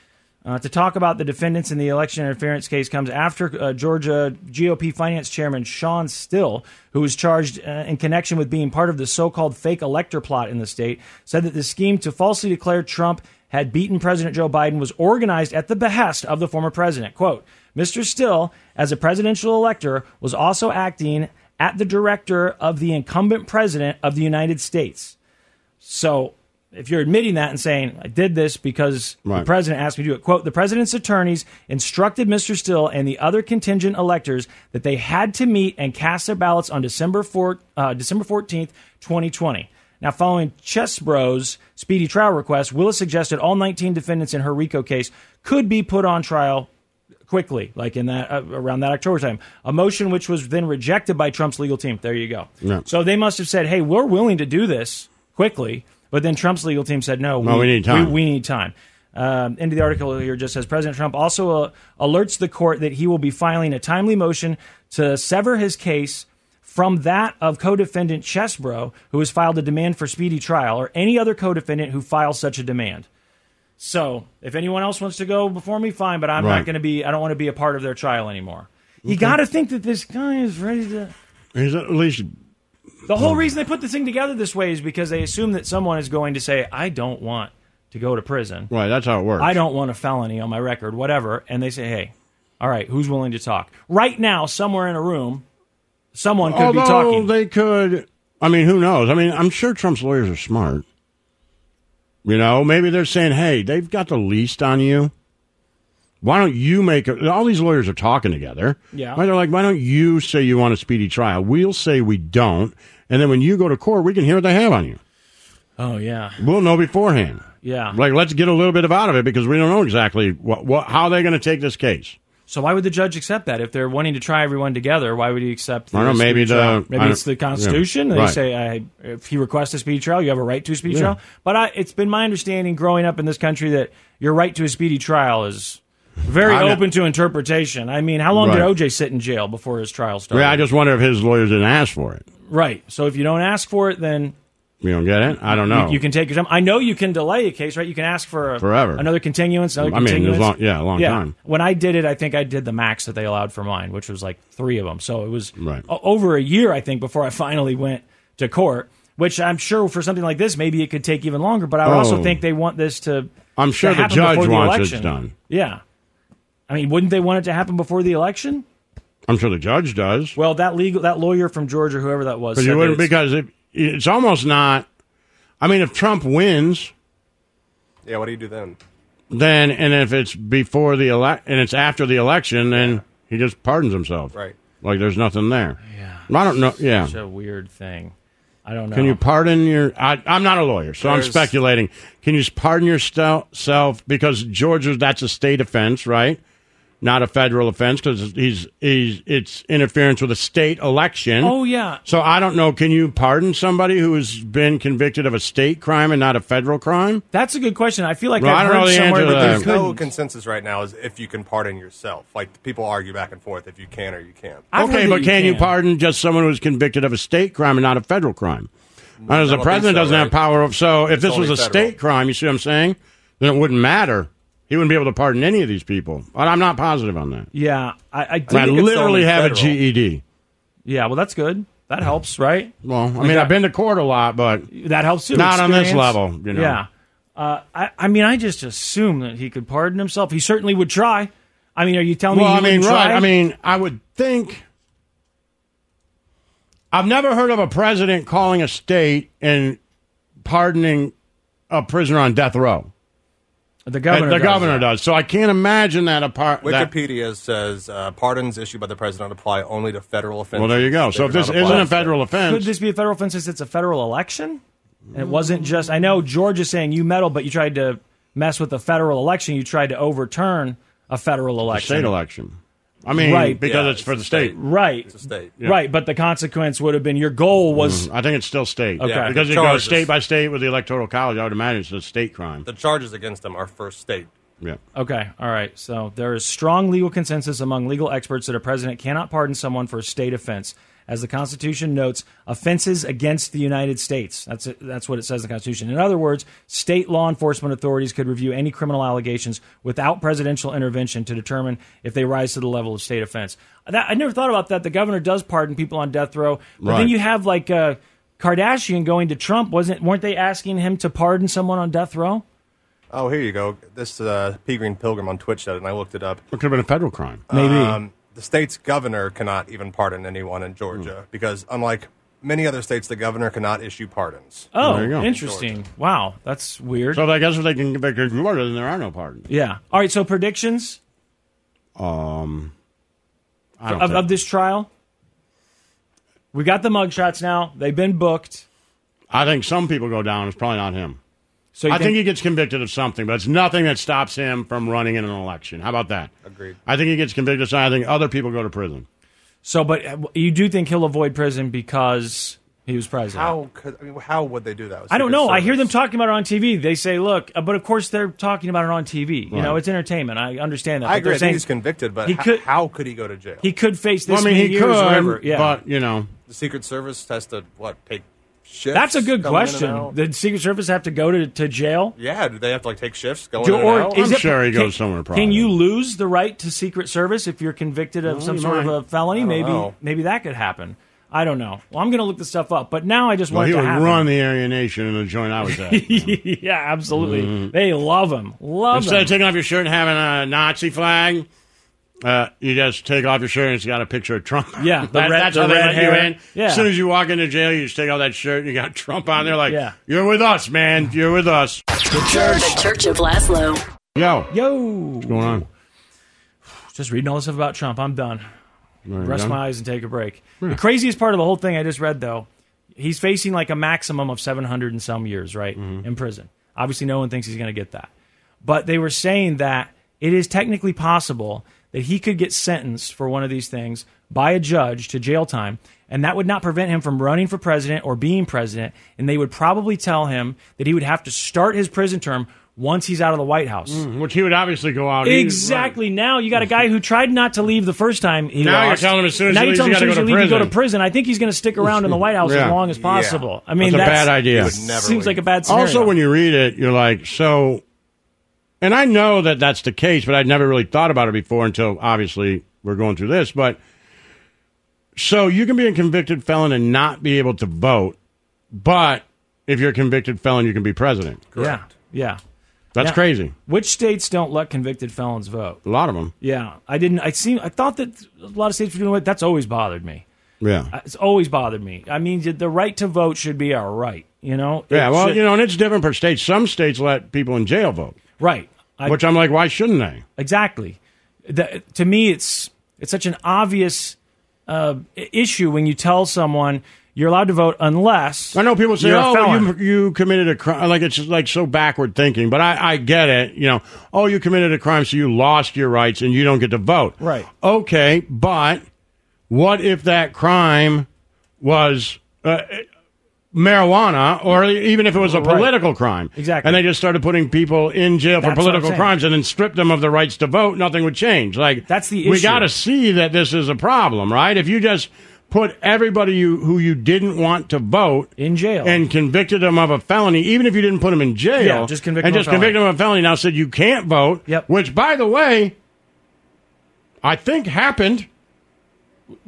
Speaker 4: Uh, to talk about the defendants in the election interference case comes after uh, Georgia GOP Finance Chairman Sean Still, who was charged uh, in connection with being part of the so called fake elector plot in the state, said that the scheme to falsely declare Trump had beaten President Joe Biden was organized at the behest of the former president. Quote Mr. Still, as a presidential elector, was also acting at the director of the incumbent president of the United States. So if you're admitting that and saying, I did this because
Speaker 3: Right.
Speaker 4: the president asked me to do it, quote, the president's attorneys instructed Mr. Still and the other contingent electors that they had to meet and cast their ballots on December, 4, uh, December 14th, 2020. Now, following Chesbro's speedy trial request, Willis suggested all 19 defendants in her RICO case could be put on trial quickly, like in that uh, around that October time. A motion which was then rejected by Trump's legal team. There you go.
Speaker 3: Yeah.
Speaker 4: So they must have said, "Hey, we're willing to do this quickly," but then Trump's legal team said, "No,
Speaker 3: No, we need time.
Speaker 4: We, we need time." Um, end of the article here just says President Trump also uh, alerts the court that he will be filing a timely motion to sever his case from that of co-defendant Chesbro, who has filed a demand for speedy trial, or any other co-defendant who files such a demand. So if anyone else wants to go before me, fine. But I'm
Speaker 3: Right.
Speaker 4: not going to be. I don't want to be a part of their trial anymore. You got to think that this guy is ready to.
Speaker 3: He's at least
Speaker 4: The whole reason they put this thing together this way is because they assume that someone is going to say, "I don't want to go to prison.
Speaker 3: right. That's how it works.
Speaker 4: I don't want a felony on my record, whatever." And they say, "Hey, all right, who's willing to talk?" Right now, somewhere in a room, someone could
Speaker 3: Although
Speaker 4: be talking.
Speaker 3: They could. I mean, who knows? I mean, I'm sure Trump's lawyers are smart. You know, maybe they're saying, "Hey, they've got the least on you. Why don't you make a, all these lawyers are talking together?
Speaker 4: Yeah.
Speaker 3: Why they're like, why don't you say you want a speedy trial? We'll say we don't, and then when you go to court, we can hear what they have on you.
Speaker 4: oh yeah,
Speaker 3: We'll know beforehand.
Speaker 4: yeah.
Speaker 3: Like, let's get a little bit of out of it because we don't know exactly what, what how they're going to take this case.
Speaker 4: So why would the judge accept that if they're wanting to try everyone together? Why would he accept?
Speaker 3: I don't know,
Speaker 4: speedy
Speaker 3: maybe the-
Speaker 4: trial?
Speaker 3: I
Speaker 4: maybe it's
Speaker 3: don't-
Speaker 4: the Constitution.
Speaker 3: yeah,
Speaker 4: they
Speaker 3: right.
Speaker 4: say I, if he requests a speedy trial, you have a right to a speedy trial. But I, it's been my understanding growing up in this country that your right to a speedy trial is very
Speaker 3: I'm not-
Speaker 4: open to interpretation. I mean, how long
Speaker 3: Right.
Speaker 4: did OJ sit in jail before his trial started?
Speaker 3: Yeah, I just wonder if his lawyers didn't ask for it.
Speaker 4: right. So if you don't ask for it, then
Speaker 3: You don't get it? I don't know.
Speaker 4: you, you can take your time. I know you can delay a case, right? You can ask for a,
Speaker 3: Forever.
Speaker 4: another continuance. Another
Speaker 3: I mean, it was
Speaker 4: continuance.
Speaker 3: long- yeah, a long time.
Speaker 4: When I did it, I think I did the max that they allowed for mine, which was like three of them. So it was
Speaker 3: Right.
Speaker 4: o- over a year, I think, before I finally went to court. which I'm sure for something like this, maybe it could take even longer. But I would also
Speaker 3: Oh.
Speaker 4: think they want this to.
Speaker 3: I'm
Speaker 4: to
Speaker 3: sure the
Speaker 4: happen
Speaker 3: judge
Speaker 4: before the
Speaker 3: wants
Speaker 4: election.
Speaker 3: it done.
Speaker 4: Yeah, I mean, wouldn't they want it to happen before the election?
Speaker 3: I'm sure the judge does.
Speaker 4: Well, that legal, that lawyer from Georgia, whoever that was,
Speaker 3: But
Speaker 4: said
Speaker 3: you
Speaker 4: that
Speaker 3: wouldn't
Speaker 4: it's-
Speaker 3: because it, it's almost not. I mean, if Trump wins,
Speaker 7: Yeah, what do you do then?
Speaker 3: then and if it's before the elect and it's after the election, then he just pardons himself.
Speaker 4: Right.
Speaker 3: Like there's nothing there. Yeah. I don't know. Yeah.
Speaker 4: such a weird thing. I don't know.
Speaker 3: Can you pardon your? I, I'm not a lawyer, so I'm
Speaker 4: There's-
Speaker 3: speculating. Can you pardon yourself because Georgia? That's a state offense, right? Not a federal offense because he's he's it's interference with a state election.
Speaker 4: Oh, yeah.
Speaker 3: So I don't know. Can you pardon somebody who has been convicted of a state crime and not a federal crime?
Speaker 4: That's a good question. I feel like
Speaker 3: Well,
Speaker 4: I've
Speaker 3: I don't
Speaker 4: heard
Speaker 3: know the answer
Speaker 4: somewhere
Speaker 3: to
Speaker 4: that
Speaker 3: that.
Speaker 4: they
Speaker 7: There's no
Speaker 4: couldn't.
Speaker 7: consensus right now is if you can pardon yourself. Like people argue back and forth if you can or you can't.
Speaker 3: okay, but can you pardon just someone who is convicted of a state crime and not a federal crime? Because
Speaker 7: I
Speaker 3: the
Speaker 7: don't
Speaker 3: president
Speaker 7: think so,
Speaker 3: doesn't have
Speaker 7: right?
Speaker 3: power. Of, so if
Speaker 7: It's
Speaker 3: this was
Speaker 7: only
Speaker 3: a
Speaker 7: federal.
Speaker 3: state crime, you see what I'm saying? Then it wouldn't matter. He wouldn't be able to pardon any of these people. But I'm not positive on that.
Speaker 4: Yeah, I, I,
Speaker 3: I
Speaker 4: think it's only
Speaker 3: literally have
Speaker 4: federal.
Speaker 3: a E GED.
Speaker 4: Yeah, well, that's good. That helps, right?
Speaker 3: Well, I mean, I've been to court a lot, but
Speaker 4: that helps too.
Speaker 3: Not on this
Speaker 4: experience.
Speaker 3: level, you know.
Speaker 4: Yeah, uh, I, I mean, I just assume that he could pardon himself. He certainly would try. I mean, are you telling
Speaker 3: well,
Speaker 4: me?
Speaker 3: I
Speaker 4: he
Speaker 3: mean,
Speaker 4: wouldn't
Speaker 3: right?
Speaker 4: try?
Speaker 3: I mean, I would think. I've never heard of a president calling a state and pardoning a prisoner on death row.
Speaker 4: the governor.
Speaker 3: the
Speaker 4: does
Speaker 3: governor
Speaker 4: that.
Speaker 3: does. So I can't imagine that apart. That,
Speaker 7: Wikipedia says uh, pardons issued by the president apply only to federal offenses.
Speaker 3: well, there you go.
Speaker 7: They
Speaker 3: So if
Speaker 7: do not
Speaker 3: this
Speaker 7: apply
Speaker 3: isn't
Speaker 7: to
Speaker 3: a federal
Speaker 4: Could
Speaker 3: offense,
Speaker 4: this be a federal offense since it's a federal election? And it wasn't just. I know Georgia's saying you meddled, but you tried to mess with a federal election. You tried to overturn a federal election.
Speaker 3: state election. I mean,
Speaker 4: Right.
Speaker 3: because
Speaker 4: Yeah,
Speaker 3: it's for the state.
Speaker 4: Right.
Speaker 7: state.
Speaker 4: Right, but the consequence would have been your goal was
Speaker 3: I think it's still state.
Speaker 4: Okay. Yeah,
Speaker 3: because it goes
Speaker 7: charges.
Speaker 3: state by state with the electoral college. I would imagine it's a state crime.
Speaker 7: The charges against him are first state.
Speaker 3: Yeah.
Speaker 4: Okay, all right. So there is strong legal consensus among legal experts that a president cannot pardon someone for a state offense. As the Constitution notes, offenses against the United States. That's it, that's what it says in the Constitution. In other words, state law enforcement authorities could review any criminal allegations without presidential intervention to determine if they rise to the level of state offense. That, I never thought about that. The governor does pardon people on death row, but then
Speaker 3: Right.
Speaker 4: you have like uh, Kardashian going to Trump. Wasn't weren't they asking him to pardon someone on death row?
Speaker 7: Oh, here you go. This uh, P Green Pilgrim on Twitch said it, and I looked it up.
Speaker 3: It could have been a federal crime.
Speaker 4: Maybe.
Speaker 7: Um, the state's governor cannot even pardon anyone in Georgia
Speaker 4: Hmm.
Speaker 7: because, unlike many other states, the governor cannot issue pardons.
Speaker 4: Oh,
Speaker 3: There you go.
Speaker 4: interesting. Wow, that's weird.
Speaker 3: So I guess if they can get back to Florida, then there are no pardons.
Speaker 4: yeah. All right. So predictions
Speaker 3: Um, I don't
Speaker 4: of,
Speaker 3: think-
Speaker 4: of this trial. We got the mugshots now. They've been booked.
Speaker 3: I think some people go down. It's probably not him.
Speaker 4: So you
Speaker 3: I think he gets convicted of something, but it's nothing that stops him from running in an election. How about that?
Speaker 7: Agreed.
Speaker 3: I think he gets convicted of something. I think other people go to prison.
Speaker 4: so, but uh, you do think he'll avoid prison because he was president?
Speaker 7: How could I mean, how would they do that? with
Speaker 4: I don't
Speaker 7: Secret
Speaker 4: know. I hear them
Speaker 7: Service?
Speaker 4: talking about it on TV. They say, "Look," uh, but of course they're talking about it on TV. You know, it's entertainment. I understand that.
Speaker 7: I
Speaker 4: but they're
Speaker 7: agree. I
Speaker 4: saying
Speaker 7: think he's convicted, but
Speaker 4: he
Speaker 7: ho-
Speaker 4: could.
Speaker 7: how could he go to jail?
Speaker 4: He could face this
Speaker 3: Well, I mean,
Speaker 4: many
Speaker 3: he
Speaker 4: years,
Speaker 3: could,
Speaker 4: or whatever. Yeah.
Speaker 3: but you know,
Speaker 7: the Secret Service has to what take shifts?
Speaker 4: that's a good
Speaker 7: coming in and
Speaker 4: question.
Speaker 7: out?
Speaker 4: Did Secret Service have to go to, to jail?
Speaker 7: yeah, do they have to like take shifts going
Speaker 4: Do-
Speaker 7: in and out?
Speaker 3: I'm sure he goes somewhere
Speaker 4: Can
Speaker 3: private.
Speaker 4: you lose the right to Secret Service if you're convicted of
Speaker 3: Well,
Speaker 4: some
Speaker 3: you
Speaker 4: sort
Speaker 3: might.
Speaker 4: of a felony? Maybe
Speaker 7: know.
Speaker 4: maybe that could happen. I don't know. Well, I'm going to look this stuff up, but now I just
Speaker 3: well,
Speaker 4: want
Speaker 3: he
Speaker 4: it
Speaker 3: would
Speaker 4: to happen.
Speaker 3: run the Aryan Nation in the joint I was at.
Speaker 4: yeah, absolutely.
Speaker 3: Mm-hmm.
Speaker 4: They love him. Love
Speaker 3: Instead
Speaker 4: him.
Speaker 3: of taking off your shirt and having a Nazi flag, uh, you just take off your shirt and it's got a picture of Trump.
Speaker 4: Yeah, the
Speaker 3: That-
Speaker 4: red-
Speaker 3: that's
Speaker 4: the
Speaker 3: how they
Speaker 4: red
Speaker 3: let
Speaker 4: hair.
Speaker 3: you in.
Speaker 4: Yeah.
Speaker 3: As soon as you walk into jail, you just take off that shirt and you got Trump on there. Like,
Speaker 4: Yeah.
Speaker 3: you're with us, man. You're with us.
Speaker 5: The Church of Laszlo.
Speaker 3: Yo, what's
Speaker 4: Yo,
Speaker 3: going on?
Speaker 4: just reading all this stuff about Trump. I'm done.
Speaker 3: There you
Speaker 4: Rest
Speaker 3: go.
Speaker 4: my eyes and take a break. The craziest part of the whole thing I just read, though, he's facing like a maximum of 700 and some years, right,
Speaker 3: Mm-hmm.
Speaker 4: in prison. Obviously, no one thinks he's going to get that. But they were saying that it is technically possible that he could get sentenced for one of these things by a judge to jail time, and that would not prevent him from running for president or being president. And they would probably tell him that he would have to start his prison term once he's out of the White House.
Speaker 3: Which he would obviously go out. He-
Speaker 4: Exactly. Now you got a guy who tried not to leave the first time. He
Speaker 3: Now you're
Speaker 4: lost.
Speaker 3: telling him as soon as
Speaker 4: now
Speaker 3: he
Speaker 4: you're
Speaker 3: leaves,
Speaker 4: telling
Speaker 3: you
Speaker 4: him as
Speaker 3: gotta
Speaker 4: soon as
Speaker 3: go
Speaker 4: you
Speaker 3: to
Speaker 4: leave, you go to
Speaker 3: prison.
Speaker 4: prison. I think he's going to stick around in the White House as
Speaker 3: Yeah.
Speaker 4: long as possible. I mean,
Speaker 3: That's a
Speaker 4: that's,
Speaker 3: bad idea.
Speaker 7: He would never
Speaker 4: Seems
Speaker 7: leave.
Speaker 4: like a bad scenario.
Speaker 3: Also, when you read it, you're like, so. And I know that that's the case, but I'd never really thought about it before until obviously we're going through this. But so you can be a convicted felon and not be able to vote, But if you're a convicted felon, you can be president.
Speaker 4: Yeah. Yeah.
Speaker 3: That's
Speaker 4: Yeah.
Speaker 3: crazy.
Speaker 4: Which states don't let convicted felons vote?
Speaker 3: A lot of them.
Speaker 4: Yeah, I didn't. I seen. I thought that a lot of states were doing it. That's always bothered me.
Speaker 3: Yeah.
Speaker 4: Uh, It's always bothered me. I mean, the right to vote should be our right. You know.
Speaker 3: Yeah,
Speaker 4: It
Speaker 3: well,
Speaker 4: should-
Speaker 3: you know, and it's different per state. Some states let people in jail vote.
Speaker 4: Right.
Speaker 3: which I'm like, why shouldn't they?
Speaker 4: Exactly. The, to me, it's it's such an obvious uh, i- issue when you tell someone you're allowed to vote unless I
Speaker 3: know people say, oh, you, you committed a crime. Like, it's just like so backward thinking, but I, I get it. You know, oh, you committed a crime, so you lost your rights and you don't get to vote.
Speaker 4: Right.
Speaker 3: Okay, but what if that crime was uh, marijuana or even if it was a
Speaker 4: Right.
Speaker 3: political crime?
Speaker 4: Exactly.
Speaker 3: And they just started putting people in jail for
Speaker 4: That's what I'm
Speaker 3: political
Speaker 4: saying.
Speaker 3: crimes and then stripped them of the rights to vote, nothing would change. Like, that's
Speaker 4: the
Speaker 3: We
Speaker 4: issue.
Speaker 3: got to see that this is a problem, right? If you just put everybody you, who you didn't want to vote
Speaker 4: in jail
Speaker 3: and convicted them of a felony, even if you didn't put them in jail,
Speaker 4: Oh. Yeah, just convict
Speaker 3: and
Speaker 4: them of
Speaker 3: just
Speaker 4: felony.
Speaker 3: convict them of a felony. Now said you can't vote. Yep. Which, by the way, I think happened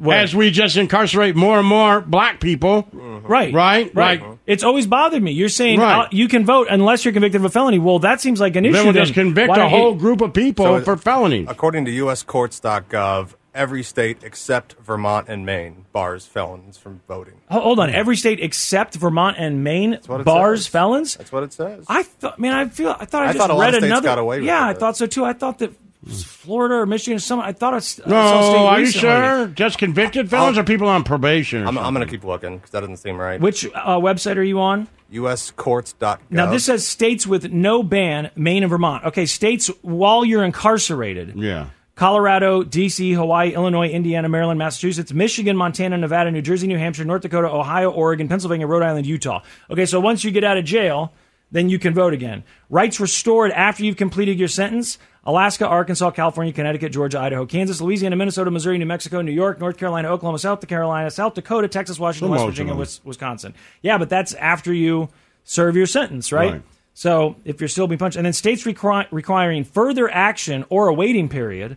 Speaker 3: as we just incarcerate more and more black people.
Speaker 4: Right.
Speaker 3: Right.
Speaker 4: Right.
Speaker 3: Like,
Speaker 4: it's always bothered me. You're saying
Speaker 3: Right.
Speaker 4: uh, you can vote unless you're convicted of a felony. Well, that seems like an
Speaker 3: Then
Speaker 4: issue.
Speaker 3: we'll just convict
Speaker 4: Why
Speaker 3: a
Speaker 4: don't you- uh,
Speaker 3: whole group of people
Speaker 7: So-
Speaker 3: for felonies.
Speaker 7: According to uscourts.gov, every state except Vermont and Maine bars felons from voting.
Speaker 4: Ho- Hold on. Every state except Vermont and Maine
Speaker 7: it
Speaker 4: bars felons.
Speaker 7: That's what it says.
Speaker 4: I thought. Man, I feel. I thought I,
Speaker 7: I
Speaker 4: just
Speaker 7: thought a lot
Speaker 4: read
Speaker 7: of states
Speaker 4: another.
Speaker 7: got away with
Speaker 4: yeah, I
Speaker 7: it.
Speaker 4: thought so too. I thought that Florida or Michigan or some. I thought I s- I
Speaker 3: Hmm. no,
Speaker 4: saw a state
Speaker 3: are you
Speaker 4: recently.
Speaker 3: sure? Just convicted felons or people on probation?
Speaker 7: I'm, I'm going to keep looking because that doesn't seem right.
Speaker 4: Which uh, website are you on?
Speaker 7: uscourts.gov.
Speaker 4: Now this says states with no ban: Maine and Vermont. Okay, states while you're incarcerated.
Speaker 3: Yeah.
Speaker 4: Colorado, D.C., Hawaii, Illinois, Indiana, Maryland, Massachusetts, Michigan, Montana, Nevada, New Jersey, New Hampshire, North Dakota, Ohio, Oregon, Pennsylvania, Rhode Island, Utah. Okay, so once you get out of jail, then you can vote again. Rights restored after you've completed your sentence. Alaska, Arkansas, California, Connecticut, Georgia, Idaho, Kansas, Louisiana, Minnesota, Missouri, New Mexico, New York, North Carolina, Oklahoma, South Carolina, South Dakota, Texas, Washington,
Speaker 3: Some
Speaker 4: West
Speaker 3: most of
Speaker 4: Virginia,
Speaker 3: them.
Speaker 4: Wis- Wisconsin. Yeah, but that's after you serve your sentence, right?
Speaker 3: Right.
Speaker 4: So if you're still being punched, and then states requi- requiring further action or a waiting period,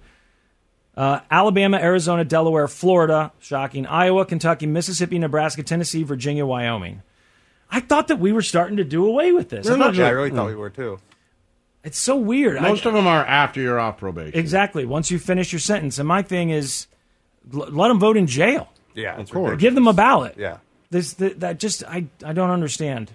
Speaker 4: uh, Alabama, Arizona, Delaware, Florida, shocking, Iowa, Kentucky, Mississippi, Nebraska, Tennessee, Virginia, Wyoming. I thought that we were starting to do away with this. I
Speaker 7: Yeah,
Speaker 4: thought-
Speaker 7: I really thought we were too.
Speaker 4: It's so weird. I-
Speaker 3: Most of them are after you're off probation.
Speaker 4: exactly. Once you finish your sentence, and my thing is, l- let them vote in jail.
Speaker 7: Yeah,
Speaker 3: Of course.
Speaker 4: Give them a ballot.
Speaker 7: Yeah.
Speaker 4: This that, that just I I don't understand.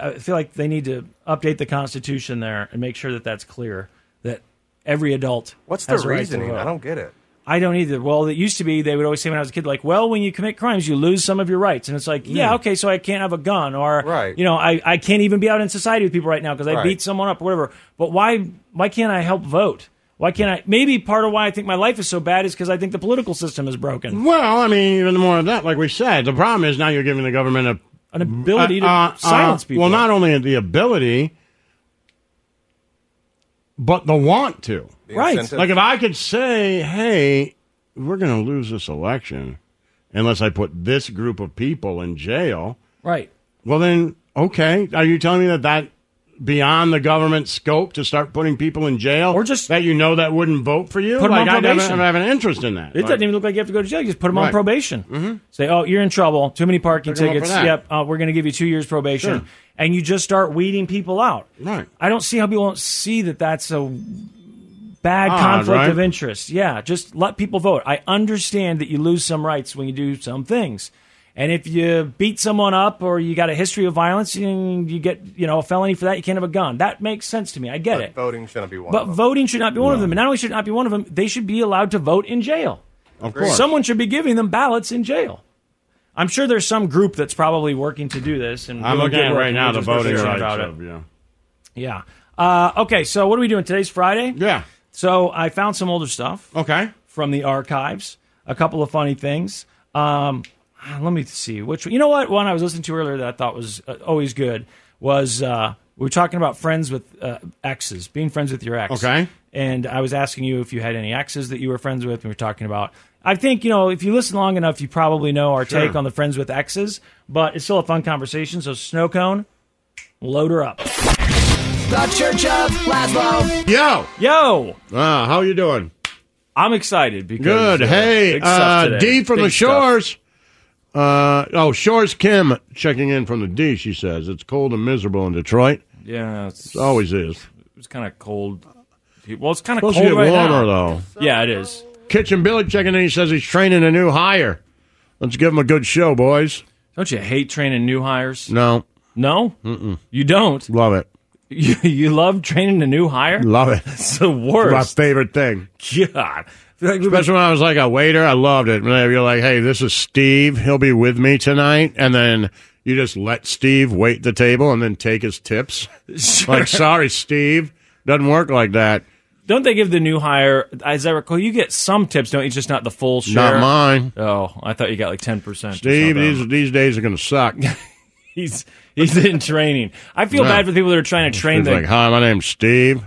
Speaker 4: I feel like they need to update the Constitution there and make sure that that's clear that every adult.
Speaker 7: What's the
Speaker 4: has a right to
Speaker 7: reasoning?
Speaker 4: vote.
Speaker 7: I don't get it.
Speaker 4: I don't either. Well, it used to be they would always say when I was a kid, like, well, when you commit crimes, you lose some of your rights, and it's like, yeah,
Speaker 3: Hmm.
Speaker 7: Yeah.
Speaker 4: okay, so I can't have a gun, or
Speaker 7: Right.
Speaker 4: you know, I, I can't even be out in society with people right now because I
Speaker 7: Right.
Speaker 4: beat someone up, or whatever. But why why can't I help vote? Why can't I? Maybe part of why I think my life is so bad is because I think the political system is broken.
Speaker 3: Well, I mean, even more than that, like we said, the problem is now you're giving the government a
Speaker 4: An ability to
Speaker 3: uh, uh,
Speaker 4: silence
Speaker 3: uh,
Speaker 4: people.
Speaker 3: Well, not only the ability, but the want to.
Speaker 4: right.
Speaker 7: incentive.
Speaker 3: Like if I could say, "Hey, we're going to lose this election unless I put this group of people in jail,"
Speaker 4: Right.
Speaker 3: well, then okay. Are you telling me that that beyond the government scope to start putting people in jail,
Speaker 4: Or just-
Speaker 3: that you know that wouldn't vote for you?
Speaker 4: Put 'em
Speaker 3: like
Speaker 4: on
Speaker 3: I don't
Speaker 4: probation.
Speaker 3: have an interest in that.
Speaker 4: It
Speaker 3: Like-
Speaker 4: doesn't even look like you have to go to jail. You just put them on
Speaker 3: Right.
Speaker 4: probation. Mm-hmm. Say, oh, you're in trouble. Too many parking
Speaker 3: Look 'em up
Speaker 4: tickets.
Speaker 3: for that.
Speaker 4: Yep, uh, we're going to give you two years probation,
Speaker 3: Sure.
Speaker 4: and you just start weeding people out.
Speaker 3: Right.
Speaker 4: I don't see how people don't see that that's a bad
Speaker 3: Odd,
Speaker 4: conflict
Speaker 3: Ah, right?
Speaker 4: of interest. Yeah, just let people vote. I understand that you lose some rights when you do some things. And if you beat someone up or you got a history of violence and you get, you know, a felony for that, you can't have a gun. That makes sense to me. I get
Speaker 7: But
Speaker 4: it.
Speaker 7: voting shouldn't be one.
Speaker 4: But
Speaker 7: of them.
Speaker 4: voting should not be one of them. And not only should it not be one of them, they should be allowed to vote in jail.
Speaker 3: Of course.
Speaker 4: Someone should be giving them ballots in jail. I'm sure there's some group that's probably working to do this. And
Speaker 3: I'm
Speaker 4: doing
Speaker 3: looking
Speaker 4: good
Speaker 3: at
Speaker 4: work
Speaker 3: right
Speaker 4: and
Speaker 3: now
Speaker 4: we're
Speaker 3: the
Speaker 4: just
Speaker 3: voting
Speaker 4: bitching
Speaker 3: rights.
Speaker 4: about it.
Speaker 3: of- yeah.
Speaker 4: Yeah. Uh, okay, so what are we doing? Today's Friday?
Speaker 3: Yeah. Oh.
Speaker 4: So I found some older stuff
Speaker 3: Okay.
Speaker 4: from the archives, a couple of funny things. Um, ah, let me see which you know what one I was listening to earlier that I thought was uh, always good was uh, we were talking about friends with uh, exes, being friends with your ex.
Speaker 3: Okay.
Speaker 4: And I was asking you if you had any exes that you were friends with, and we were talking about. I think you know if you listen long enough, you probably know our
Speaker 3: Sure.
Speaker 4: take on the friends with exes, but it's still a fun conversation. So snow cone, load her up.
Speaker 5: The Church of Laszlo.
Speaker 3: Yo.
Speaker 4: Yo,
Speaker 3: Ah, how you doing?
Speaker 4: I'm excited because
Speaker 3: Good.
Speaker 4: uh,
Speaker 3: hey,
Speaker 4: big stuff
Speaker 3: uh,
Speaker 4: today.
Speaker 3: D from
Speaker 4: Big
Speaker 3: the
Speaker 4: stuff.
Speaker 3: shores. Uh, oh, Shores Kim checking in from the D. She says it's cold and miserable in Detroit.
Speaker 4: Yeah, it's,
Speaker 3: It always is.
Speaker 4: It was kind of cold. Well, it's kind of
Speaker 3: Supposed
Speaker 4: cold
Speaker 3: to get
Speaker 4: right
Speaker 3: warmer
Speaker 4: now.
Speaker 3: though.
Speaker 4: Yeah, it is.
Speaker 3: Kitchen Billy checking in. He says he's training a new hire. Let's give him a good show, boys.
Speaker 4: Don't you hate training new hires?
Speaker 3: No,
Speaker 4: no, Mm-mm. you don't.
Speaker 3: Love it.
Speaker 4: You, you love training a new hire.
Speaker 3: Love it.
Speaker 4: It's the
Speaker 3: my
Speaker 4: worst.
Speaker 3: favorite thing.
Speaker 4: God.
Speaker 3: Especially when I was like a waiter, I loved it. And then you're like, hey, this is Steve. He'll be with me tonight. And then you just let Steve wait the table and then take his tips. Like, sorry, Steve. Doesn't work like that.
Speaker 4: Don't they give the new hire? As I recall, you get some tips, don't you? Just not the full share.
Speaker 3: Not mine.
Speaker 4: Oh, I thought you got like ten percent.
Speaker 3: Steve, these, these days are going to suck.
Speaker 4: he's he's in training. I feel
Speaker 3: No.
Speaker 4: bad for the people that are trying to train
Speaker 3: He's
Speaker 4: the
Speaker 3: like, hi, my name's Steve.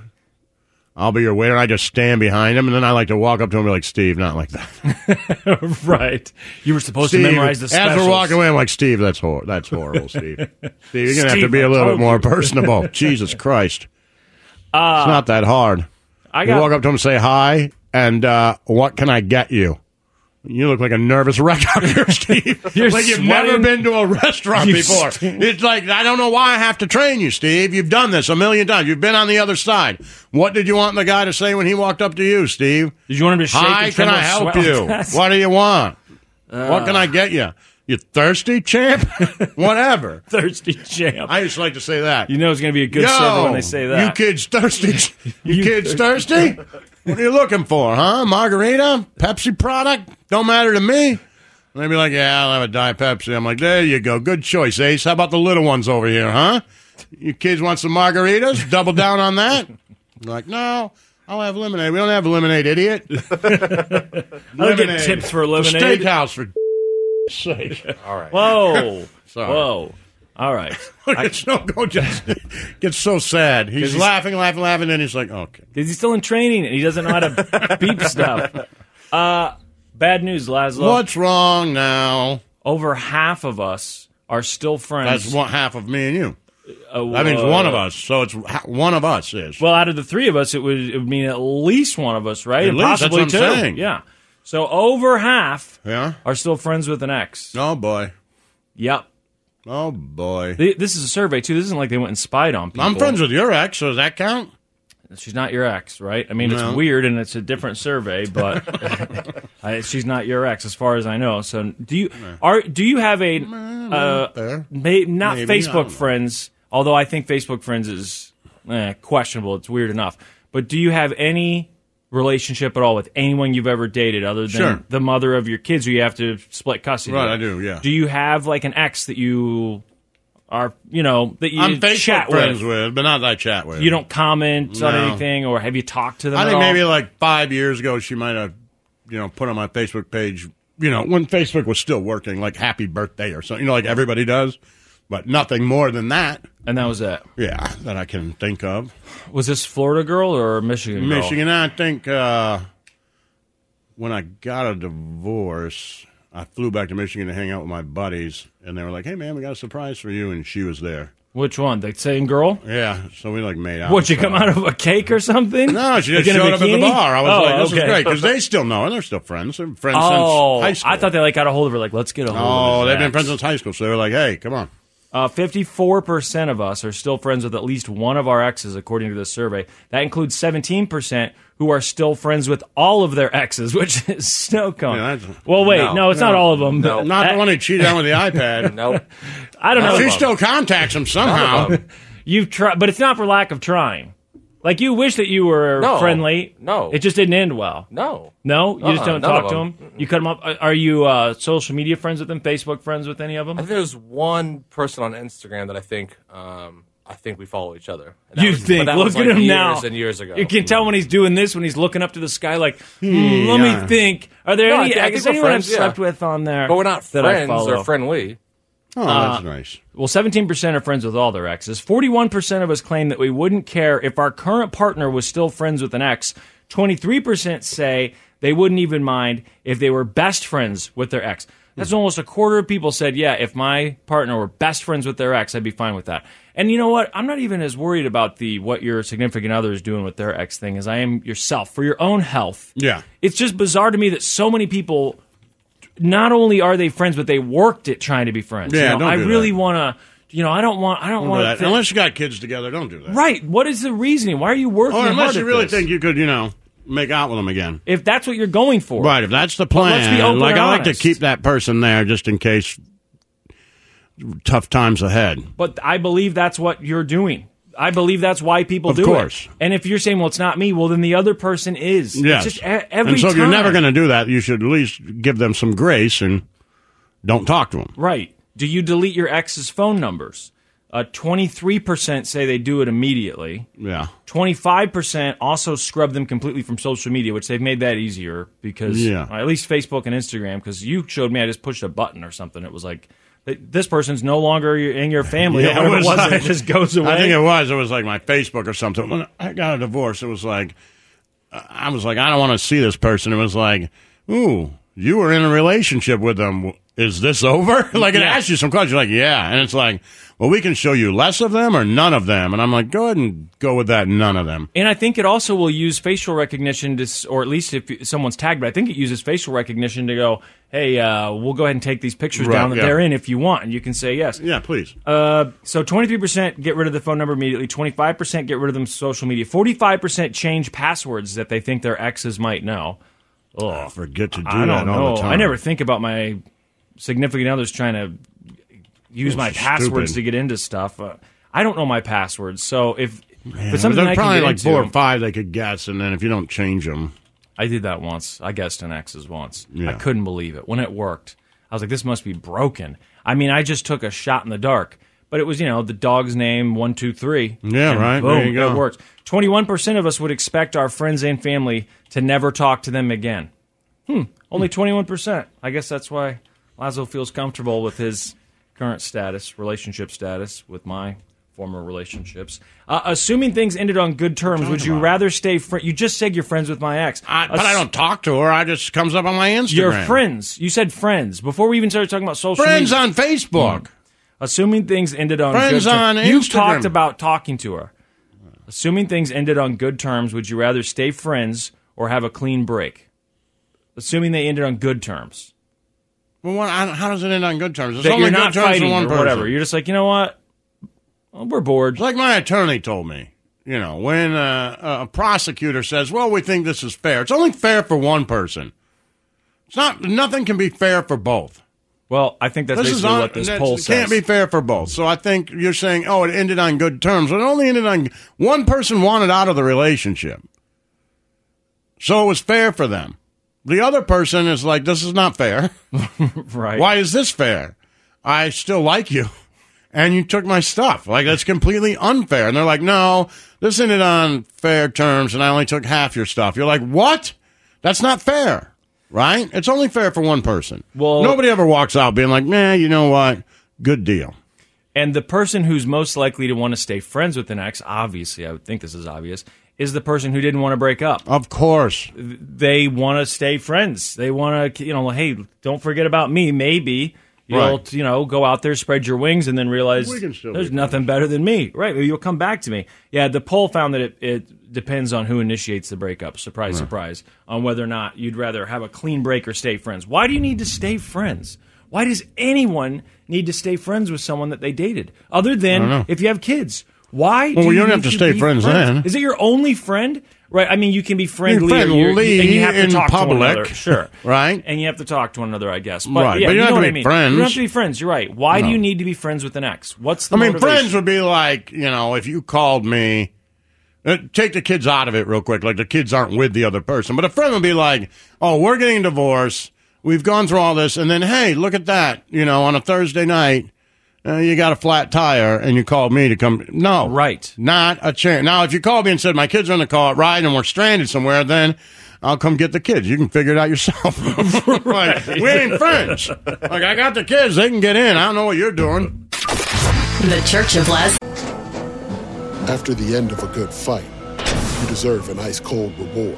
Speaker 3: I'll be your waiter. I just stand behind him. And then I like to walk up to him and be like, Steve, not like that.
Speaker 4: right. You were supposed to
Speaker 3: Steve,
Speaker 4: memorize the specials.
Speaker 3: As we're walking away, I'm like, Steve, that's, hor- that's horrible, Steve. Steve, you're going to have to
Speaker 4: Steve,
Speaker 3: be
Speaker 4: I
Speaker 3: a little bit
Speaker 4: told
Speaker 3: more
Speaker 4: you.
Speaker 3: personable. Jesus Christ.
Speaker 4: Uh,
Speaker 3: It's not that hard.
Speaker 4: I
Speaker 3: you
Speaker 4: got-
Speaker 3: walk up to him and say hi, and uh, what can I get you? You look like a nervous wreck out here, Steve.
Speaker 4: You're
Speaker 3: like you've
Speaker 4: sweating.
Speaker 3: never been to a restaurant
Speaker 4: You
Speaker 3: before.
Speaker 4: stink.
Speaker 3: It's like I don't know why I have to train you, Steve. You've done this a million times. You've been on the other side. What did you want the guy to say when he walked up to you, Steve?
Speaker 4: Did you want him to shake
Speaker 3: Hi,
Speaker 4: and
Speaker 3: can
Speaker 4: tremble
Speaker 3: I
Speaker 4: and
Speaker 3: help
Speaker 4: sweat like
Speaker 3: you?
Speaker 4: that?
Speaker 3: what do you want? what
Speaker 4: Uh.
Speaker 3: can I get you? You thirsty champ? Whatever.
Speaker 4: thirsty champ.
Speaker 3: I just like to say that.
Speaker 4: You know it's going to be a good
Speaker 3: Yo,
Speaker 4: server when they say
Speaker 3: You
Speaker 4: that.
Speaker 3: kids thirsty? You, kids thirsty? What are you looking for, huh? Margarita? Pepsi product? Don't matter to me. And they'd be like, yeah, I'll have a Diet Pepsi. I'm like, there you go. Good choice, Ace. How about the little ones over here, huh? You kids want some margaritas? Double down on that? They're like, no, I'll have lemonade. We don't have lemonade, idiot.
Speaker 4: I'll get tips for lemonade.
Speaker 3: steakhouse for sake.
Speaker 7: All right.
Speaker 4: Whoa.
Speaker 3: Sorry.
Speaker 4: Whoa. All right.
Speaker 3: Look at Snow Go just gets so sad. He's,
Speaker 4: 'Cause he's-
Speaker 3: laughing, laughing, laughing, and he's like, okay.
Speaker 4: Because he's still in training and he doesn't know how to beep stuff. Uh, bad news, Laszlo.
Speaker 3: What's wrong now?
Speaker 4: Over half of us are still friends.
Speaker 3: That's one half of me and you.
Speaker 4: Uh,
Speaker 3: That means
Speaker 4: uh,
Speaker 3: one of us. So it's ha- one of us is.
Speaker 4: Well, out of the three of us, it would, it would mean at least one of us, right?
Speaker 3: At
Speaker 4: and
Speaker 3: least, that's
Speaker 4: possibly
Speaker 3: what I'm
Speaker 4: two.
Speaker 3: saying.
Speaker 4: Yeah. So over half
Speaker 3: Yeah.
Speaker 4: are still friends with an ex.
Speaker 3: Oh boy.
Speaker 4: Yep.
Speaker 3: Oh boy.
Speaker 4: Th- This is a survey too. This isn't like they went and spied on people.
Speaker 3: I'm friends with your ex. So does that count?
Speaker 4: She's not your ex, right? I mean,
Speaker 3: No.
Speaker 4: it's weird and it's a different survey, but I, she's not your ex, as far as I know. So, do you are do you have a uh,
Speaker 3: Fair. Maybe,
Speaker 4: may, not
Speaker 3: I don't know.
Speaker 4: Facebook friends? Although I think Facebook friends is eh, questionable. It's weird enough. But do you have any relationship at all with anyone you've ever dated, other than
Speaker 3: Sure.
Speaker 4: the mother of your kids, who you have to split custody?
Speaker 3: Right,
Speaker 4: with?
Speaker 3: I do, yeah.
Speaker 4: Do you have like an ex that you are you know that you
Speaker 3: I'm Facebook
Speaker 4: chat
Speaker 3: friends
Speaker 4: with?
Speaker 3: with. but not that I chat with.
Speaker 4: You don't comment on
Speaker 3: No.
Speaker 4: anything, or have you talked to them?
Speaker 3: I
Speaker 4: at
Speaker 3: think
Speaker 4: all?
Speaker 3: maybe like five years ago, she might have, you know, put on my Facebook page, you know, when Facebook was still working, like happy birthday or something, you know, like everybody does, but nothing more than that.
Speaker 4: And that was it.
Speaker 3: Yeah, that I can think of.
Speaker 4: Was this Florida girl or Michigan? girl?
Speaker 3: Michigan, I think uh, when I got a divorce, I flew back to Michigan to hang out with my buddies, and they were like, "Hey, man, we got a surprise for you," and she was there.
Speaker 4: Which one? The same girl?
Speaker 3: Yeah, so we like made out.
Speaker 4: What? You come out of a cake or something?
Speaker 3: No, she just
Speaker 4: Like in a
Speaker 3: showed up at the
Speaker 4: bikini?
Speaker 3: bar. I was
Speaker 4: Oh,
Speaker 3: like, "This
Speaker 4: okay.
Speaker 3: is great," because they still know her. They're still friends. They're friends
Speaker 4: Oh,
Speaker 3: since high school.
Speaker 4: I thought they like got a hold of her. Like, let's get a hold.
Speaker 3: Oh,
Speaker 4: of
Speaker 3: they've been friends since high school, so they were like, "Hey, come on."
Speaker 4: Uh, Fifty-four percent of us are still friends with at least one of our exes, according to this survey. That includes seventeen percent who are still friends with all of their exes, which is snow cone.
Speaker 3: Yeah, that's-
Speaker 4: well, wait,
Speaker 7: No,
Speaker 4: no, it's not
Speaker 7: no,
Speaker 4: all of them.
Speaker 7: no.
Speaker 4: but
Speaker 3: Not
Speaker 4: Oh, that-
Speaker 3: the one who cheated on with the iPad.
Speaker 7: Nope.
Speaker 4: I don't know.
Speaker 3: She still contacts him somehow.
Speaker 4: You've tried, but it's not for lack of trying. Like you wish that you were
Speaker 7: No.
Speaker 4: friendly.
Speaker 7: No.
Speaker 4: it just didn't end well.
Speaker 7: No.
Speaker 4: No, you just
Speaker 7: Uh-uh,
Speaker 4: don't
Speaker 7: none
Speaker 4: talk
Speaker 7: of
Speaker 4: to them.
Speaker 7: them.
Speaker 4: You cut them up. Are- Are you uh, social media friends with them? Facebook friends with any of
Speaker 7: I
Speaker 4: them?
Speaker 7: think there's one person on Instagram that I think um, I think we follow each other. And that
Speaker 4: You
Speaker 7: was- but
Speaker 4: think?
Speaker 7: that
Speaker 4: Look
Speaker 7: was,
Speaker 4: at
Speaker 7: like,
Speaker 4: him
Speaker 7: years
Speaker 4: now.
Speaker 7: And years ago.
Speaker 4: You can tell when he's doing this, when he's looking up to the sky, like, hmm, let
Speaker 3: yeah.
Speaker 4: me think. Are there
Speaker 7: No, I
Speaker 4: any?
Speaker 7: thi- I think
Speaker 4: is
Speaker 7: we're
Speaker 4: anyone
Speaker 7: friends,
Speaker 4: I've slept
Speaker 7: yeah.
Speaker 4: with on there?
Speaker 7: but we're not
Speaker 4: that I
Speaker 7: friends
Speaker 4: follow?
Speaker 7: or friendly.
Speaker 3: Oh,
Speaker 4: Uh,
Speaker 3: that's nice.
Speaker 4: Well, 17% are friends with all their exes. 41% of us claim that we wouldn't care if our current partner was still friends with an ex. 23% say they wouldn't even mind if they were best friends with their ex. That's almost a quarter of people said, yeah, if my partner were best friends with their ex, I'd be fine with that. And you know what? I'm not even as worried about the what your significant other is doing with their ex thing as I am yourself for your own health.
Speaker 3: Yeah.
Speaker 4: It's just bizarre to me that so many people not only are they friends, but they worked at trying to be friends.
Speaker 3: Yeah,
Speaker 4: You know,
Speaker 3: don't
Speaker 4: I
Speaker 3: do
Speaker 4: really want to. You know, I don't want. I don't,
Speaker 3: Don't do
Speaker 4: want.
Speaker 3: that. Unless you got kids together, don't do that.
Speaker 4: Right. What is the reasoning? Why are you working?
Speaker 3: Or
Speaker 4: hard
Speaker 3: unless you
Speaker 4: at
Speaker 3: really
Speaker 4: this?
Speaker 3: think you could, you know, make out with them again.
Speaker 4: if that's what you're going for,
Speaker 3: Right, if that's the
Speaker 4: But
Speaker 3: plan.
Speaker 4: let's be open
Speaker 3: like
Speaker 4: and
Speaker 3: I like to
Speaker 4: honest.
Speaker 3: keep that person there just in case tough times ahead.
Speaker 4: But I believe that's what you're doing. I believe that's why people
Speaker 3: Of
Speaker 4: do
Speaker 3: course.
Speaker 4: it. And if you're saying, "Well, it's not me," well, then the other person is. It's
Speaker 3: Yes.
Speaker 4: just e- every
Speaker 3: and so if you're
Speaker 4: time.
Speaker 3: never going to do that, you should at least give them some grace and don't talk to them.
Speaker 4: Right. Do you delete your ex's phone numbers? Uh, 23% say they do it immediately.
Speaker 3: Yeah.
Speaker 4: 25% also scrub them completely from social media, which they've made that easier because,
Speaker 3: Yeah.
Speaker 4: or at least Facebook and Instagram, because you showed me I just pushed a button or something. It was like, th- this person's no longer your- in your family. or whatever it was, and it just goes away.
Speaker 3: I think it was. It was like my Facebook or something. When I got a divorce, it was like I was like, I don't want to see this person. It was like, ooh, you were in a relationship with them. Is this over? like it
Speaker 4: Yeah.
Speaker 3: asks you some questions. You're like, yeah, and it's like, well, we can show you less of them or none of them. And I'm like, go ahead and go with that none of them.
Speaker 4: And I think it also will use facial recognition to, s- or at least if someone's tagged, but I think it uses facial recognition to go, hey, uh, we'll go ahead and take these pictures
Speaker 3: Right,
Speaker 4: down that
Speaker 3: yeah.
Speaker 4: they're in if you want. And you can say yes.
Speaker 3: Yeah, please.
Speaker 4: Uh, so 23% get rid of the phone number immediately, 25% get rid of them social media, 45% change passwords that they think their exes might know. Oh, I
Speaker 3: forget to do
Speaker 4: I
Speaker 3: that
Speaker 4: don't
Speaker 3: all
Speaker 4: know.
Speaker 3: the time.
Speaker 4: I never think about my significant others trying to use
Speaker 3: Those
Speaker 4: my
Speaker 3: are
Speaker 4: passwords
Speaker 3: stupid.
Speaker 4: to get into stuff. Uh, I don't know my passwords, so if
Speaker 3: Yeah,
Speaker 4: but something
Speaker 3: there's
Speaker 4: I can
Speaker 3: probably
Speaker 4: get
Speaker 3: like
Speaker 4: into,
Speaker 3: four or five they could guess, and then if you don't change them,
Speaker 4: I did that once. I guessed an X's once.
Speaker 3: Yeah.
Speaker 4: I couldn't believe it. When it worked, I was like, this must be broken. I mean, I just took a shot in the dark, but it was, you know, the dog's name, one, two, three.
Speaker 3: Yeah,
Speaker 4: And
Speaker 3: right.
Speaker 4: Boom,
Speaker 3: There you go.
Speaker 4: It worked. 21% of us would expect our friends and family to never talk to them again. Hmm. Only 21%. I guess that's why Lazo feels comfortable with his current status, relationship status with my former relationships. Uh, assuming things ended on good terms, would you rather stay friends? You just said you're friends with my ex.
Speaker 3: I, but I don't talk to her. I just comes up on my Instagram.
Speaker 4: Your friends. You said friends before we even started talking about social.
Speaker 3: Friends
Speaker 4: media.
Speaker 3: on Facebook.
Speaker 4: Assuming things ended on
Speaker 3: Friends
Speaker 4: good terms.
Speaker 3: on
Speaker 4: You
Speaker 3: Instagram.
Speaker 4: talked about talking to her. Assuming things ended on good terms, would you rather stay friends or have a clean break? Assuming they ended on good terms.
Speaker 3: Well, what, I, how does it end on good terms? It's
Speaker 4: that
Speaker 3: only
Speaker 4: you're
Speaker 3: good
Speaker 4: not
Speaker 3: terms
Speaker 4: fighting
Speaker 3: for one
Speaker 4: or
Speaker 3: person.
Speaker 4: whatever. You're just like, you know what? Well, we're bored.
Speaker 3: It's like my attorney told me. You know, when uh, a prosecutor says, "Well, we think this is fair," it's only fair for one person. It's not. Nothing can be fair for both.
Speaker 4: Well, I think that's
Speaker 3: this is
Speaker 4: basically
Speaker 3: on,
Speaker 4: what this
Speaker 3: that's-
Speaker 4: poll
Speaker 3: it
Speaker 4: says.
Speaker 3: Can't be fair for both. So I think you're saying, "Oh, it ended on good terms." Well, It only ended on one person wanted out of the relationship, so it was fair for them. The other person is like, "This is not fair."
Speaker 4: right.
Speaker 3: Why is this fair? I still like you, and you took my stuff. Like that's completely unfair. And they're like, no, this ended on fair terms, and I only took half your stuff. You're like, what? That's not fair, right? It's only fair for one person.
Speaker 4: Well-
Speaker 3: nobody ever walks out being like, man, you know what? Good deal.
Speaker 4: And the person who's most likely to want to stay friends with an ex, obviously, I would think this is obvious, is the person who didn't want to break up.
Speaker 3: Of course.
Speaker 4: They want to stay friends. They want to, you know, hey, don't forget about me. Maybe you'll,
Speaker 3: Right.
Speaker 4: you know, go out there, spread your wings, and then realize
Speaker 3: We can still be
Speaker 4: there's nothing better than me. Right. You'll come back to me. Yeah, the poll found that it, it depends on who initiates the breakup. Surprise, surprise. On whether or not you'd rather have a clean break or stay friends. Why do you need to stay friends? Why does anyone need to stay friends with someone that they dated? Other
Speaker 3: I don't know.
Speaker 4: than if you have kids. Why?
Speaker 3: Well,
Speaker 4: do
Speaker 3: you
Speaker 4: you
Speaker 3: don't
Speaker 4: need
Speaker 3: have to stay
Speaker 4: be
Speaker 3: friends then.
Speaker 4: Is it your only friend? Right. I mean, you can be friendly, or
Speaker 3: friendly
Speaker 4: you're- and you have to
Speaker 3: in
Speaker 4: talk to one
Speaker 3: public.
Speaker 4: another. Sure.
Speaker 3: Right.
Speaker 4: And you have to talk to one another, I guess. But,
Speaker 3: Right,
Speaker 4: Yeah,
Speaker 3: but you
Speaker 4: you
Speaker 3: don't have
Speaker 4: know what
Speaker 3: to
Speaker 4: I
Speaker 3: be
Speaker 4: mean.
Speaker 3: friends.
Speaker 4: You don't have to be friends. You're right. Why
Speaker 3: No.
Speaker 4: do you need to be friends with an ex? What's the
Speaker 3: I mean,
Speaker 4: motivation?
Speaker 3: friends would be like, you know, if you called me, uh, take the kids out of it real quick. Like the kids aren't with the other person, but a friend would be like, "Oh, we're getting divorced. We've gone through all this, and then hey, look at that. You know, on a Thursday night, uh, you got a flat tire, and you called me to come. No,
Speaker 4: Right.
Speaker 3: Not a chance. Now, if you called me and said my kids are in the car ride and we're stranded somewhere, then. I'll come get the kids. You can figure it out yourself. like, we ain't friends. Like, I got the kids. They can get in. I don't know what you're doing.
Speaker 8: The Church of Lazo.
Speaker 9: After the end of a good fight, you deserve an ice cold reward.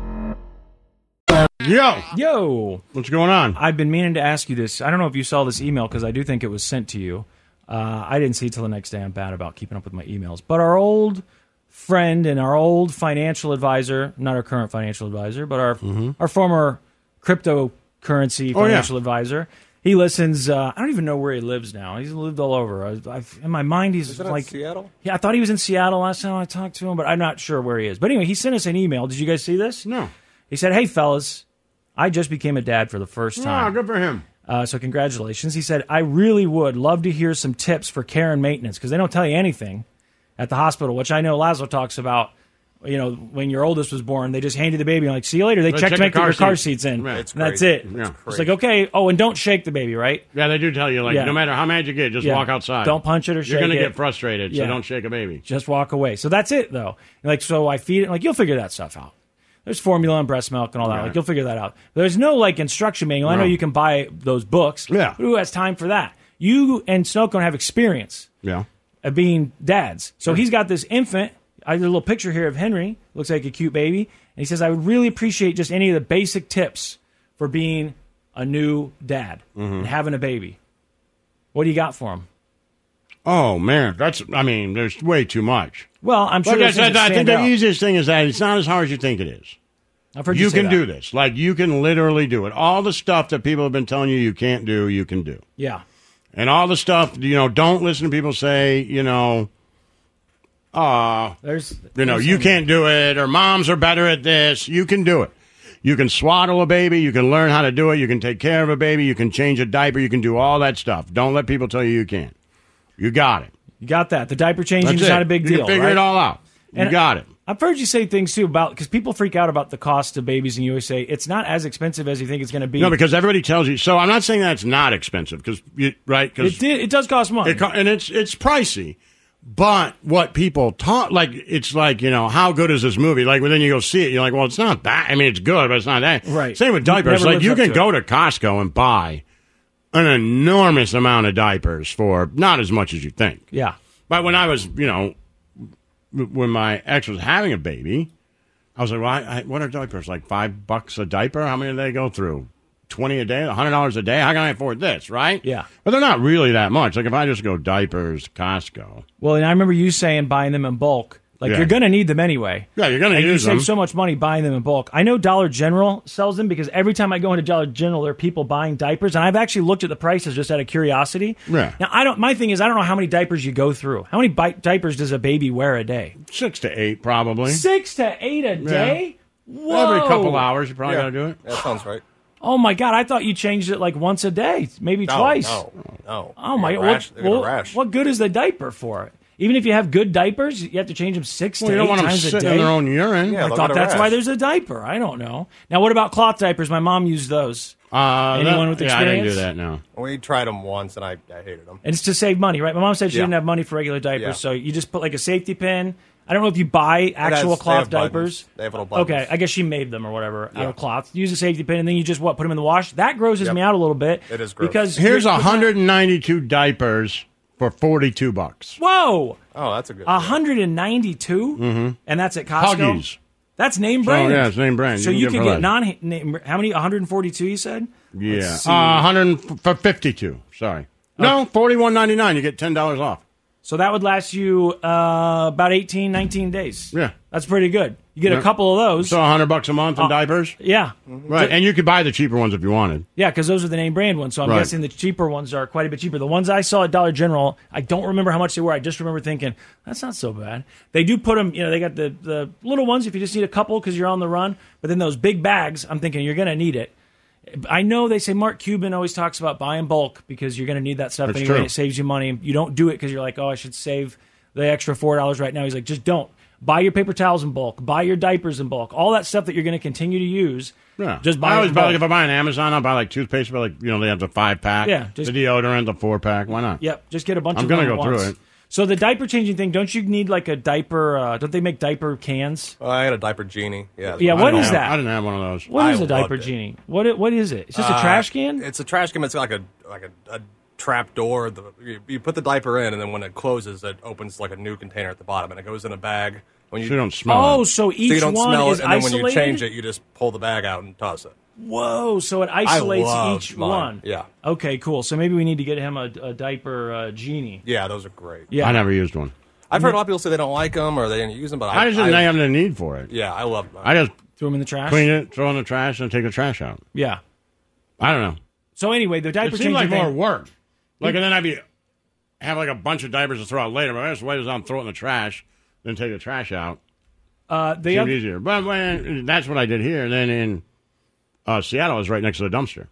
Speaker 3: Yo,
Speaker 4: yo,
Speaker 3: what's going on?
Speaker 4: I've been meaning to ask you this. I don't know if you saw this email because I do think it was sent to you. Uh, I didn't see it till the next day. I'm bad about keeping up with my emails. But our old friend and our old financial advisor, not our current financial advisor, but our our former cryptocurrency
Speaker 10: Mm-hmm. Oh, yeah.
Speaker 4: financial advisor. He listens. Uh, I don't even know where he lives now. He's lived all over. I, I've, in my mind, he's
Speaker 7: Isn't it
Speaker 4: like
Speaker 7: Seattle?
Speaker 4: Yeah, I thought he was in Seattle last time I talked to him, but I'm not sure where he is. But anyway, he sent us an email. Did you guys see this?
Speaker 3: No.
Speaker 4: He said, "Hey fellas, I just became a dad for the first time.
Speaker 3: Ah, good for him.
Speaker 4: Uh, so congratulations. He said, I really would love to hear some tips for care and maintenance because they don't tell you anything at the hospital, which I know Lazo talks about. You know, when your oldest was born, they just handed the baby and like, see you later. They,
Speaker 3: They
Speaker 4: check
Speaker 3: check
Speaker 4: to
Speaker 3: the
Speaker 4: make
Speaker 3: car
Speaker 4: your car
Speaker 3: seats.
Speaker 4: seats in.
Speaker 3: Right. It's
Speaker 4: And that's
Speaker 3: great.
Speaker 4: it.
Speaker 3: Yeah.
Speaker 4: It's like, okay, oh, and don't shake the baby, right?
Speaker 3: Yeah, they do tell you like
Speaker 4: Yeah.
Speaker 3: no matter how mad you get, just
Speaker 4: Yeah.
Speaker 3: walk outside.
Speaker 4: Don't punch it or
Speaker 3: You're
Speaker 4: shake
Speaker 3: gonna
Speaker 4: it.
Speaker 3: get frustrated,
Speaker 4: Yeah.
Speaker 3: so don't shake a baby.
Speaker 4: Just walk away. So that's it, though. And, like, so I feed it. Like, you'll figure that stuff out. There's formula and breast milk and all that.
Speaker 3: Right.
Speaker 4: Like, you'll figure that out. There's no like instruction manual. I know
Speaker 3: No.
Speaker 4: you can buy those books. Yeah. Who has time for that? You and Snoke don't have experience
Speaker 3: Yeah.
Speaker 4: of being dads. So
Speaker 3: Sure.
Speaker 4: he's got this infant. I did a little picture here of Henry. Looks like a cute baby. And he says, I would really appreciate just any of the basic tips for being a new dad and having a baby. What do you got for him?
Speaker 3: Oh man, that's I mean, there's way too much.
Speaker 4: Well, I'm sure
Speaker 3: But
Speaker 4: there's
Speaker 3: that's-
Speaker 4: things that
Speaker 3: I think
Speaker 4: stand
Speaker 3: the
Speaker 4: out.
Speaker 3: easiest thing is that it's not as hard as you think it is.
Speaker 4: I've heard
Speaker 3: you,
Speaker 4: you say
Speaker 3: can
Speaker 4: that.
Speaker 3: do this. Like you can literally do it. All the stuff that people have been telling you you can't do, you can do.
Speaker 4: Yeah.
Speaker 3: And all the stuff, you know, don't listen to people say, you know, uh,
Speaker 4: there's
Speaker 3: you know,
Speaker 4: there's
Speaker 3: you
Speaker 4: some-
Speaker 3: can't do it or moms are better at this. You can do it. You can swaddle a baby, you can learn how to do it, you can take care of a baby, you can change a diaper, you can do all that stuff. Don't let people tell you you can't. You got it.
Speaker 4: You got that. The diaper changing
Speaker 3: That's
Speaker 4: is
Speaker 3: it.
Speaker 4: not a big
Speaker 3: You
Speaker 4: deal.
Speaker 3: can figure
Speaker 4: right?
Speaker 3: it all out. You
Speaker 4: And
Speaker 3: got it.
Speaker 4: I've heard you say things too about because people freak out about the cost of babies, and you always say it's not as expensive as you think it's going to be.
Speaker 3: No, because everybody tells you. So I'm not saying that's not expensive because you right because
Speaker 4: it did, it does cost money.
Speaker 3: It co- and it's it's pricey. But what people taught, like it's like you know, how good is this movie? Like, well, then you go see it, you're like, well, it's not that. I mean, it's good, but it's not that.
Speaker 4: Right.
Speaker 3: Same with
Speaker 4: It
Speaker 3: diapers.
Speaker 4: never
Speaker 3: Like,
Speaker 4: lives
Speaker 3: you
Speaker 4: up
Speaker 3: can
Speaker 4: to it.
Speaker 3: go to Costco and buy an enormous amount of diapers for not as much as you think.
Speaker 4: yeah,
Speaker 3: But when I was, you know, w- when my ex was having a baby, I was like, well, I, I, what are diapers? Like five bucks a diaper? How many do they go through? 20 a day, $100 a day? How can I afford this, right?
Speaker 4: Yeah.
Speaker 3: But they're not really that much. Like if I just go diapers, Costco.
Speaker 4: Well, and I remember you saying buying them in bulk. Like
Speaker 3: Yeah. Mm-hmm.
Speaker 4: you're going to need them anyway.
Speaker 3: Yeah, you're gonna
Speaker 4: And
Speaker 3: use
Speaker 4: you
Speaker 3: them.
Speaker 4: save so much money buying them in bulk. I know Dollar General sells them because every time I go into Dollar General, there are people buying diapers, and I've actually looked at the prices just out of curiosity.
Speaker 3: Yeah.
Speaker 4: Now I don't. My thing is I don't know how many diapers you go through. How many bi- diapers does a baby wear a day?
Speaker 3: Six to eight, probably.
Speaker 4: Six to eight a day. Whoa.
Speaker 3: Every couple hours, you probably got to do it.
Speaker 7: That sounds right.
Speaker 4: Oh my god! I thought you changed it like once a day, maybe
Speaker 7: No,
Speaker 4: twice.
Speaker 7: No, no.
Speaker 4: Oh my!
Speaker 7: They
Speaker 4: god!
Speaker 7: get a rash- they
Speaker 4: What,
Speaker 7: get a
Speaker 4: what-
Speaker 7: rash.
Speaker 4: what good is the diaper for? Even if you have good diapers, you have to change them six
Speaker 3: Well,
Speaker 4: to
Speaker 3: you don't
Speaker 4: eight
Speaker 3: want them
Speaker 4: times a
Speaker 3: sitting
Speaker 4: day.
Speaker 3: in their own urine. Yeah,
Speaker 4: I
Speaker 3: they'll
Speaker 4: thought
Speaker 3: get a
Speaker 4: that's
Speaker 3: rash.
Speaker 4: why there's a diaper. I don't know. Now, what about cloth diapers? My mom used those.
Speaker 3: Uh,
Speaker 4: Anyone with
Speaker 3: yeah, I didn't do
Speaker 4: experience?
Speaker 3: that, no.
Speaker 7: We tried them once and I, I hated them.
Speaker 4: And it's to save money, right? My mom said she
Speaker 7: Yeah.
Speaker 4: didn't have money for regular diapers,
Speaker 7: Yeah.
Speaker 4: so you just put like a safety pin. I don't know if you buy
Speaker 7: has-
Speaker 4: actual
Speaker 7: they
Speaker 4: cloth
Speaker 7: have buttons.
Speaker 4: diapers.
Speaker 7: They have little buttons.
Speaker 4: Okay, I guess she made them or whatever out
Speaker 7: Yeah.
Speaker 4: of cloth. Use a safety pin, and then you just what put them in the wash. That grosses me out a little bit.
Speaker 7: It is gross.
Speaker 4: because
Speaker 3: Here's
Speaker 4: you're putting-
Speaker 3: 192 diapers for 42 bucks.
Speaker 4: Whoa,
Speaker 7: Oh, that's a good.
Speaker 4: hundred and ninety-two,
Speaker 3: Mm-hmm.
Speaker 4: and that's at Costco.
Speaker 3: Huggies.
Speaker 4: That's name brand.
Speaker 3: Oh, yeah, it's name brand.
Speaker 4: So
Speaker 3: You
Speaker 4: you,
Speaker 3: can
Speaker 4: can
Speaker 3: get
Speaker 4: get non name. How many? One hundred and forty-two. You said.
Speaker 3: Yeah,
Speaker 4: Let's see.
Speaker 3: uh, 100 for 52. Sorry, no, 41.99. You get ten dollars off.
Speaker 4: So that would last you uh, about 18, 19 days.
Speaker 3: Yeah.
Speaker 4: That's pretty good. You get
Speaker 3: Yeah.
Speaker 4: a couple of those.
Speaker 3: So 100 bucks a month on
Speaker 4: Uh,
Speaker 3: diapers,
Speaker 4: yeah.
Speaker 3: right? And you could buy the cheaper ones if you wanted.
Speaker 4: Yeah, because those are the name brand ones. So I'm
Speaker 3: Right.
Speaker 4: guessing the cheaper ones are quite a bit cheaper. The ones I saw at Dollar General, I don't remember how much they were. I just remember thinking that's not so bad. They do put them. You know, they got the the little ones if you just need a couple because you're on the run. But then those big bags, I'm thinking you're going to need it. I know they say Mark Cuban always talks about buy in bulk because you're going to need that stuff
Speaker 3: That's
Speaker 4: anyway.
Speaker 3: true.
Speaker 4: It saves you money. You don't do it because you're like, oh, I should save. the extra four dollars right now. He's like, just don't buy your paper towels in bulk, buy your diapers in bulk, all that stuff that you're going to continue to use.
Speaker 3: Yeah.
Speaker 4: Just buy
Speaker 3: I
Speaker 4: it
Speaker 3: always
Speaker 4: in
Speaker 3: buy
Speaker 4: bulk.
Speaker 3: like if I buy an Amazon, I'll buy like toothpaste, but like you know they have the five pack,
Speaker 4: Yeah, just-
Speaker 3: the deodorant, the four pack. Why not?
Speaker 4: Yep, just get a bunch
Speaker 3: I'm
Speaker 4: of
Speaker 3: gonna
Speaker 4: them at
Speaker 3: go through
Speaker 4: once.
Speaker 3: it.
Speaker 4: So the diaper changing thing, don't you need like a diaper? Uh, don't they make diaper cans?
Speaker 7: Well, Oh, I had a diaper genie. Yeah.
Speaker 4: Yeah,
Speaker 7: that's
Speaker 4: what
Speaker 7: I
Speaker 4: is
Speaker 7: had.
Speaker 4: that? I
Speaker 3: didn't have one of those.
Speaker 4: What
Speaker 7: I
Speaker 4: is a
Speaker 7: loved
Speaker 4: diaper
Speaker 7: it.
Speaker 4: genie? What i- what is it? It's just a
Speaker 7: Uh,
Speaker 4: trash can.
Speaker 7: It's a trash can. It's like a like a, a trap door. The, you, you put the diaper in, and then when it closes, it opens like a new container at the bottom, and it goes in a bag. When you,
Speaker 3: So you don't smell
Speaker 4: Oh, it. so
Speaker 7: you
Speaker 4: each
Speaker 7: don't
Speaker 4: one
Speaker 7: smell
Speaker 4: is
Speaker 7: it, and then when
Speaker 4: isolated?
Speaker 7: you change it, you just pull the bag out and toss it.
Speaker 4: Whoa! So it isolates
Speaker 7: loved
Speaker 4: each
Speaker 7: mine.
Speaker 4: one.
Speaker 7: Yeah.
Speaker 4: Okay, cool. So maybe we need to get him a, a diaper uh, genie.
Speaker 7: Yeah, those are great.
Speaker 4: Yeah.
Speaker 3: I never used one.
Speaker 7: I've heard a lot of people say they don't like them or they didn't use them, but I,
Speaker 3: I just didn't
Speaker 7: I-
Speaker 3: have the need for it.
Speaker 7: Yeah, I love them.
Speaker 3: I just
Speaker 4: threw them in the trash.
Speaker 3: clean it, throw it in the trash, and take the trash out.
Speaker 4: Yeah.
Speaker 3: I don't know.
Speaker 4: So anyway, the diaper
Speaker 3: it seemed like
Speaker 4: changing
Speaker 3: more
Speaker 4: thing-
Speaker 3: work. Like, and then I'd be have like a bunch of diapers to throw out later. But I just wait until I'm throw it in the trash, then take the trash out.
Speaker 4: Uh, they
Speaker 3: Seemed
Speaker 4: have,
Speaker 3: easier. But when, that's what I did here. And then in uh, Seattle, I was right next to the dumpster.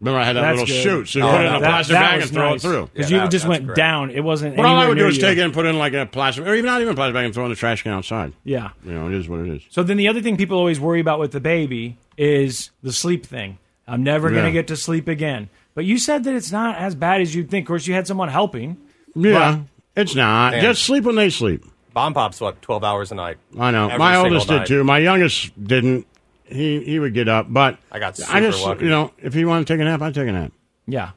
Speaker 3: Remember, I had that
Speaker 4: That's
Speaker 3: little
Speaker 4: good.
Speaker 3: chute, so you
Speaker 4: Oh,
Speaker 3: put it in a
Speaker 4: that-
Speaker 3: plastic
Speaker 4: that
Speaker 3: bag
Speaker 4: was
Speaker 3: and throw
Speaker 4: nice.
Speaker 3: it through.
Speaker 4: 'Cause you just went down. It wasn't.
Speaker 3: But all I
Speaker 4: anywhere
Speaker 3: would do
Speaker 4: near
Speaker 3: is
Speaker 4: you.
Speaker 3: take it and put it in like a plastic, or even not even a plastic bag, and throw it in the trash can outside.
Speaker 4: Yeah.
Speaker 3: you know, it is what it is.
Speaker 4: So then the other thing people always worry about with the baby is the sleep thing. I'm never going
Speaker 3: Yeah.
Speaker 4: to get to sleep again. But you said that it's not as bad as you'd think. Of course, you had someone helping.
Speaker 3: Yeah, it's not.
Speaker 7: Man.
Speaker 3: Just sleep when they sleep.
Speaker 7: Bomb Pop slept 12 hours a night.
Speaker 3: I know.
Speaker 7: Every
Speaker 3: My
Speaker 7: single
Speaker 3: oldest
Speaker 7: night.
Speaker 3: did too. My youngest didn't. He he would get up, but
Speaker 7: I got
Speaker 3: I
Speaker 7: super
Speaker 3: just
Speaker 7: lucky.
Speaker 3: you know if he wanted to take a nap, I'd take a nap.
Speaker 4: Yeah.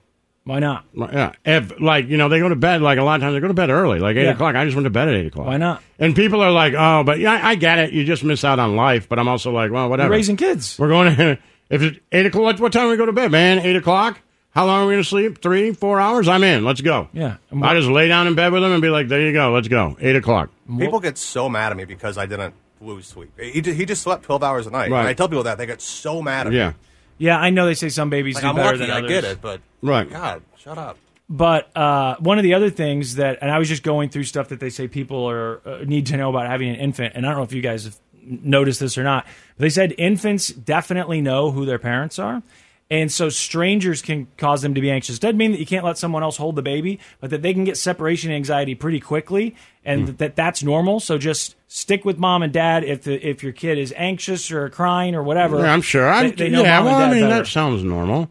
Speaker 4: Why not?
Speaker 3: Like, Yeah, if like you know they go to bed like a lot of times they go to bed early, like eight
Speaker 4: Yeah.
Speaker 3: o'clock. I just went to bed at eight o'clock.
Speaker 4: Why not?
Speaker 3: And people are like, oh, but yeah, I, I get it. You just miss out on life. But I'm also like, well, whatever.
Speaker 4: raising kids.
Speaker 3: We're going to if it's eight o'clock. What, what time we go to bed, man? Eight o'clock. How long are we going to sleep? Three, four hours. I'm in. Let's go.
Speaker 4: Yeah.
Speaker 3: I just lay down in bed with him and be like, there you go. Let's go. Eight o'clock.
Speaker 7: People get so mad at me because I didn't lose sleep. He, ju- he just slept 12 hours a night.
Speaker 3: Right.
Speaker 7: When I tell people that, they get so mad at me.
Speaker 3: Yeah.
Speaker 4: Yeah, I know they say some babies
Speaker 7: Like,
Speaker 4: do
Speaker 7: I'm
Speaker 4: better
Speaker 7: lucky,
Speaker 4: than
Speaker 7: I
Speaker 4: others.
Speaker 7: get it, but
Speaker 3: Right.
Speaker 7: God, shut up.
Speaker 4: But uh, one of the other things that, and I was just going through stuff that they say people are uh, need to know about having an infant, and I don't know if you guys have noticed this or not. But they said infants definitely know who their parents are, and so strangers can cause them to be anxious. Doesn't mean that you can't let someone else hold the baby, but that they can get separation anxiety pretty quickly, and
Speaker 3: Hmm.
Speaker 4: that that's normal. So just stick with mom and dad if the, if your kid is anxious or crying or whatever.
Speaker 3: Yeah, I'm sure. I
Speaker 4: They, they know
Speaker 3: yeah.
Speaker 4: mom
Speaker 3: Well,
Speaker 4: and
Speaker 3: I
Speaker 4: dad
Speaker 3: mean
Speaker 4: better.
Speaker 3: that sounds normal.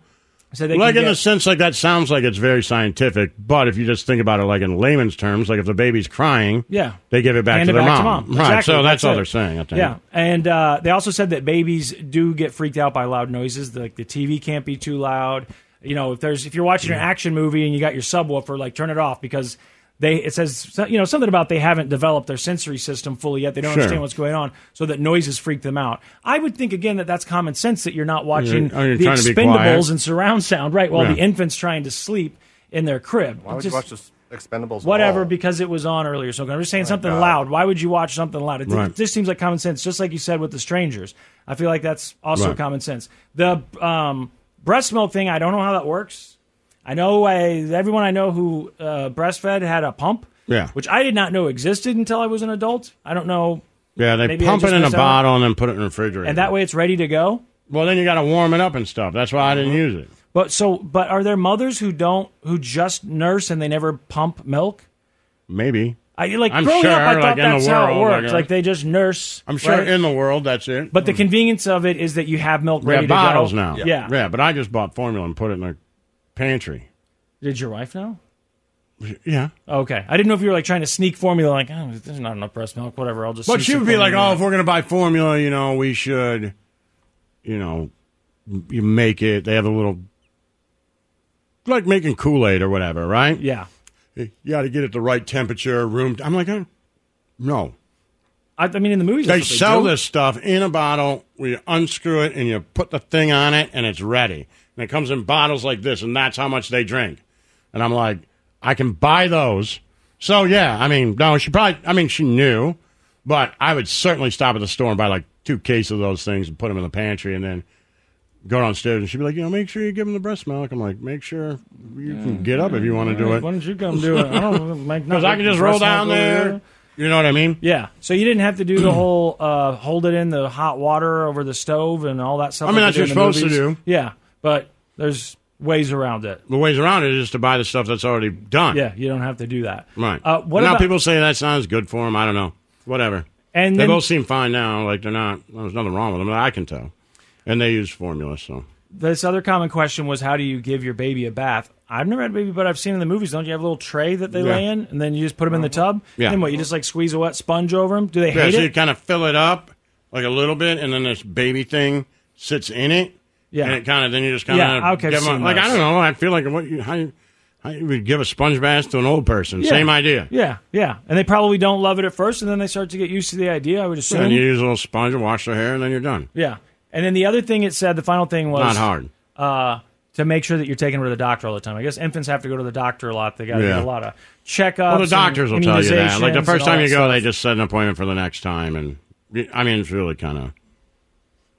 Speaker 4: So they
Speaker 3: like
Speaker 4: can
Speaker 3: in the
Speaker 4: get-
Speaker 3: sense like that sounds like it's very scientific, but if you just think about it like in layman's terms, like if the baby's crying,
Speaker 4: Yeah.
Speaker 3: they give it back
Speaker 4: Hand
Speaker 3: to
Speaker 4: it
Speaker 3: their
Speaker 4: back to
Speaker 3: mom,
Speaker 4: mom.
Speaker 3: right?
Speaker 4: Exactly.
Speaker 3: So that's,
Speaker 4: That's
Speaker 3: all
Speaker 4: it.
Speaker 3: they're saying. I think.
Speaker 4: Yeah, and uh, they also said that babies do get freaked out by loud noises. Like the TV can't be too loud. You know, if there's if you're watching an action movie and you got your subwoofer, like turn it off because they it says so- you know something about they haven't developed their sensory system fully yet. They don't
Speaker 3: Sure.
Speaker 4: understand what's going on, so that noises freak them out. I would think again that that's common sense that you're not watching
Speaker 3: You're- oh, you're
Speaker 4: the
Speaker 3: trying to be quiet.
Speaker 4: Expendables and surround sound right while
Speaker 3: Yeah.
Speaker 4: the infant's trying to sleep in their crib.
Speaker 7: Why would
Speaker 4: Just-
Speaker 7: you watch this Expendables? at
Speaker 4: whatever
Speaker 7: all?
Speaker 4: because it was on earlier. So I'm just saying something loud. Why would you watch something loud? It,
Speaker 3: Right.
Speaker 4: this seems like common sense, just like you said with the strangers. I feel like that's also
Speaker 3: Right.
Speaker 4: common sense. The um, breast milk thing, I don't know how that works. I know I, everyone I know who uh, breastfed had a pump,
Speaker 3: Yeah.
Speaker 4: which I did not know existed until I was an adult. I don't know,
Speaker 3: Yeah, they
Speaker 4: Maybe I
Speaker 3: pump it
Speaker 4: just
Speaker 3: in a
Speaker 4: missed out.
Speaker 3: bottle and then put it in the refrigerator.
Speaker 4: and that way it's ready to go.
Speaker 3: well, then you got to warm it up and stuff. That's why I
Speaker 4: Uh-huh.
Speaker 3: didn't use it.
Speaker 4: But so, but are there mothers who don't who just nurse and they never pump milk?
Speaker 3: Maybe
Speaker 4: I like
Speaker 3: I'm
Speaker 4: growing
Speaker 3: sure,
Speaker 4: up, I
Speaker 3: like,
Speaker 4: thought
Speaker 3: in the
Speaker 4: that's how it
Speaker 3: world,
Speaker 4: worked.
Speaker 3: like, uh,
Speaker 4: Like they just nurse.
Speaker 3: I'm sure
Speaker 4: right?
Speaker 3: in the world that's it.
Speaker 4: But the convenience of it is that you have milk
Speaker 3: Mm. we
Speaker 4: ready
Speaker 3: have
Speaker 4: to
Speaker 3: bottles
Speaker 4: go.
Speaker 3: now.
Speaker 4: Yeah.
Speaker 3: yeah. But I just bought formula and put it in the pantry.
Speaker 4: Did your wife know?
Speaker 3: Yeah.
Speaker 4: Okay. I didn't know if you were like trying to sneak formula, like, oh, there's not enough breast milk, whatever. I'll just.
Speaker 3: But
Speaker 4: sneak
Speaker 3: she
Speaker 4: some
Speaker 3: would be like,
Speaker 4: formula
Speaker 3: "Oh,
Speaker 4: in."
Speaker 3: if we're going to buy formula, you know, we should, you know, m- you make it. They have a little, like making Kool Aid or whatever, right?
Speaker 4: Yeah,
Speaker 3: you got to get it the right temperature, room. I'm like, "Uh, no,
Speaker 4: I, I mean, in the movies,
Speaker 3: they
Speaker 4: that's what they
Speaker 3: sell
Speaker 4: do.
Speaker 3: this stuff in a bottle. where you unscrew it and you put the thing on it, and it's ready. And it comes in bottles like this, and that's how much they drink. And I'm like, I can buy those. So yeah, I mean, no, she probably. I mean, she knew, but I would certainly stop at the store and buy like two cases of those things and put them in the pantry, and then go downstairs and she'd be like, you know, make sure you give them the breast milk. I'm like, make sure you can get up if you want to do it.
Speaker 4: Why don't you come do it? I don't make
Speaker 3: Because I can just roll down there. You know what I mean?
Speaker 4: Yeah. So you didn't have to do the whole uh, hold it in the hot water over the stove and all that stuff.
Speaker 3: I mean,
Speaker 4: like
Speaker 3: that's
Speaker 4: they do
Speaker 3: what
Speaker 4: in the
Speaker 3: you're supposed to
Speaker 4: movies.
Speaker 3: do.
Speaker 4: Yeah, but there's ways around it.
Speaker 3: The ways around it is to buy the stuff that's already done.
Speaker 4: Yeah, you don't have to do that.
Speaker 3: Right.
Speaker 4: Uh, what
Speaker 3: now
Speaker 4: about-
Speaker 3: people say that's not as good for them. I don't know. Whatever.
Speaker 4: And
Speaker 3: they
Speaker 4: then-
Speaker 3: both seem fine now. Like they're not. There's nothing wrong with them. that I can tell. And they use formulas. So
Speaker 4: This other common question was, how do you give your baby a bath? I've never had a baby, but I've seen in the movies. Don't you have a little tray that they
Speaker 3: Yeah. Uh-huh.
Speaker 4: lay in, and then you just put them in the tub?
Speaker 3: Yeah.
Speaker 4: And what? You just like squeeze a wet sponge over them? Do they
Speaker 3: yeah,
Speaker 4: hate
Speaker 3: so you
Speaker 4: it?
Speaker 3: kind of fill it up like a little bit, and then this baby thing sits in it.
Speaker 4: Yeah.
Speaker 3: And it kind of then you just kind
Speaker 4: Yeah,
Speaker 3: of
Speaker 4: okay,
Speaker 3: give
Speaker 4: I've
Speaker 3: 'em a-
Speaker 4: seen
Speaker 3: like I
Speaker 4: those.
Speaker 3: don't know. I feel like what you how you, how you would give a sponge bath to an old person. Same idea.
Speaker 4: Yeah, yeah. And they probably don't love it at first, and then they start to get used to the idea. I would assume.
Speaker 3: And you use a little sponge and wash their hair, and then you're done.
Speaker 4: yeah. And then the other thing it said, the final thing was
Speaker 3: Not hard.
Speaker 4: Uh, to make sure that you're taking them to the doctor all the time. I guess infants have to go to the doctor a lot. They got to
Speaker 3: Yeah.
Speaker 4: get a lot of checkups.
Speaker 3: Well, the doctors will
Speaker 4: and
Speaker 3: tell you that. Like
Speaker 4: immunizations
Speaker 3: the
Speaker 4: and
Speaker 3: first
Speaker 4: all
Speaker 3: time you
Speaker 4: that
Speaker 3: go,
Speaker 4: stuff.
Speaker 3: they just set an appointment for the next time, and I mean, it's really kind of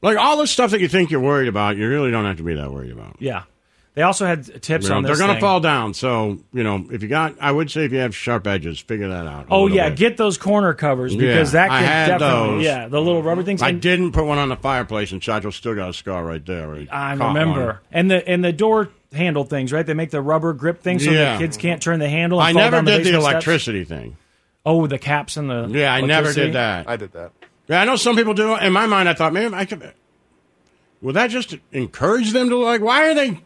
Speaker 3: like all the stuff that you think you're worried about, you really don't have to be that worried about.
Speaker 4: Yeah. They also had tips
Speaker 3: You know,
Speaker 4: on
Speaker 3: they're
Speaker 4: this.
Speaker 3: gonna
Speaker 4: thing.
Speaker 3: fall down, so you know if you got, I would say if you have sharp edges, figure that out. a
Speaker 4: Oh
Speaker 3: little
Speaker 4: yeah,
Speaker 3: bit.
Speaker 4: get those corner covers because
Speaker 3: Yeah,
Speaker 4: that
Speaker 3: I
Speaker 4: could
Speaker 3: had
Speaker 4: definitely
Speaker 3: those.
Speaker 4: yeah the little rubber things.
Speaker 3: I
Speaker 4: and
Speaker 3: didn't put one on the fireplace, and Chacho still got a scar right there. where he
Speaker 4: I
Speaker 3: caught
Speaker 4: remember
Speaker 3: one.
Speaker 4: and the and the door handle things right. They make the rubber grip thing so
Speaker 3: Yeah.
Speaker 4: the kids can't turn the handle. And
Speaker 3: I
Speaker 4: fall
Speaker 3: never
Speaker 4: down the
Speaker 3: did the
Speaker 4: basement steps.
Speaker 3: electricity thing.
Speaker 4: Oh, the caps and the
Speaker 3: Yeah, I never
Speaker 4: electricity?
Speaker 3: did that.
Speaker 7: I did that.
Speaker 3: Yeah, I know some people do. In my mind, I thought, man, I could. Will that just encourage them to like? Why are they?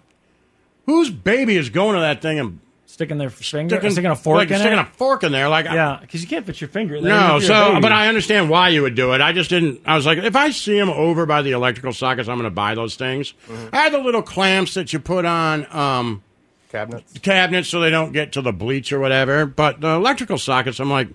Speaker 3: Whose baby is going to that thing and
Speaker 4: Sticking their finger,
Speaker 3: sticking,
Speaker 4: sticking, a fork
Speaker 3: like,
Speaker 4: in
Speaker 3: sticking
Speaker 4: it.
Speaker 3: a fork in there? Like,
Speaker 4: yeah, because you can't put your finger. in there even
Speaker 3: no.
Speaker 4: if you're a
Speaker 3: So,
Speaker 4: baby.
Speaker 3: but I understand why you would do it. I just didn't. I was like, if I see them over by the electrical sockets, I'm going to buy those things. I had the little clamps that you put on. um
Speaker 7: Cabinets.
Speaker 3: cabinets so they don't get to the bleach or whatever. But the electrical sockets, I'm like,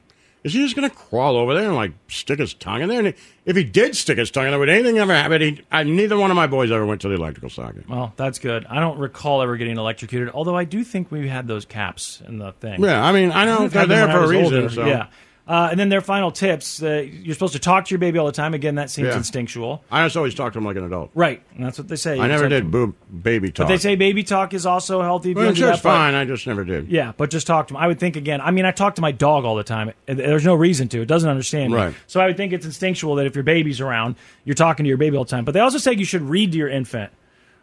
Speaker 3: is he just going to crawl over there and like stick his tongue in there? And if he did stick his tongue in there, would anything ever happen? He, I, neither one of my boys ever went to the electrical socket.
Speaker 4: Well, that's good. I don't recall ever getting electrocuted, although I do think we had those caps in the thing.
Speaker 3: Yeah, I mean, I know
Speaker 4: We've
Speaker 3: they're
Speaker 4: had them
Speaker 3: there
Speaker 4: when I
Speaker 3: for a
Speaker 4: was
Speaker 3: reason, so-
Speaker 4: Yeah. Uh, and then their final tips uh, you're supposed to talk to your baby all the time. Again, that seems
Speaker 3: Yeah.
Speaker 4: instinctual.
Speaker 3: I just always talked to him like an adult.
Speaker 4: Right. And that's what they say.
Speaker 3: I never
Speaker 4: It's like-
Speaker 3: did boob, baby
Speaker 4: But
Speaker 3: talk.
Speaker 4: they say baby talk is also healthy. if you
Speaker 3: Well,
Speaker 4: don't do
Speaker 3: sure,
Speaker 4: that
Speaker 3: it's
Speaker 4: part.
Speaker 3: fine. I just never did.
Speaker 4: Yeah, but just talk to him. I would think again. I mean, I talk to my dog all the time. and There's no reason to. It doesn't understand. me.
Speaker 3: Right.
Speaker 4: So I would think it's instinctual that if your baby's around, you're talking to your baby all the time. But they also say you should read to your infant.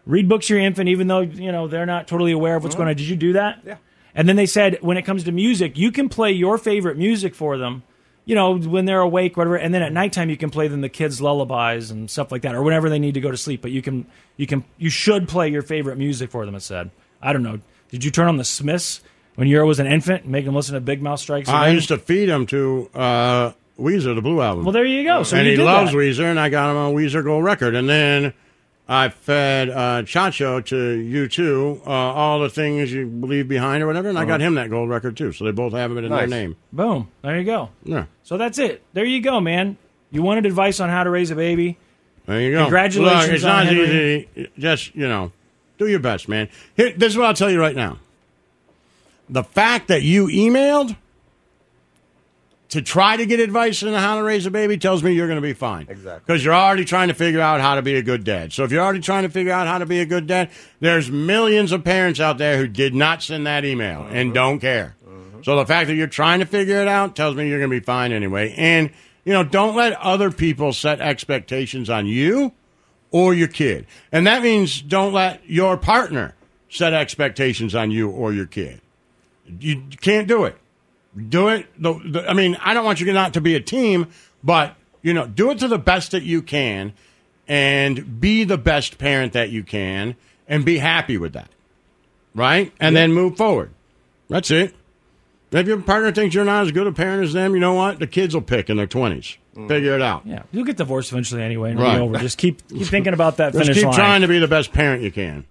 Speaker 4: Read books to your infant, even though you know they're not totally aware of what's going on. Did you do that? Yeah. And then they said when it comes to music, you can play your favorite music for them. You know, when they're awake, whatever. And then at nighttime, you can play them the kids' lullabies and stuff like that, or whenever they need to go to sleep. But you can, you can, you should play your favorite music for them. It said, I don't know. Did you turn on the Smiths when Euro was an infant and make them listen to Big Mouth Strikes?
Speaker 3: I
Speaker 4: Again?
Speaker 3: used to feed him to uh, Weezer, the Blue Album.
Speaker 4: Well, there you go. Oh, So
Speaker 3: and
Speaker 4: you
Speaker 3: he
Speaker 4: did
Speaker 3: loves
Speaker 4: that.
Speaker 3: Weezer, and I got him on Weezer Gold Record. And then I fed uh, Chacho to you 2 uh, all the things you leave behind or whatever, and I
Speaker 4: Uh-huh.
Speaker 3: got him that gold record too. So they both have it in their
Speaker 4: Nice.
Speaker 3: name.
Speaker 4: Boom. There you go.
Speaker 3: Yeah.
Speaker 4: So that's it. There you go, man. You wanted advice on how to raise a baby.
Speaker 3: There you go.
Speaker 4: Congratulations
Speaker 3: Look, it's
Speaker 4: on
Speaker 3: not
Speaker 4: Henry.
Speaker 3: easy. Just, you know, do your best, man. Here, this is what I'll tell you right now. The fact that you emailed to try to get advice on how to raise a baby tells me you're going to be fine. Exactly. Because you're already trying to figure out how to be a good dad. So if you're already trying to figure out how to be a good dad, there's millions of parents out there who did not send that email and don't care. So the fact that you're trying to figure it out tells me you're going to be fine anyway. And, you know, don't let other people set expectations on you or your kid. And that means don't let your partner set expectations on you or your kid. You can't do it. Do it. The, the, I mean, I don't want you not to be a team, but you know, do it to the best that you can, and be the best parent that you can, and be happy with that, right? And then move forward. That's it. If your partner thinks you're not as good a parent as them, you know what? The kids will pick in their twenties.
Speaker 4: Mm.
Speaker 3: Figure it out.
Speaker 4: Yeah. You'll get divorced eventually anyway, and it'll
Speaker 3: Right.
Speaker 4: be over. Just keep keep thinking about that finish
Speaker 3: Just keep
Speaker 4: line.
Speaker 3: trying to be the best parent you can.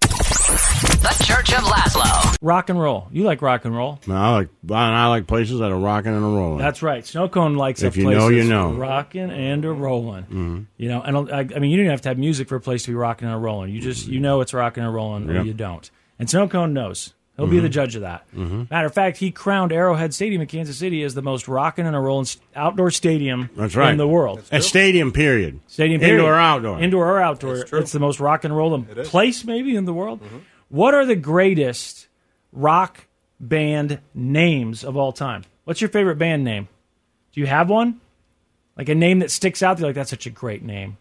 Speaker 8: The Church of Laszlo.
Speaker 4: rock and roll. You like rock and roll.
Speaker 3: No, I like I like places that are rocking and a rolling.
Speaker 4: That's right. Snow Cone likes
Speaker 3: If
Speaker 4: a
Speaker 3: you
Speaker 4: place
Speaker 3: know, you
Speaker 4: that's
Speaker 3: know.
Speaker 4: Rocking and a rolling.
Speaker 3: Mhm.
Speaker 4: You know, and I, I mean, you don't have to have music for a place to be rocking and a rolling. You just you know it's rocking and rolling, or
Speaker 3: Yep.
Speaker 4: you don't. And Snow Cone knows. He'll be
Speaker 3: Mhm.
Speaker 4: the judge of that.
Speaker 3: Mhm.
Speaker 4: Matter of fact, he crowned Arrowhead Stadium in Kansas City as the most rocking and a rolling st- outdoor stadium
Speaker 3: That's right.
Speaker 4: in the world.
Speaker 3: A stadium period.
Speaker 4: Stadium
Speaker 3: indoor
Speaker 4: period.
Speaker 3: or outdoor.
Speaker 4: Indoor or outdoor. It's the most rock and roll place maybe in the world.
Speaker 3: Mm-hmm.
Speaker 4: What are the greatest rock band names of all time? What's your favorite band name? Do you have one? Like a name that sticks out there like that's such a great name.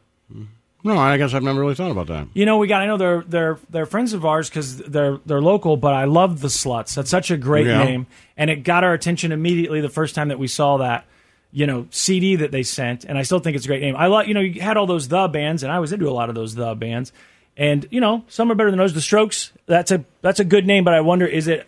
Speaker 3: No, I guess I've never really thought about that.
Speaker 4: You know, we got. I know they're they're they're friends of ours because they're they're local. But I love the sluts. That's such a great
Speaker 3: Yeah.
Speaker 4: name, and it got our attention immediately the first time that we saw that. You know, CD that they sent, and I still think it's a great name. I love. You know, you had all those the bands, and I was into a lot of those the bands, and you know, some are better than others. The Strokes. That's a that's a good name, but I wonder is it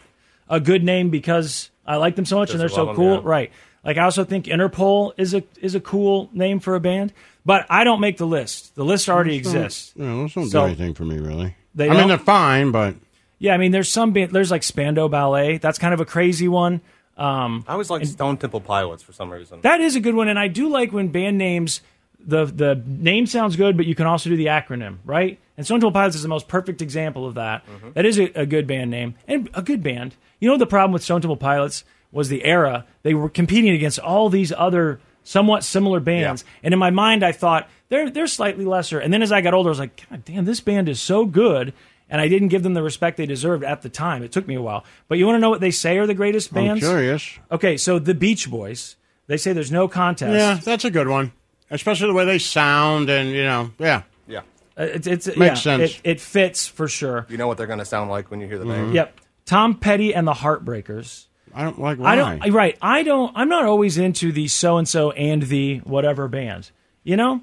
Speaker 4: a good name because I like them so much and they're
Speaker 10: Because you
Speaker 4: so
Speaker 10: love them,
Speaker 4: cool,
Speaker 10: yeah.
Speaker 4: right? Like I also think Interpol is a is a cool name for a band, but I don't make the list. The list already
Speaker 3: Those don't-
Speaker 4: exists.
Speaker 3: Yeah, those don't
Speaker 4: So-
Speaker 3: do anything for me really.
Speaker 4: They
Speaker 3: I mean,
Speaker 4: don't?
Speaker 3: they're fine, but
Speaker 4: Yeah, I mean, there's some band, there's like Spando Ballet. That's kind of a crazy one. Um,
Speaker 7: I always like Stone Temple Pilots for some reason.
Speaker 4: that is a good one, and I do like when band names the the name sounds good, but you can also do the acronym, right? And Stone Temple Pilots is the most perfect example of that.
Speaker 3: Mm-hmm.
Speaker 4: That is a, a good band name and a good band. You know, the problem with Stone Temple Pilots was the era they were competing against all these other somewhat similar bands, and in my mind, I thought they're they're slightly lesser. And then as I got older, I was like, God damn, this band is so good. And I didn't give them the respect they deserved at the time. It took me a while. But you want to know what they say are the greatest
Speaker 3: I'm
Speaker 4: bands?
Speaker 3: curious.
Speaker 4: Okay, so the Beach Boys, they say there's no contest.
Speaker 3: Yeah, that's a good one, especially the way they sound and you know, yeah,
Speaker 7: yeah,
Speaker 4: Uh, It's, it's,
Speaker 3: Makes
Speaker 4: yeah,
Speaker 3: sense.
Speaker 4: It, it fits for sure.
Speaker 7: You know what they're going to sound like when you hear the
Speaker 3: Mm-hmm.
Speaker 7: name.
Speaker 4: Yep. Tom Petty and the Heartbreakers.
Speaker 3: I don't like.
Speaker 4: I don't right. I don't. I'm not always into the so and so and the whatever band. You know,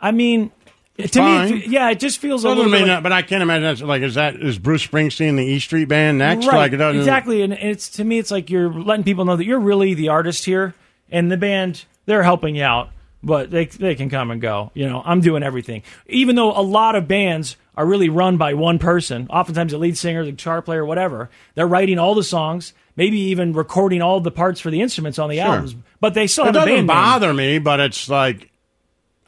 Speaker 4: I mean, to
Speaker 3: fine.
Speaker 4: me, it- yeah, it just feels a
Speaker 3: Doesn't
Speaker 4: little bit.
Speaker 3: mean
Speaker 4: like-
Speaker 3: that, but I can't imagine that's like is that is Bruce Springsteen the E Street Band next?
Speaker 4: Right,
Speaker 3: Like it doesn't
Speaker 4: exactly, and it's to me, it's like you're letting people know that you're really the artist here, and the band they're helping you out, but they they can come and go. You know, I'm doing everything, even though a lot of bands are really run by one person. Oftentimes, the lead singer, the guitar player, whatever. They're writing all the songs, maybe even recording all the parts for the instruments on the
Speaker 3: Sure.
Speaker 4: albums, but they still
Speaker 3: It
Speaker 4: have a
Speaker 3: doesn't
Speaker 4: band. name.
Speaker 3: bother me, but it's like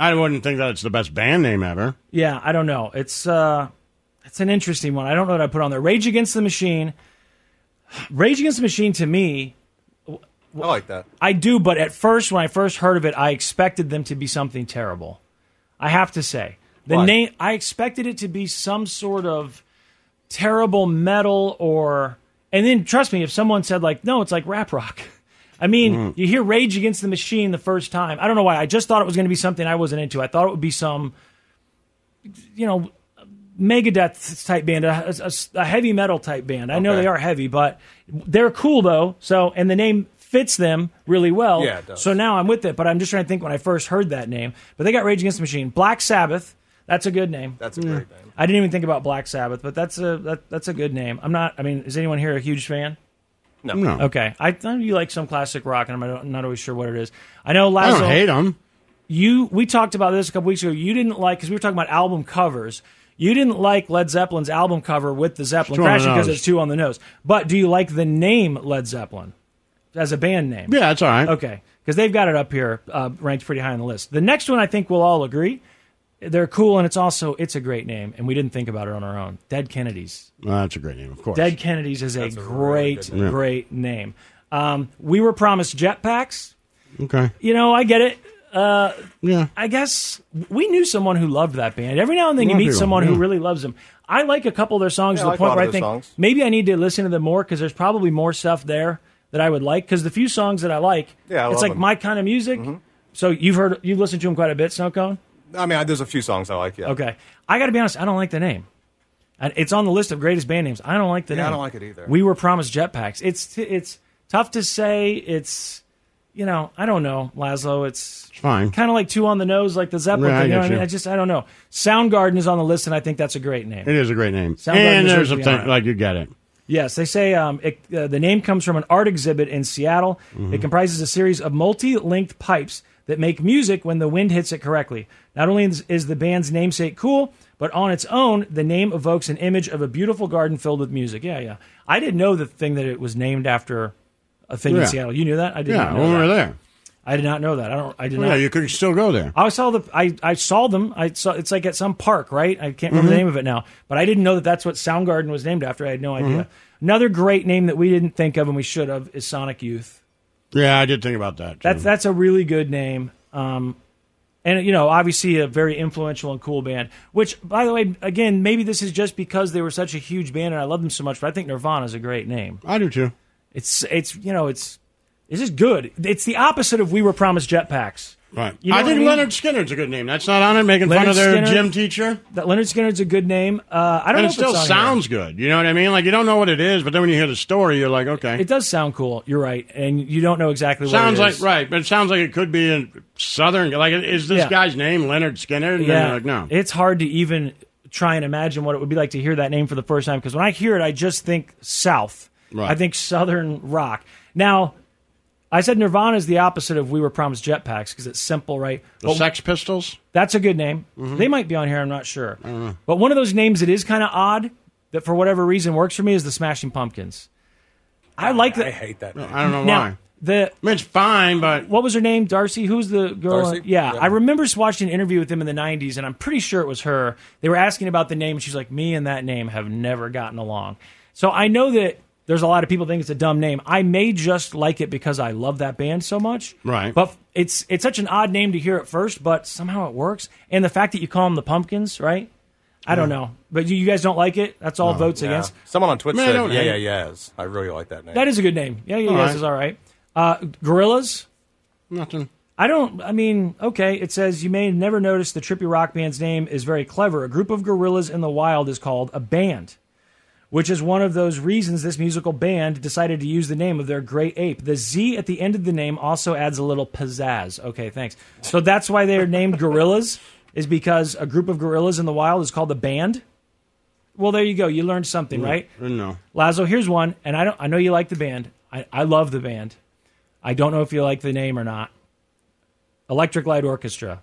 Speaker 3: I wouldn't think that it's the best band name ever.
Speaker 4: Yeah, I don't know. It's uh it's an interesting one. I don't know what I put on there. Rage Against the Machine. Rage Against the Machine to me Mm-hmm.
Speaker 7: I like that.
Speaker 4: I do, but at first when I first heard of it, I expected them to be something terrible. I have to say. The
Speaker 7: Why?
Speaker 4: name I expected it to be some sort of terrible metal or and then trust me, if someone said like, no, it's like rap rock. I mean, you hear Rage Against the Machine the first time. I don't know why. I just thought it was going to be something I wasn't into. I thought it would be some you know, Megadeth type band, a, a- a heavy metal type band. I know
Speaker 7: Okay.
Speaker 4: they are heavy, but they're cool though. So, and the name fits them really well.
Speaker 7: Yeah, it does.
Speaker 4: So now I'm with it, but I'm just trying to think when I first heard that name. But they got Rage Against the Machine, Black Sabbath. That's a good name.
Speaker 7: That's a great name.
Speaker 4: I didn't even think about Black Sabbath, but that's a that, that's a good name. I'm not. I mean, is anyone here a huge fan?
Speaker 7: No.
Speaker 3: No.
Speaker 4: Okay. I know you like some classic rock, and I'm not- not always sure what it is. I know.
Speaker 3: I
Speaker 4: Lazo,
Speaker 3: don't hate them.
Speaker 4: you we talked about this a couple weeks ago. You didn't like because we were talking about album covers. You didn't like Led Zeppelin's album cover with the Zeppelin
Speaker 3: It's too on the
Speaker 4: crashing because
Speaker 3: nose.
Speaker 4: it's too on the nose. But do you like the name Led Zeppelin as a band name?
Speaker 3: Yeah, it's all right.
Speaker 4: Okay, because they've got it up here, uh, ranked pretty high on the list. The next one, I think we'll all agree, they're cool, and it's also it's a great name, and we didn't think about it on our own. Dead Kennedys.
Speaker 3: Well, that's a great name, of course.
Speaker 4: Dead Kennedys is a, great,
Speaker 3: name. Yeah.
Speaker 4: great name. Um, we were promised jetpacks.
Speaker 3: Okay.
Speaker 4: You know, I get it. Uh,
Speaker 3: yeah.
Speaker 4: I guess we knew someone who loved that band. Every now and
Speaker 3: A
Speaker 4: then
Speaker 3: lot
Speaker 4: you
Speaker 3: of
Speaker 4: meet
Speaker 3: people,
Speaker 4: someone
Speaker 3: yeah.
Speaker 4: who really loves them. I like a couple of their songs
Speaker 7: Yeah,
Speaker 4: to the
Speaker 7: I like a
Speaker 4: point
Speaker 7: lot
Speaker 4: where
Speaker 7: of
Speaker 4: I
Speaker 7: their
Speaker 4: think
Speaker 7: songs.
Speaker 4: maybe I need to listen to them more because there's probably more stuff there that I would like. Because the few songs that I like,
Speaker 7: Yeah, I
Speaker 4: it's like
Speaker 7: love them. Mm-hmm.
Speaker 4: my kind of music. So you've heard, you've listened to them quite a bit, Snow Cone?
Speaker 7: I mean, I, there's a few songs I like. Yeah.
Speaker 4: Okay. I got to be honest, I don't like the name. I- It's on the list of greatest band names. I don't like the
Speaker 7: Yeah, I
Speaker 4: name.
Speaker 7: don't like it either.
Speaker 4: We were promised jetpacks. It's t- it's tough to say. It's you know I don't know, Laszlo. It's it's
Speaker 3: fine.
Speaker 4: Kind of like two on the nose, like the Zeppelin.
Speaker 3: Yeah, I
Speaker 4: thing, you know
Speaker 3: get
Speaker 4: what I mean?
Speaker 3: you.
Speaker 4: I just I don't know. Soundgarden is on the list, and I think that's a great name.
Speaker 3: It is a great name.
Speaker 4: Sounds like
Speaker 3: and
Speaker 4: it
Speaker 3: there's
Speaker 4: deserves to
Speaker 3: a
Speaker 4: be
Speaker 3: thing,
Speaker 4: on it.
Speaker 3: like you get it.
Speaker 4: Yes, they say um, it, uh, the name comes from an art exhibit in Seattle.
Speaker 3: Mm-hmm.
Speaker 4: It comprises a series of multi linked pipes that make music when the wind hits it correctly. Not only is, is the band's namesake cool, but on its own, the name evokes an image of a beautiful garden filled with music. Yeah, yeah. I didn't know the thing that it was named after a thing
Speaker 3: Yeah.
Speaker 4: in Seattle. You knew that? I did
Speaker 3: Yeah,
Speaker 4: not know
Speaker 3: when we
Speaker 4: that.
Speaker 3: were there.
Speaker 4: I did not know that. I don't. I did
Speaker 3: Well, yeah,
Speaker 4: not.
Speaker 3: you could still go there.
Speaker 4: I saw the I, I saw them. I saw it's like at some park, right? I can't remember the
Speaker 3: Mhm.
Speaker 4: name of it now, but I didn't know that that's what Soundgarden was named after. I
Speaker 3: Mm-hmm.
Speaker 4: had no idea. Another great name that we didn't think of and we should have is Sonic Youth.
Speaker 3: Yeah, I did think about that. too.
Speaker 4: That's that's a really good name. Um, and you know, obviously a very influential and cool band. Which, by the way, again, maybe this is just because they were such a huge band and I love them so much. But I think Nirvana is a great name.
Speaker 3: I do too.
Speaker 4: It's it's you know it's it's just good. It's the opposite of We Were Promised Jetpacks.
Speaker 3: Right.
Speaker 4: You know
Speaker 3: I
Speaker 4: what
Speaker 3: think
Speaker 4: I mean?
Speaker 3: Leonard Skinner's a good name. That's not on it. Making fun of their gym teacher.
Speaker 4: That Leonard Skinner's a good name. Uh, I
Speaker 3: and
Speaker 4: don't know.
Speaker 3: it
Speaker 4: if
Speaker 3: still
Speaker 4: it's on here.
Speaker 3: sounds good. You know what I mean? Like you don't know what it is, but then when you hear the story, you're like, okay,
Speaker 4: It does sound cool. You're right, and you don't know exactly. what
Speaker 3: sounds
Speaker 4: it
Speaker 3: like
Speaker 4: is.
Speaker 3: right, but it sounds like it could be in southern. Like, is this
Speaker 4: Yeah.
Speaker 3: guy's name Leonard Skinner? And then
Speaker 4: Yeah,
Speaker 3: you're like, no.
Speaker 4: It's hard to even try and imagine what it would be like to hear that name for the first time because when I hear it, I just think South.
Speaker 3: Right.
Speaker 4: I think Southern rock. Now, I said Nirvana is the opposite of We Were Promised Jetpacks because it's simple, right?
Speaker 3: The Mm-hmm. Sex Pistols.
Speaker 4: That's a good name. They might be on here. I'm not sure. But one of those names that is kind of odd that for whatever reason works for me is the Smashing Pumpkins. I like that. I
Speaker 7: hate that.
Speaker 3: Ah, I don't know
Speaker 4: Now,
Speaker 3: why.
Speaker 4: The
Speaker 3: it's fine, but
Speaker 4: what was her name? Darcy. Who's the girl?
Speaker 3: Darcy?
Speaker 4: Yeah,
Speaker 3: Yeah.
Speaker 4: I remember watching an interview with him in the '90s, and I'm pretty sure it was her. They were asking about the name, and she's like, "Me and that name have never gotten along." So I know that there's a lot of people think it's a dumb name. I may just like it because I love that band so much.
Speaker 3: Right.
Speaker 4: But it's it's such an odd name to hear at first, but somehow it works. And the fact that you call them the Pumpkins, right? I don't
Speaker 7: Yeah.
Speaker 4: know, but you, you guys don't like it. That's all votes
Speaker 7: Yeah.
Speaker 4: against.
Speaker 7: Someone on Twitch
Speaker 4: Oh, Man, I
Speaker 7: said,
Speaker 4: don't
Speaker 7: "Yeah,
Speaker 4: hate it.
Speaker 7: yeah, yes." I really like that name.
Speaker 4: That is a good name. Yeah, yeah,
Speaker 7: All
Speaker 4: yes
Speaker 7: right.
Speaker 4: is all right. Uh, gorillas.
Speaker 3: Nothing.
Speaker 4: I don't. I mean, okay. It says you may never notice the trippy rock band's name is very clever. A group of gorillas in the wild is called a band, which is one of those reasons this musical band decided to use the name of their great ape. The Z at the end of the name also adds a little pizzazz. Okay, thanks. So that's why they're named gorillas, is because a group of gorillas in the wild is called a band. Well, there you go. You learned something, right?
Speaker 3: No.
Speaker 4: Lazo, here's one, and I don't. I know you like the band. I, I love the band. I don't know if you like the name or not. Electric Light Orchestra,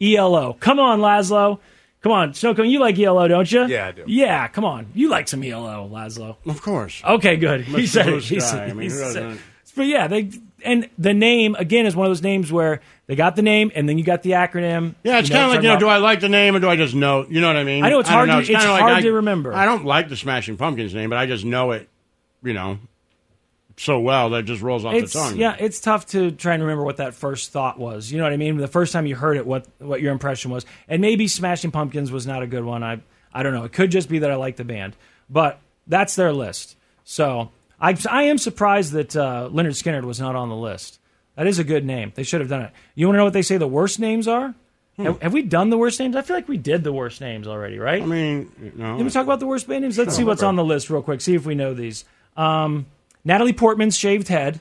Speaker 4: ELO. Come on, Laszlo. Come on, Snowcone. You like ELO, don't you?
Speaker 3: Yeah, I do.
Speaker 4: Yeah, come on. You like some E ELO, Laszlo.
Speaker 3: Of course.
Speaker 4: Okay, good.
Speaker 3: Mr.
Speaker 4: He said.
Speaker 3: Blue
Speaker 4: it. He
Speaker 3: Sky.
Speaker 4: said.
Speaker 3: I mean,
Speaker 4: he
Speaker 3: who
Speaker 4: said-
Speaker 3: doesn't?
Speaker 4: But yeah, they and the name again is one of those names where they got the name and then you got the acronym.
Speaker 3: Yeah, it's kind of like
Speaker 4: You know what I'm
Speaker 3: you know,
Speaker 4: talking
Speaker 3: do I like the name or do I just know? You know what I mean?
Speaker 4: I know it's
Speaker 3: don't
Speaker 4: hard to- it's
Speaker 3: kinda
Speaker 4: hard
Speaker 3: I-
Speaker 4: to remember.
Speaker 3: I don't like the Smashing Pumpkins name, but I just know it. You know, so well that it just rolls off
Speaker 4: it's,
Speaker 3: the tongue.
Speaker 4: Yeah, it's tough to try and remember what that first thought was. You know what I mean? The first time you heard it, what what your impression was, and maybe Smashing Pumpkins was not a good one. I I don't know. It could just be that I like the band, but that's their list. So I I am surprised that uh, Leonard Skinner was not on the list. That is a good name. They should have done it. You want to know what they say the worst names are?
Speaker 3: Hmm.
Speaker 4: Have, have we done the worst names? I feel like we did the worst names already, right? I
Speaker 3: mean, no.
Speaker 4: Can we talk about the worst band names? Let's
Speaker 3: Sure.
Speaker 4: see what's on the list real quick. See if we know these. Um, Natalie Portman's shaved head.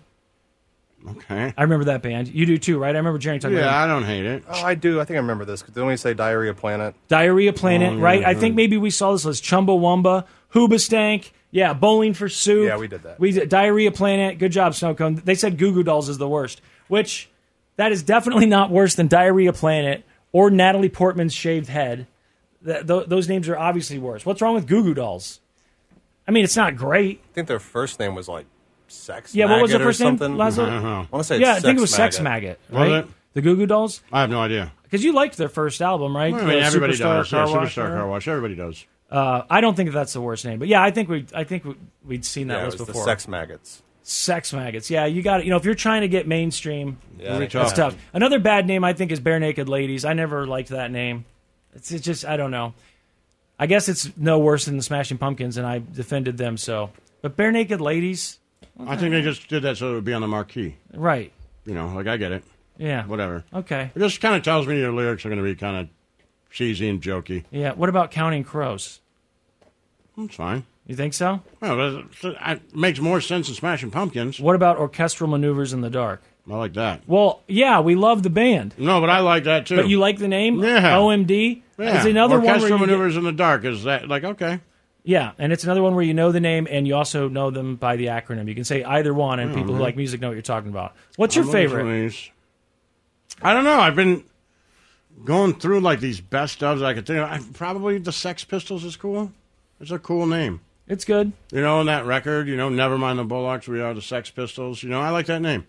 Speaker 3: Okay.
Speaker 4: I remember that band. You do too, right? I remember Jerry talking about
Speaker 3: Yeah,
Speaker 4: it.
Speaker 3: I don't hate it.
Speaker 7: Oh, I do. I think I remember this. Didn't we say Diarrhea Planet?
Speaker 4: Diarrhea Planet,
Speaker 7: Oh, yeah,
Speaker 4: right? I
Speaker 7: yeah.
Speaker 4: think maybe we saw this list. Chumbawamba, Hoobastank, yeah, Bowling for Soup.
Speaker 7: Yeah, we did that.
Speaker 4: We did Diarrhea Planet. Good job, Snowcone. They said Goo Goo Dolls is the worst, which that is definitely not worse than Diarrhea Planet or Natalie Portman's shaved head. Th- th- those names are obviously worse. What's wrong with Goo Goo Dolls? I mean, it's not great.
Speaker 7: I think their first name was like Sex.
Speaker 4: Yeah, what was
Speaker 7: Maggot
Speaker 4: their first
Speaker 7: or
Speaker 4: name,
Speaker 7: something?
Speaker 4: Lazo?
Speaker 7: I don't know. want to say
Speaker 4: Yeah,
Speaker 7: Sex
Speaker 4: I think it was
Speaker 7: Maggot.
Speaker 4: Sex Maggot,
Speaker 3: Was
Speaker 4: right?
Speaker 3: it?
Speaker 4: The Goo Goo Dolls.
Speaker 3: I have no idea.
Speaker 4: Because you liked their first album, right?
Speaker 3: I mean,
Speaker 4: The
Speaker 3: everybody
Speaker 4: Superstar
Speaker 3: does.
Speaker 4: Car
Speaker 3: yeah,
Speaker 4: Wash,
Speaker 3: superstar
Speaker 4: whatever.
Speaker 3: car wash. Everybody does.
Speaker 4: Uh, I don't think that's the worst name, but yeah, I think we, I think we, we'd seen that
Speaker 7: Yeah, it
Speaker 4: list
Speaker 7: was the
Speaker 4: before.
Speaker 7: Sex Maggots.
Speaker 4: Sex maggots. Yeah, you got it. You know, if you're trying to get mainstream,
Speaker 7: Yeah,
Speaker 4: it's
Speaker 7: that's
Speaker 4: tough.
Speaker 7: tough.
Speaker 4: Another bad name I think is Bare Naked Ladies. I never liked that name. It's, it's just I don't know. I guess it's no worse than the Smashing Pumpkins, and I defended them so. But Bare Naked Ladies,
Speaker 3: I think they just did that so it would be on the marquee.
Speaker 4: right?
Speaker 3: You know, like I get it.
Speaker 4: Yeah.
Speaker 3: Whatever.
Speaker 4: Okay.
Speaker 3: It just kind of tells me your lyrics are going to be kind of cheesy and jokey.
Speaker 4: Yeah. What about Counting Crows?
Speaker 3: It's fine.
Speaker 4: You think so?
Speaker 3: Well, it- it uh, makes more sense than Smashing Pumpkins.
Speaker 4: What about Orchestral Maneuvers in the Dark?
Speaker 3: I like that.
Speaker 4: Well, yeah, we love the band.
Speaker 3: No, but I like that too.
Speaker 4: But you like the name?
Speaker 3: Yeah.
Speaker 4: OMD?
Speaker 3: Yeah.
Speaker 4: It's another one where
Speaker 3: Orchestral
Speaker 4: you get-
Speaker 3: maneuvers in the dark is that like okay?
Speaker 4: Yeah, and it's another one where you know the name and you also know them by the acronym. You can say either one, and
Speaker 3: Yeah,
Speaker 4: people who
Speaker 3: man.
Speaker 4: like music know what you're talking about. What's
Speaker 3: Mm-hmm. I'm
Speaker 4: your
Speaker 3: looking for
Speaker 4: favorite?
Speaker 3: these. I don't know. I've been going through like these best ofs I could think of. I, probably the Sex Pistols is cool. It's a cool name.
Speaker 4: It's good.
Speaker 3: You know, on that record, you know, never mind the Bullocks, we are the Sex Pistols. You know, I like that name.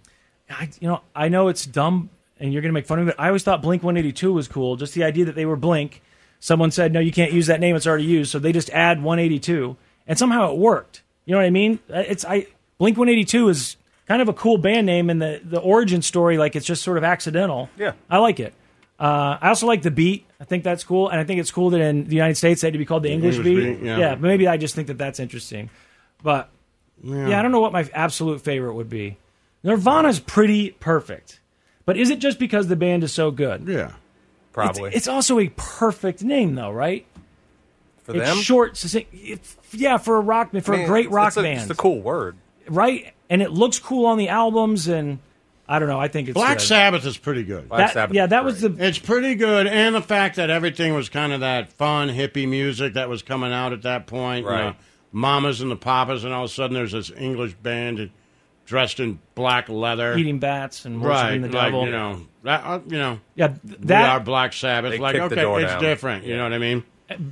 Speaker 4: I, you know, I know it's dumb, and you're going to make fun of it. I always thought Blink 182 was cool. Just the idea that they were Blink. Someone said, "No, you can't use that name; it's already used." So they just add 182, and somehow it worked. You know what I mean? Uh, It's I Blink 182 is kind of a cool band name, and the the origin story, like it's just sort of accidental.
Speaker 7: Yeah.
Speaker 4: I like it. Uh, I also like the beat. I think that's cool, and I think it's cool that in the United States they had to be called the English,
Speaker 3: English
Speaker 4: beat.
Speaker 3: beat, yeah.
Speaker 4: but maybe I just think that that's interesting. But yeah. I don't know what my absolute favorite would be. Nirvana's pretty perfect, But is it just because the band is so good?
Speaker 3: Yeah,
Speaker 7: probably.
Speaker 4: It's, it's also a perfect name, though, right?
Speaker 7: For
Speaker 4: it's
Speaker 7: them?
Speaker 4: short, succinct. It's, yeah, for a rock band, for
Speaker 7: I mean,
Speaker 4: a great
Speaker 7: it's-
Speaker 4: rock
Speaker 7: it's a-
Speaker 4: band,
Speaker 7: It's a cool word.
Speaker 4: right? And it looks cool on the albums, and I don't know. I think it's
Speaker 3: Black
Speaker 4: good.
Speaker 3: Sabbath is pretty good.
Speaker 4: That- yeah, that was the.
Speaker 3: It's pretty good, and the fact that everything was kind of that fun hippie music that was coming out at that point. you
Speaker 7: Right.
Speaker 3: know, mamas and the papas, and all of a sudden there's this English band dressed in black leather,
Speaker 4: Eating bats and
Speaker 3: right,
Speaker 4: worshiping the
Speaker 3: like,
Speaker 4: devil.
Speaker 3: You know, that, uh, you know,
Speaker 4: Yeah, th-
Speaker 3: we
Speaker 4: that-
Speaker 3: are Black Sabbath.
Speaker 4: They
Speaker 3: Like,
Speaker 4: kicked the
Speaker 3: okay,
Speaker 4: door
Speaker 3: it's
Speaker 4: down.
Speaker 3: different. You know what I mean?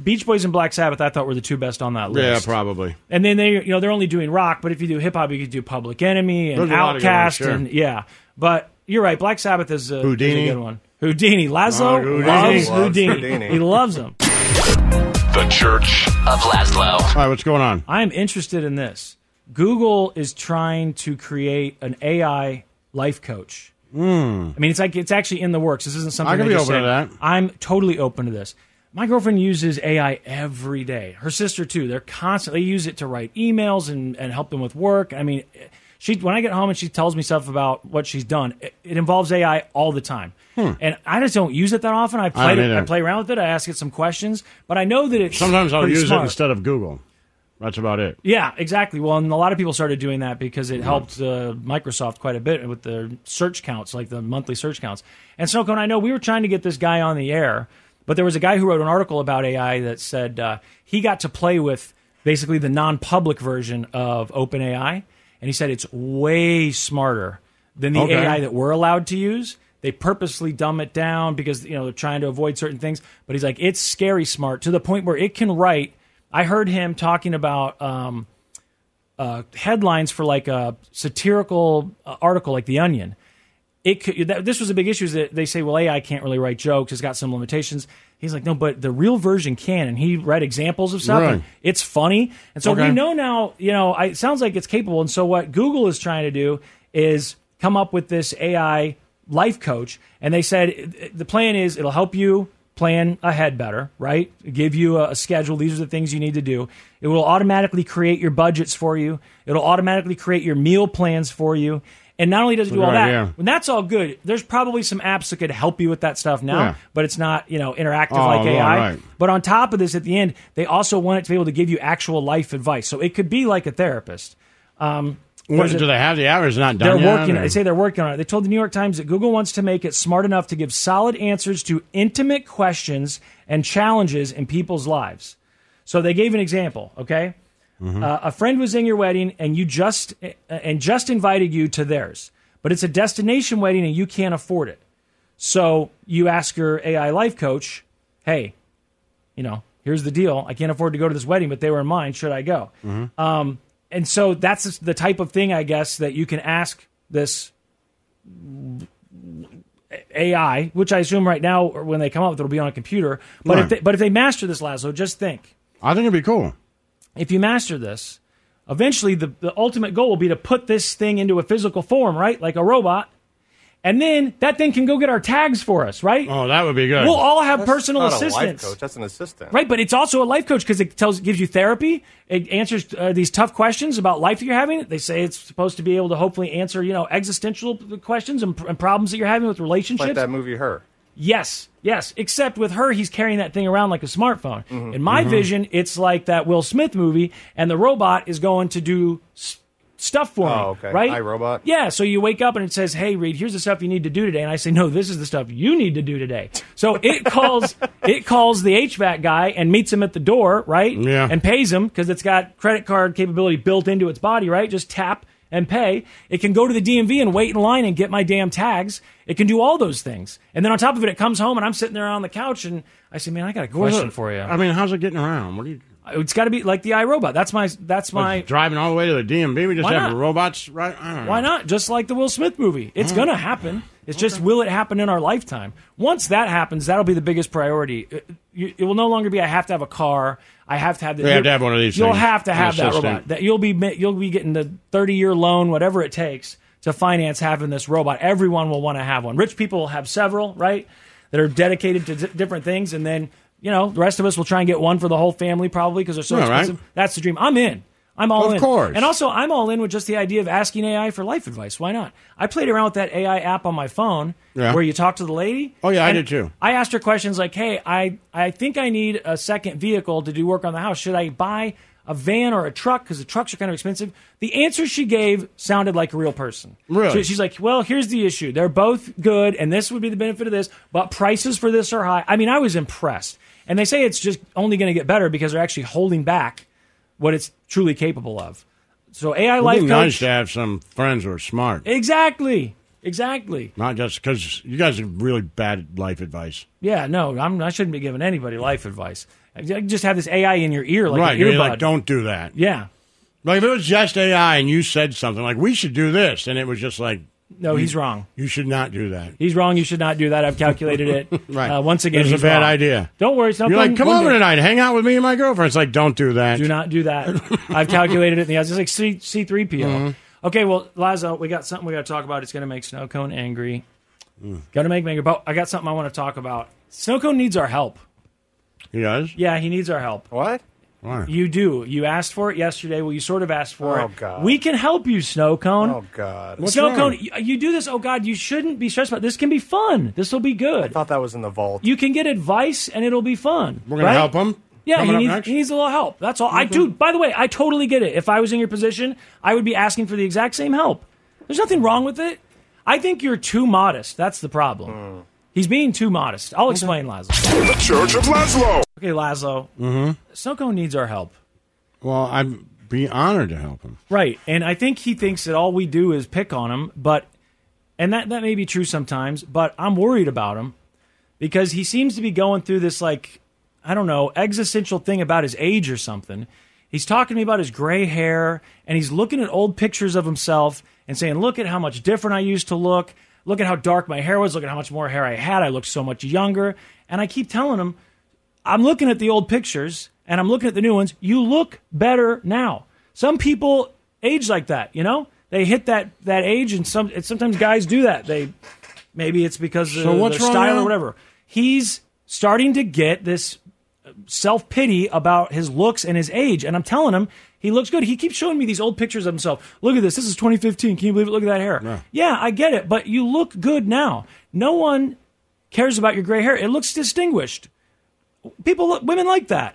Speaker 4: Beach Boys and Black Sabbath, I thought were the two best on that
Speaker 3: Yeah,
Speaker 4: list.
Speaker 3: probably.
Speaker 4: And then they, you know, they're only doing rock. But if you do hip hop, you could do Public Enemy and
Speaker 3: There's a lot of good ones,
Speaker 4: Outcast,
Speaker 3: sure.
Speaker 4: and yeah. But you're right. Black Sabbath is a, is a
Speaker 3: Houdini.
Speaker 4: good one. Houdini, Laszlo
Speaker 3: Oh, Houdini.
Speaker 4: loves
Speaker 3: Loves
Speaker 4: Houdini.
Speaker 3: Houdini.
Speaker 4: He loves him.
Speaker 8: The Church of Laszlo.
Speaker 3: All right, what's going on?
Speaker 4: I am interested in this. Google is trying to create an AI life coach. I mean, it's like it's actually in the works. This isn't something
Speaker 3: Hmm. I can
Speaker 4: they
Speaker 3: be
Speaker 4: just
Speaker 3: open to
Speaker 4: said.
Speaker 3: that.
Speaker 4: I'm totally open to this. My girlfriend uses AI every day. Her sister too. They're constantly they use it to write emails and, and help them with work. I mean, she when I get home and she tells me stuff about what she's done, it, it involves AI all the time. And I just don't use it that often. I play
Speaker 3: Hmm. don't
Speaker 4: it, I
Speaker 3: either.
Speaker 4: play around with it. I ask it some questions, but I know that it's
Speaker 3: Sometimes I'll
Speaker 4: pretty
Speaker 3: use
Speaker 4: smart.
Speaker 3: it instead of Google. That's about it.
Speaker 4: Yeah, exactly. Well, and a lot of people started doing that because it helped uh, Microsoft quite a bit with their search counts, like the monthly search counts. And Snowcone, I know we were trying to get this guy on the air, but there was a guy who wrote an article about AI that said uh, he got to play with basically the non-public version of OpenAI, and he said it's way smarter than the
Speaker 3: Okay.
Speaker 4: AI that we're allowed to use. They purposely dumb it down because you know they're trying to avoid certain things. But he's like, it's scary smart to the point where it can write. I heard him talking about um, uh, headlines for like a satirical uh, article like The Onion. It could, that, this was a big issue. Is that they say, well, AI can't really write jokes; it's got some limitations. He's like, no, but the real version can, and he read examples of stuff.
Speaker 3: Right.
Speaker 4: and It's funny, and so we
Speaker 3: Okay.
Speaker 4: know now. You know, I, it sounds like it's capable. And so what Google is trying to do is come up with this AI life coach, and they said eh, the plan is it'll help you plan ahead better, right? Give you a, a schedule. These are the things you need to do. It will automatically create your budgets for you. It'll automatically create your meal plans for you. And not only does it do all
Speaker 3: Right,
Speaker 4: that,
Speaker 3: yeah.
Speaker 4: when that's all good, there's probably some apps that could help you with that stuff now,
Speaker 3: Yeah.
Speaker 4: but it's not, you know, interactive
Speaker 3: Oh,
Speaker 4: like AI.
Speaker 3: right.
Speaker 4: But on top of this, at the end, they also want it to be able to give you actual life advice. So it could be like a therapist. Um,
Speaker 3: What,
Speaker 4: there's a-
Speaker 3: do they have the hours not
Speaker 4: they're
Speaker 3: done yet,
Speaker 4: working.
Speaker 3: or-
Speaker 4: They say they're working on it. They told the New York Times that Google wants to make it smart enough to give solid answers to intimate questions and challenges in people's lives. So they gave an example. Okay, uh, a friend was in your wedding, and you just uh, and just invited you to theirs, but it's a destination wedding, and you can't afford it. So you ask your AI life coach, "Hey, you know, here's the deal. I can't afford to go to this wedding, but they were in mine. Should I go?" Um, and so that's the type of thing, I guess, that you can ask this AI, which I assume right now, or when they come up with it, will be on a computer. But if
Speaker 3: Right.
Speaker 4: they, but if they master this, Laszlo, just think:
Speaker 3: I think it'd be cool.
Speaker 4: if you master this, eventually the, the ultimate goal will be to put this thing into a physical form, right, like a robot. And then that thing can go get our tags for us, right?
Speaker 3: Oh, that would be good.
Speaker 4: We'll all have
Speaker 7: That's
Speaker 4: personal
Speaker 7: not A life
Speaker 4: assistants.
Speaker 7: coach. That's an assistant.
Speaker 4: Right, but it's also a life coach because it tells, gives you therapy. It answers uh, these tough questions about life that you're having. They say it's supposed to be able to hopefully answer, you know, existential questions and, and problems that you're having with relationships.
Speaker 7: Like that movie, Her.
Speaker 4: Yes, yes. Except with her, he's carrying that thing around like a smartphone. In my
Speaker 7: Mhm.
Speaker 4: vision, it's like that Will Smith movie, and the robot is going to do s- stuff for me.
Speaker 7: Oh, okay.
Speaker 4: Right?
Speaker 7: iRobot?
Speaker 4: Yeah. So you wake up and it says, "Hey, Reed, here's the stuff you need to do today," and I say, "No, this is the stuff you need to do today." So it calls it calls the HVAC guy and meets him at the door, right?
Speaker 3: Yeah.
Speaker 4: And pays him because it's got credit card capability built into its body, right? Just tap. And pay. It can go to the DMV and wait in line and get my damn tags. It can do all those things. And then on top of it, it comes home and I'm sitting there on the couch and I say, "Man, I got a question for you."
Speaker 3: I mean, how's it getting around? What are you?
Speaker 4: it's got to be like the iRobot. That's my. That's my.
Speaker 3: Like, driving all the way to the DMV. We just
Speaker 4: Why
Speaker 3: have
Speaker 4: not?
Speaker 3: robots, right? I don't know.
Speaker 4: Why not? Just like the Will Smith movie. It's
Speaker 3: Mm.
Speaker 4: going to happen. It's just, will it happen in our lifetime? Once that happens, that'll be the biggest priority. It, you- it will no longer be, I have to have a car. I have to have the.
Speaker 3: We have to have one of these
Speaker 4: You'll
Speaker 3: things,
Speaker 4: have to
Speaker 3: an
Speaker 4: have that
Speaker 3: assistant.
Speaker 4: robot. That you'll be ma- you'll be getting the thirty year loan, whatever it takes to finance having this robot. Everyone will want to have one. Rich people will have several, right? That are dedicated to di- different things, and then you know the rest of us will try and get one for the whole family, probably because they're so
Speaker 3: Yeah, right.
Speaker 4: expensive. That's the dream. I'm in. I'm all
Speaker 3: Of
Speaker 4: in.
Speaker 3: course.
Speaker 4: And also, I'm all in with just the idea of asking AI for life advice. Why not? I played around with that AI app on my phone
Speaker 3: Yeah.
Speaker 4: where you talk to the lady.
Speaker 3: Oh, yeah, I
Speaker 4: and
Speaker 3: did too.
Speaker 4: I asked her questions like, "Hey, I I think I need a second vehicle to do work on the house. Should I buy a van or a truck because the trucks are kind of expensive?" The answer she gave sounded like a real person.
Speaker 3: Really?
Speaker 4: So she's like, "Well, here's the issue. They're both good, and this would be the benefit of this, but prices for this are high." I mean, I was impressed. And they say it's just only going to get better because they're actually holding back what it's truly capable of. So AI
Speaker 3: It'd
Speaker 4: life
Speaker 3: be
Speaker 4: coach.
Speaker 3: nice to have some friends who are smart,
Speaker 4: Exactly. Exactly.
Speaker 3: not just because you guys have really bad life advice.
Speaker 4: Yeah, no, I'm, I shouldn't be giving anybody life advice. I I just have this AI in your ear, like
Speaker 3: right?
Speaker 4: an
Speaker 3: You're
Speaker 4: earbud.
Speaker 3: like, don't do that.
Speaker 4: Yeah.
Speaker 3: Like if it was just AI and you said something like, "We should do this," and it was just like,
Speaker 4: No,
Speaker 3: you-
Speaker 4: he's wrong.
Speaker 3: You should not do that."
Speaker 4: He's wrong. You should not do that. I've calculated it.
Speaker 3: Right.
Speaker 4: Uh, once again,
Speaker 3: It was a
Speaker 4: he's
Speaker 3: bad
Speaker 4: wrong.
Speaker 3: idea.
Speaker 4: Don't worry. Something
Speaker 3: You're like, "Come
Speaker 4: one
Speaker 3: over
Speaker 4: day-
Speaker 3: tonight, hang out with me and my girlfriend." It's like, don't do that.
Speaker 4: Do not do that. I've calculated it. In the eyes. It's like C C three PO.
Speaker 3: Mhm.
Speaker 4: Okay, well, Lazo, we got something we got to talk about. It's going to make Snow Cone angry.
Speaker 3: Mm.
Speaker 4: Got to make me angry. But I got something I want to talk about. Snow Cone needs our help.
Speaker 3: He does.
Speaker 4: Yeah, he needs our help.
Speaker 7: What?
Speaker 3: Why?
Speaker 4: You do. You asked for it yesterday. Well, you sort of asked for
Speaker 7: Oh,
Speaker 4: it.
Speaker 7: God.
Speaker 4: We can help you, Snow Cone.
Speaker 7: Oh God!
Speaker 4: Snow Cone, you, you do this. Oh God, you shouldn't be stressed about this. Can be fun. This will be good. I
Speaker 7: thought that was in the vault.
Speaker 4: You can get advice, and it'll be fun.
Speaker 3: We're gonna
Speaker 4: right?
Speaker 3: help him.
Speaker 4: Yeah,
Speaker 3: Coming
Speaker 4: he
Speaker 3: up
Speaker 4: needs,
Speaker 3: next? Mm-hmm.
Speaker 4: he needs a little help. That's all. I do. By the way, I totally get it. If I was in your position, I would be asking for the exact same help. There's nothing wrong with it. I think you're too modest. That's the problem.
Speaker 3: Mm.
Speaker 4: He's being too modest. I'll explain, Laszlo.
Speaker 10: The Church of Laszlo.
Speaker 4: Okay, Laszlo.
Speaker 3: Mm-hmm.
Speaker 4: Snow Cone needs our help.
Speaker 3: Well, I'd be honored to help him.
Speaker 4: Right. And I think he thinks that all we do is pick on him, but and that that may be true sometimes, but I'm worried about him because he seems to be going through this like I don't know, existential thing about his age or something. He's talking to me about his gray hair and he's looking at old pictures of himself and saying, "Look at how much different I used to look. Look at how dark my hair was. Look at how much more hair I had. I looked so much younger." And I keep telling him, I'm looking at the old pictures and I'm looking at the new ones. You look better now. Some people age like that, you know? They hit that that age and some and sometimes guys do that. They maybe it's because
Speaker 3: So
Speaker 4: of
Speaker 3: what's
Speaker 4: their
Speaker 3: wrong
Speaker 4: style
Speaker 3: now?
Speaker 4: or whatever. He's starting to get this self pity about his looks and his age. And I'm telling him he looks good. He keeps showing me these old pictures of himself. Look at this. This is 2015. Can you believe it? Look at that hair. Yeah, I get it. But you look good now. No one cares about your gray hair. It looks distinguished. People, look, women like that.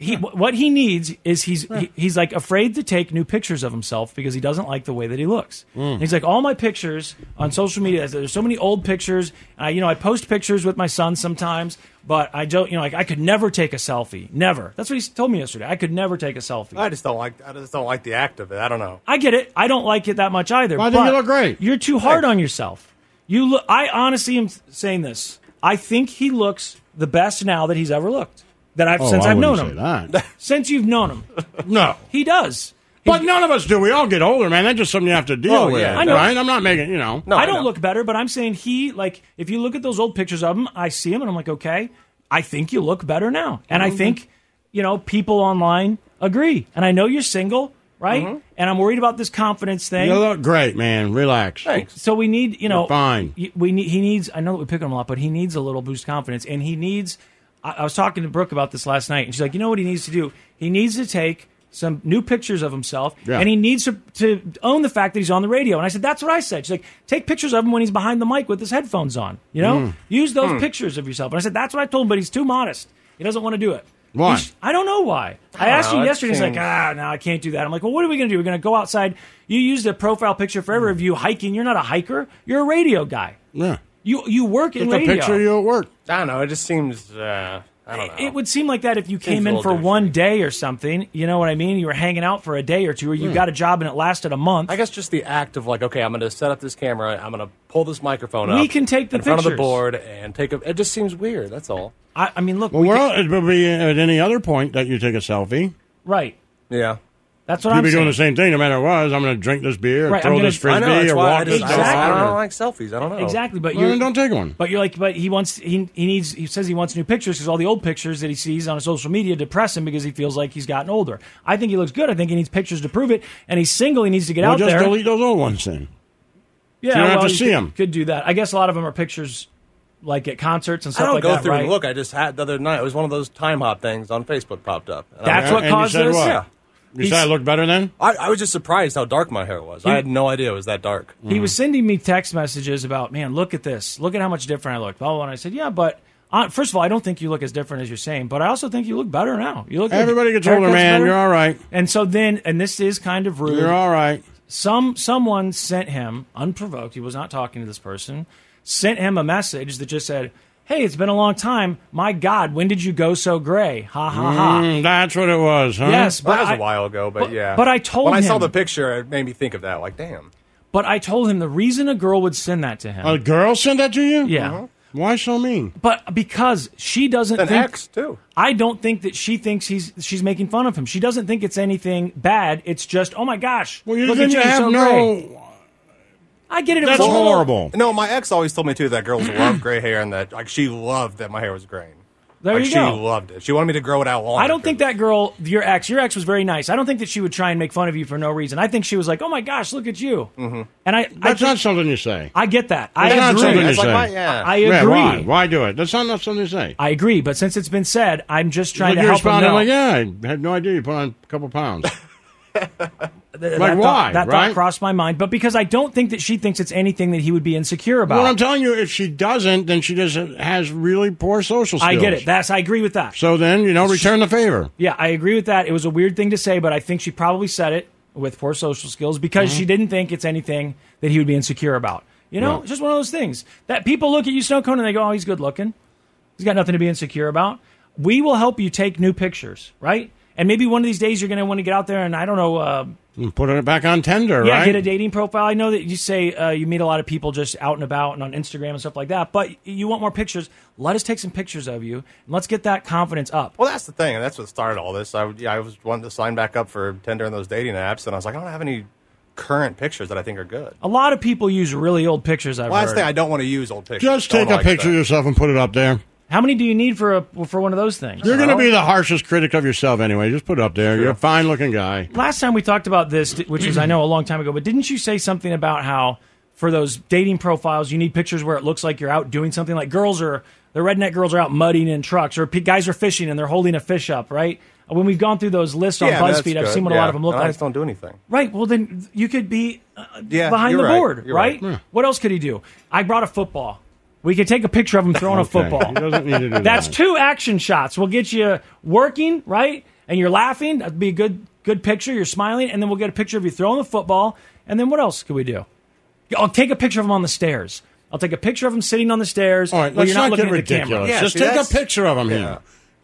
Speaker 4: He, wh- What he needs is he's he, he's like afraid to take new pictures of himself because he doesn't like the way that he looks. And he's like, all my pictures on social media. There's so many old pictures. I, you know, I post pictures with my son sometimes, but I don't. You know, like I could never take a selfie. Never. That's what he told me yesterday. I could never take a selfie.
Speaker 7: I just don't like. I just don't like the act of it. I don't know.
Speaker 4: I get it. I don't like it that much either.
Speaker 7: Well, I think you
Speaker 4: but
Speaker 7: look great.
Speaker 4: You're too hard on yourself. You look. I honestly am saying this. I think he looks the best now that he's ever looked. That I've
Speaker 3: Oh,
Speaker 4: since
Speaker 3: I
Speaker 4: I've known
Speaker 3: wouldn't
Speaker 4: him.
Speaker 3: say that.
Speaker 4: Since you've known him,
Speaker 3: No.
Speaker 4: he does.
Speaker 3: But none of us do. We all get older, man. That's just something you have to deal
Speaker 4: Oh,
Speaker 3: with.
Speaker 4: yeah. I know.
Speaker 3: Right? I'm not making, you know.
Speaker 4: I don't look better, but I'm saying he like if you look at those old pictures of him, I see him and I'm like, okay, I think you look better now, and I
Speaker 3: Mhm.
Speaker 4: think you know people online agree, and I know you're single, right?
Speaker 3: Mhm.
Speaker 4: And I'm worried about this confidence thing.
Speaker 3: You look great, man. Relax.
Speaker 4: So we need, you know,
Speaker 3: You're fine.
Speaker 4: y- We need. He needs. I know that we pick on him a lot, but he needs a little boost confidence, and he needs. I, I was talking to Brooke about this last night, and she's like, you know what he needs to do? He needs to take some new pictures of himself,
Speaker 3: Yeah.
Speaker 4: and he needs to, to own the fact that he's on the radio. And I said, that's what I said. She's like, take pictures of him when he's behind the mic with his headphones on. You know,
Speaker 3: Mm.
Speaker 4: use those
Speaker 3: Hmm.
Speaker 4: pictures of yourself. And I said, that's what I told him, but he's too modest. He doesn't want to do it.
Speaker 3: Why?
Speaker 4: He sh- I don't know why. I,
Speaker 7: Oh,
Speaker 3: I don't
Speaker 4: asked
Speaker 3: know,
Speaker 4: you
Speaker 3: it
Speaker 4: yesterday. He's like,
Speaker 3: seems-
Speaker 4: ah, no, I can't do that. I'm like, well, what are we going to do? We're going to go outside. You used a profile picture for
Speaker 7: Hmm.
Speaker 4: every of you hiking. You're not a hiker. You're a radio guy.
Speaker 3: Yeah.
Speaker 4: You you work in
Speaker 7: Get the
Speaker 4: radio.
Speaker 7: picture of
Speaker 3: you at work.
Speaker 7: I don't know. It just seems. Uh, I don't know.
Speaker 4: It would seem like that if you
Speaker 7: Seems
Speaker 4: came
Speaker 7: a
Speaker 4: in
Speaker 7: little
Speaker 4: for one day or something. You know what I mean? You were hanging out for a day or two, or you
Speaker 7: Hmm.
Speaker 4: got a job and it lasted a month.
Speaker 7: I guess just the act of like, okay, I'm going to set up this camera. I'm going to pull this microphone up.
Speaker 4: We can take the
Speaker 7: in front of the
Speaker 4: pictures.
Speaker 7: board and take a. It just seems weird. That's all.
Speaker 4: I, I mean, look.
Speaker 3: Well, well, it would be at any other point that you take a selfie.
Speaker 4: Right.
Speaker 7: Yeah.
Speaker 4: That's
Speaker 3: You'd
Speaker 4: what I'm
Speaker 3: be
Speaker 4: saying.
Speaker 3: doing the same thing no matter what. is, I'm going to drink this beer, or
Speaker 4: Right,
Speaker 3: throw
Speaker 4: I'm gonna-
Speaker 3: this
Speaker 4: I
Speaker 3: frisbee,
Speaker 4: know, that's
Speaker 3: or
Speaker 4: why I
Speaker 3: walk this
Speaker 4: just- Exactly.
Speaker 3: dog,
Speaker 4: I
Speaker 3: or-
Speaker 4: don't like
Speaker 7: selfies. I don't know.
Speaker 4: Exactly, but
Speaker 3: Well,
Speaker 4: you're
Speaker 3: then don't take one.
Speaker 4: But you're like, but he wants he he needs he says he wants new pictures because all the old pictures that he sees on social media depress him because he feels like he's gotten older. I think he looks good. I think he needs pictures to prove it, and he's single. He needs to get
Speaker 3: Well,
Speaker 4: out
Speaker 3: just
Speaker 4: there.
Speaker 3: delete those old ones then.
Speaker 4: yeah,
Speaker 3: so you don't
Speaker 4: well,
Speaker 3: have to
Speaker 4: you
Speaker 3: see
Speaker 4: could,
Speaker 3: them.
Speaker 4: Could do that. I guess a lot of them are pictures like at concerts and
Speaker 7: I
Speaker 4: stuff
Speaker 7: don't
Speaker 4: like
Speaker 7: go
Speaker 4: that.
Speaker 7: through
Speaker 4: right?
Speaker 7: and look. I just had the other night. It was one of those time hop things on Facebook popped up. And I
Speaker 4: That's
Speaker 7: was-
Speaker 4: what caused this. Oh,
Speaker 7: Yeah.
Speaker 3: You said I looked better then?
Speaker 7: I, I was just surprised how dark my hair was. I
Speaker 4: He-
Speaker 7: had no idea it was that dark.
Speaker 4: He
Speaker 3: Mm-hmm.
Speaker 4: was sending me text messages about, man, look at this. Look at how much different I look. Blah, blah, blah. And I said, yeah, but uh, first of all, I don't think you look as different as you're saying, but I also think you look better now. You look
Speaker 3: Everybody
Speaker 4: like,
Speaker 3: gets older,
Speaker 4: haircut's
Speaker 3: man.
Speaker 4: better.
Speaker 3: You're all right.
Speaker 4: And so then, and this is kind of rude.
Speaker 3: You're all right.
Speaker 4: Some someone sent him unprovoked. He was not talking to this person. Sent him a message that just said, "Hey, it's been a long time. My God, when did you go so gray? Ha ha ha."
Speaker 3: Mm, that's what it was, huh?
Speaker 4: Uh-huh. Yes, but
Speaker 7: that was
Speaker 4: I-
Speaker 7: a while ago, but,
Speaker 4: but-
Speaker 7: yeah.
Speaker 4: but I told
Speaker 7: when I saw
Speaker 4: him-
Speaker 7: the picture, it made me think of that. Like, damn.
Speaker 4: But I told him the reason a girl would send that to him.
Speaker 3: A girl sent that to you?
Speaker 4: Yeah.
Speaker 3: Why so mean?
Speaker 4: But because she doesn't
Speaker 7: An
Speaker 4: think
Speaker 7: ex, too.
Speaker 4: I don't think that she thinks he's she's making fun of him. She doesn't think it's anything bad. It's just, oh my gosh, well,
Speaker 3: you
Speaker 4: look
Speaker 3: then
Speaker 4: at
Speaker 3: you
Speaker 4: you're
Speaker 3: have
Speaker 4: so
Speaker 3: no-
Speaker 4: gray." I get it. it
Speaker 3: That's
Speaker 4: was-
Speaker 3: horrible.
Speaker 7: No, my ex always told me too that girls love gray hair and that like she loved that my hair was graying.
Speaker 4: There
Speaker 7: like,
Speaker 4: you
Speaker 7: she
Speaker 4: go.
Speaker 7: loved it. She wanted me to grow it out long.
Speaker 4: I don't think that girl, your ex, your ex was very nice. I don't think that she would try and make fun of you for no reason. I think she was like, "Oh my gosh, look at you," mm-hmm. and I, I,
Speaker 3: That's
Speaker 4: think-
Speaker 3: not something you say.
Speaker 4: I get that. I
Speaker 3: That's not
Speaker 4: agree.
Speaker 3: something you say.
Speaker 4: I
Speaker 3: Yeah,
Speaker 4: agree.
Speaker 3: why? Why do it? That's not, not something you say.
Speaker 4: I agree. But since it's been said, I'm just trying
Speaker 3: Like
Speaker 4: to
Speaker 3: you
Speaker 4: help him
Speaker 3: respond,
Speaker 4: know.
Speaker 3: I'm like, yeah, I had no idea you put on a couple pounds.
Speaker 4: Th-
Speaker 3: like,
Speaker 4: that
Speaker 3: why,
Speaker 4: Thought, that
Speaker 3: right?
Speaker 4: thought crossed my mind, but because I don't think that she thinks it's anything that he would be insecure about.
Speaker 3: What I'm telling you, if she doesn't, then she just has really poor social skills.
Speaker 4: I get it. That's I agree with that.
Speaker 3: So then, you know, return the favor.
Speaker 4: Yeah, I agree with that. It was a weird thing to say, but I think she probably said it with poor social skills because she didn't think it's anything that he would be insecure about. You know,
Speaker 3: No.
Speaker 4: it's just one of those things that people look at you, Snow Cone, and they go, "Oh, he's good looking. He's got nothing to be insecure about." We will help you take new pictures, right? And maybe one of these days you're going to want to get out there and I don't know, uh,
Speaker 3: And put it back on Tinder,
Speaker 4: yeah,
Speaker 3: right?
Speaker 4: get a dating profile. I know that you say uh, you meet a lot of people just out and about and on Instagram and stuff like that, but you want more pictures. Let us take some pictures of you and let's get that confidence up.
Speaker 7: Well, that's the thing, and that's what started all this. I would- yeah, I was wanting to sign back up for Tinder and those dating apps, and I was like, I don't have any current pictures that I think are good.
Speaker 4: A lot of people use really old pictures. I've
Speaker 7: Well, that's
Speaker 4: heard.
Speaker 7: the thing. I don't want to use old pictures.
Speaker 3: Just
Speaker 7: Don't
Speaker 3: take a
Speaker 7: like
Speaker 3: picture of
Speaker 7: that.
Speaker 3: yourself and put it up there.
Speaker 4: How many do you need for a for one of those things?
Speaker 3: You're going to be the harshest critic of yourself anyway. Just put it up there. You're a fine looking guy.
Speaker 4: Last time we talked about this, di- which was I know a long time ago, but didn't you say something about how for those dating profiles you need pictures where it looks like you're out doing something? Like girls are the redneck girls are out mudding in trucks, or pe- guys are fishing and they're holding a fish up, right? When we've gone through those lists on
Speaker 7: Yeah, that's
Speaker 4: BuzzFeed, I've
Speaker 7: good.
Speaker 4: seen what a
Speaker 7: Yeah.
Speaker 4: lot of them look
Speaker 7: And I
Speaker 4: like.
Speaker 7: just don't do anything.
Speaker 4: Right. Well, then you could be uh,
Speaker 7: Yeah,
Speaker 4: behind
Speaker 7: you're
Speaker 4: the
Speaker 7: right.
Speaker 4: board,
Speaker 7: You're
Speaker 4: right?
Speaker 7: right. Yeah.
Speaker 4: What else could he do? I brought a football. We could take a picture of him throwing
Speaker 3: Okay.
Speaker 4: a football.
Speaker 3: He doesn't need to do
Speaker 4: That's
Speaker 3: that.
Speaker 4: two action shots. We'll get you working, right? And you're laughing. That'd be a good good picture. You're smiling, and then we'll get a picture of you throwing the football. And then what else could we do? I'll take a picture of him on the stairs. I'll take a picture of him sitting on the stairs.
Speaker 3: All right,
Speaker 4: where
Speaker 3: let's
Speaker 4: you're
Speaker 3: not,
Speaker 4: not, looking
Speaker 3: get
Speaker 4: at the camera.
Speaker 3: ridiculous. Just take a picture of him here.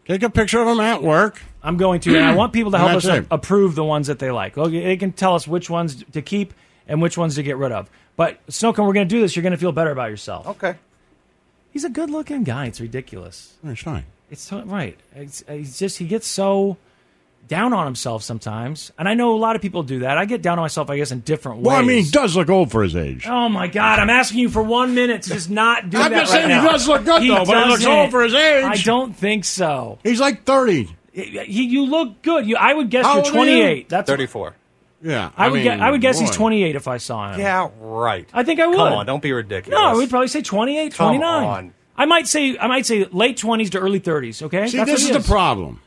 Speaker 3: Take a picture of him at work.
Speaker 4: I'm going to, and I want people to help us
Speaker 3: That's it.
Speaker 4: approve the ones that they like. Okay, They can tell us which ones to keep and which ones to get rid of. But Snowcone, we're going to do this. You're going to feel better about yourself.
Speaker 3: Oh.
Speaker 7: Okay.
Speaker 4: He's a good-looking guy. It's ridiculous.
Speaker 3: It's fine.
Speaker 4: It's so- right. It's, it's just he gets so down on himself sometimes, and I know a lot of people do that. I get down on myself, I guess, in different ways.
Speaker 3: Well, I mean, he does look old for his age.
Speaker 4: Oh my God! I'm asking you for one minute to just not do
Speaker 3: I'm
Speaker 4: that
Speaker 3: just
Speaker 4: right
Speaker 3: saying he
Speaker 4: now.
Speaker 3: does look good, though, but he looks
Speaker 4: doesn't.
Speaker 3: old for his age.
Speaker 4: I don't think so.
Speaker 3: He's like 30.
Speaker 4: He- he- you look good. You, I would guess
Speaker 3: How
Speaker 4: you're
Speaker 3: old are you?
Speaker 4: 28. That's
Speaker 7: Thirty-four.
Speaker 3: Yeah.
Speaker 4: I, would
Speaker 3: mean,
Speaker 4: guess, I would guess he's
Speaker 3: boy.
Speaker 4: 28 if I saw him.
Speaker 7: Yeah, right.
Speaker 4: I think I would.
Speaker 7: Come on, don't be ridiculous.
Speaker 4: No, I would probably say 28,
Speaker 7: Come
Speaker 4: 29.
Speaker 7: on.
Speaker 4: I might say I might say late 20s to early 30s, okay?
Speaker 3: See,
Speaker 4: That's
Speaker 3: this
Speaker 4: what
Speaker 3: is
Speaker 4: he
Speaker 3: the problem.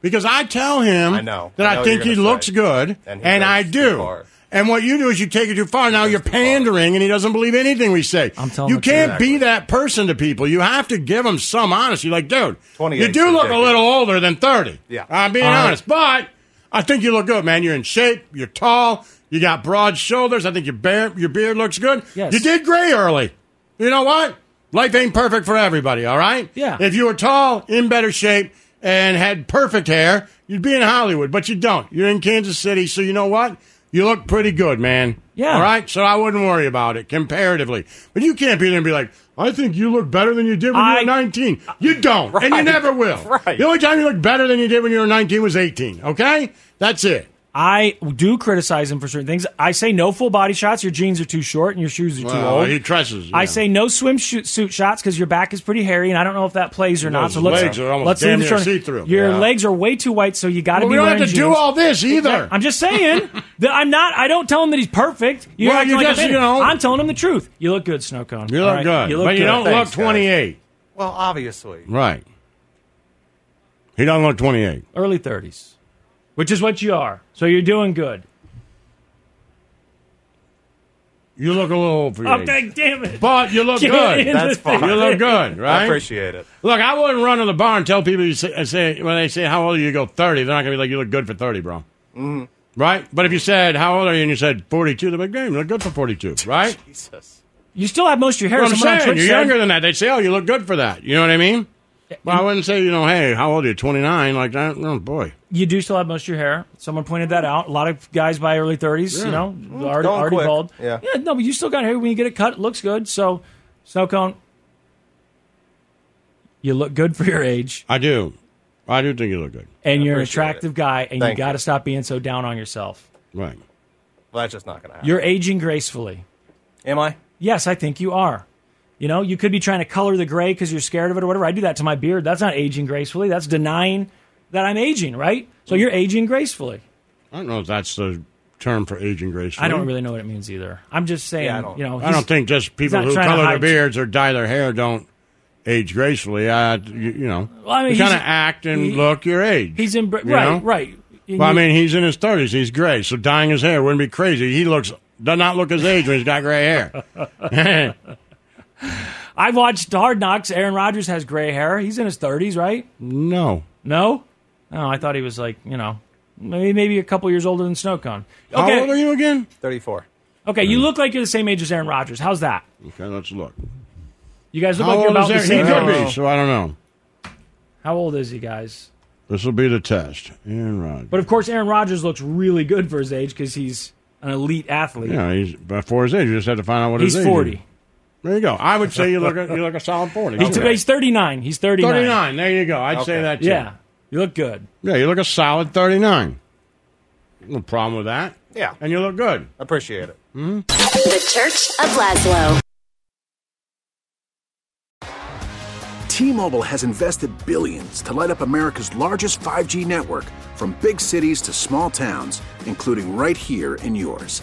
Speaker 3: Because I tell him
Speaker 7: I know.
Speaker 3: that
Speaker 7: I
Speaker 3: I,
Speaker 7: know what
Speaker 3: think
Speaker 7: you're
Speaker 3: he
Speaker 7: gonna
Speaker 3: looks
Speaker 7: say.
Speaker 3: good, and,
Speaker 7: And he goes
Speaker 3: I
Speaker 7: too
Speaker 3: do.
Speaker 7: far.
Speaker 3: And what you do is you take it too far. Now you're pandering, and he doesn't believe anything we say. I'm
Speaker 4: telling
Speaker 3: you
Speaker 4: the truth.
Speaker 3: can't be that person to people. You have to give them some honesty. Like, dude,
Speaker 7: 28
Speaker 3: you
Speaker 7: 's
Speaker 3: do look a
Speaker 7: ridiculous.
Speaker 3: little older than thirty.
Speaker 7: Yeah.
Speaker 3: I'm being
Speaker 4: All right.
Speaker 3: honest, but I think you look good, man. You're in shape. You're tall. You got broad shoulders. I think your beard, your beard looks good.
Speaker 4: Yes.
Speaker 3: You did gray early. You know what? Life ain't perfect for everybody. All right.
Speaker 4: Yeah.
Speaker 3: If you were tall, in better shape, and had perfect hair, you'd be in Hollywood, but you don't. You're in Kansas City, so you know what? You look pretty good, man.
Speaker 4: Yeah.
Speaker 3: All right. So I wouldn't worry about it comparatively. But you can't be there and be like, I think you look better than you did when you
Speaker 4: I-
Speaker 3: were 19. You don't, and you
Speaker 7: Right.
Speaker 3: never will.
Speaker 7: Right.
Speaker 3: The only time you look better than you did when you were 19 was 18. Okay. That's it.
Speaker 4: I do criticize him for certain things. I say no full body shots. Your jeans are too short and your shoes are too
Speaker 3: Well,
Speaker 4: old.
Speaker 3: he dresses.
Speaker 4: I
Speaker 3: yeah.
Speaker 4: say no swimsuit shots because your back is pretty hairy, and I don't know if that plays or not.
Speaker 3: Those
Speaker 4: So let's
Speaker 3: legs are almost
Speaker 4: let's
Speaker 3: damn
Speaker 4: leave
Speaker 3: near
Speaker 4: the short-
Speaker 3: see-through.
Speaker 4: Your
Speaker 3: Yeah.
Speaker 4: legs are way too white, so you got to
Speaker 3: Well,
Speaker 4: be.
Speaker 3: we don't have to
Speaker 4: wearing
Speaker 3: do
Speaker 4: jeans.
Speaker 3: all this either.
Speaker 4: I'm just saying that I'm not. I don't tell him that he's perfect. You
Speaker 3: Well,
Speaker 4: acting
Speaker 3: you
Speaker 4: like
Speaker 3: just-
Speaker 4: I'm,
Speaker 3: you know-
Speaker 4: I'm telling him the truth. You look good, snow cone.
Speaker 3: You
Speaker 4: All
Speaker 3: look
Speaker 4: right?
Speaker 3: good,
Speaker 4: You look
Speaker 3: but you
Speaker 4: good.
Speaker 3: don't
Speaker 7: Thanks,
Speaker 3: look 28.
Speaker 7: Well, obviously.
Speaker 3: Right. He doesn't look 28.
Speaker 4: Early 30s. which is what you are. So you're doing good.
Speaker 3: You look a little old for your age.
Speaker 4: Okay, Oh, damn it.
Speaker 3: But you look
Speaker 4: Get
Speaker 3: good.
Speaker 4: in the thing.
Speaker 3: You look good, right?
Speaker 7: I appreciate it.
Speaker 3: Look, I wouldn't run to the bar and tell people you say, say when they say how old are you, you go thirty. They're not gonna be like you look good for thirty, bro.
Speaker 4: Mm-hmm.
Speaker 7: Mm.
Speaker 3: Right? But if you said how old are you and you said forty two, they're like, damn, you look good for forty two, right?
Speaker 7: Jesus.
Speaker 4: You still have most of your hair.
Speaker 3: Well, I'm
Speaker 4: Someone on
Speaker 3: saying
Speaker 4: Twitch
Speaker 3: you're
Speaker 4: said-
Speaker 3: younger than that. They'd say, oh, you look good for that. You know what I mean? Well, I wouldn't say, you know, hey, how old are you? Twenty nine, like that. Oh boy.
Speaker 4: You do still have most of your hair. Someone pointed that out. A lot of guys by early 30s,
Speaker 3: Yeah.
Speaker 4: you know,
Speaker 3: Well, it's
Speaker 4: already,
Speaker 3: going
Speaker 4: already
Speaker 3: quick.
Speaker 4: bald.
Speaker 3: Yeah.
Speaker 4: no, but you still got hair. When you get it cut, it looks good. So, snow cone, you look good for your age.
Speaker 3: I do. I do think you look good.
Speaker 4: and
Speaker 3: I
Speaker 4: you're an
Speaker 3: appreciate
Speaker 4: attractive guy, and
Speaker 3: Thank
Speaker 4: you got to stop being so down on yourself.
Speaker 3: Right.
Speaker 7: Well, that's just not gonna happen.
Speaker 4: You're aging gracefully.
Speaker 7: Am I?
Speaker 4: Yes, I think you are. You know, you could be trying to color the gray because you're scared of it or whatever. I do that to my beard. That's not aging gracefully. That's denying that I'm aging, right? So you're aging gracefully.
Speaker 3: I don't know if that's the term for aging gracefully.
Speaker 4: I don't really know what it means either. I'm just saying,
Speaker 3: Yeah, I
Speaker 4: you know,
Speaker 3: I don't
Speaker 4: he's-
Speaker 3: think just
Speaker 4: he's
Speaker 3: people
Speaker 4: not
Speaker 3: who
Speaker 4: trying to
Speaker 3: color their
Speaker 4: hide-
Speaker 3: beards or dye their hair don't age gracefully. Uh, you, you know,
Speaker 4: Well, I mean,
Speaker 3: you kind of
Speaker 4: he's-
Speaker 3: act and
Speaker 4: he-
Speaker 3: look your age.
Speaker 4: He's in right,
Speaker 3: you know?
Speaker 4: right. And
Speaker 3: Well, I
Speaker 4: you-
Speaker 3: mean, he's in his thirties. He's gray, so dyeing his hair wouldn't be crazy. He looks does not look his age when he's got gray hair.
Speaker 4: I've watched Hard Knocks. Aaron Rodgers has gray hair. He's in his 30s, right?
Speaker 3: no,
Speaker 4: No, no. I thought he was like you know maybe maybe a couple years older than Snow Cone.
Speaker 3: How old are you again?
Speaker 7: Thirty-four.
Speaker 4: Okay, you look like you're the same age as Aaron Rodgers. How's that?
Speaker 3: Okay, let's look.
Speaker 4: You guys look
Speaker 3: How
Speaker 4: like you're
Speaker 3: old
Speaker 4: about Oh.
Speaker 3: is
Speaker 4: the
Speaker 3: there? He
Speaker 4: same
Speaker 3: could be.
Speaker 4: age.
Speaker 3: So I don't know.
Speaker 4: How old is he, guys?
Speaker 3: This will be the test. uh, Aaron Rodgers.
Speaker 4: But of course, Aaron Rodgers looks really good for his age because he's an elite athlete.
Speaker 3: Yeah, he's before his age. You just have to find out what
Speaker 4: he's
Speaker 3: his age. is.
Speaker 4: 40.
Speaker 3: There you go. I would say you look a, you look a solid forty.
Speaker 4: He's, he's 39. He's 39.
Speaker 3: 39, There you go. I'd say that too.
Speaker 4: Yeah, you look good.
Speaker 3: Yeah, you look a solid 39. No problem with that.
Speaker 7: Yeah.
Speaker 3: And you look good.
Speaker 7: Appreciate it.
Speaker 3: hmm
Speaker 10: The Church of Laszlo.
Speaker 11: T-Mobile has invested billions to light up America's largest 5G network from big cities to small towns, including right here in yours.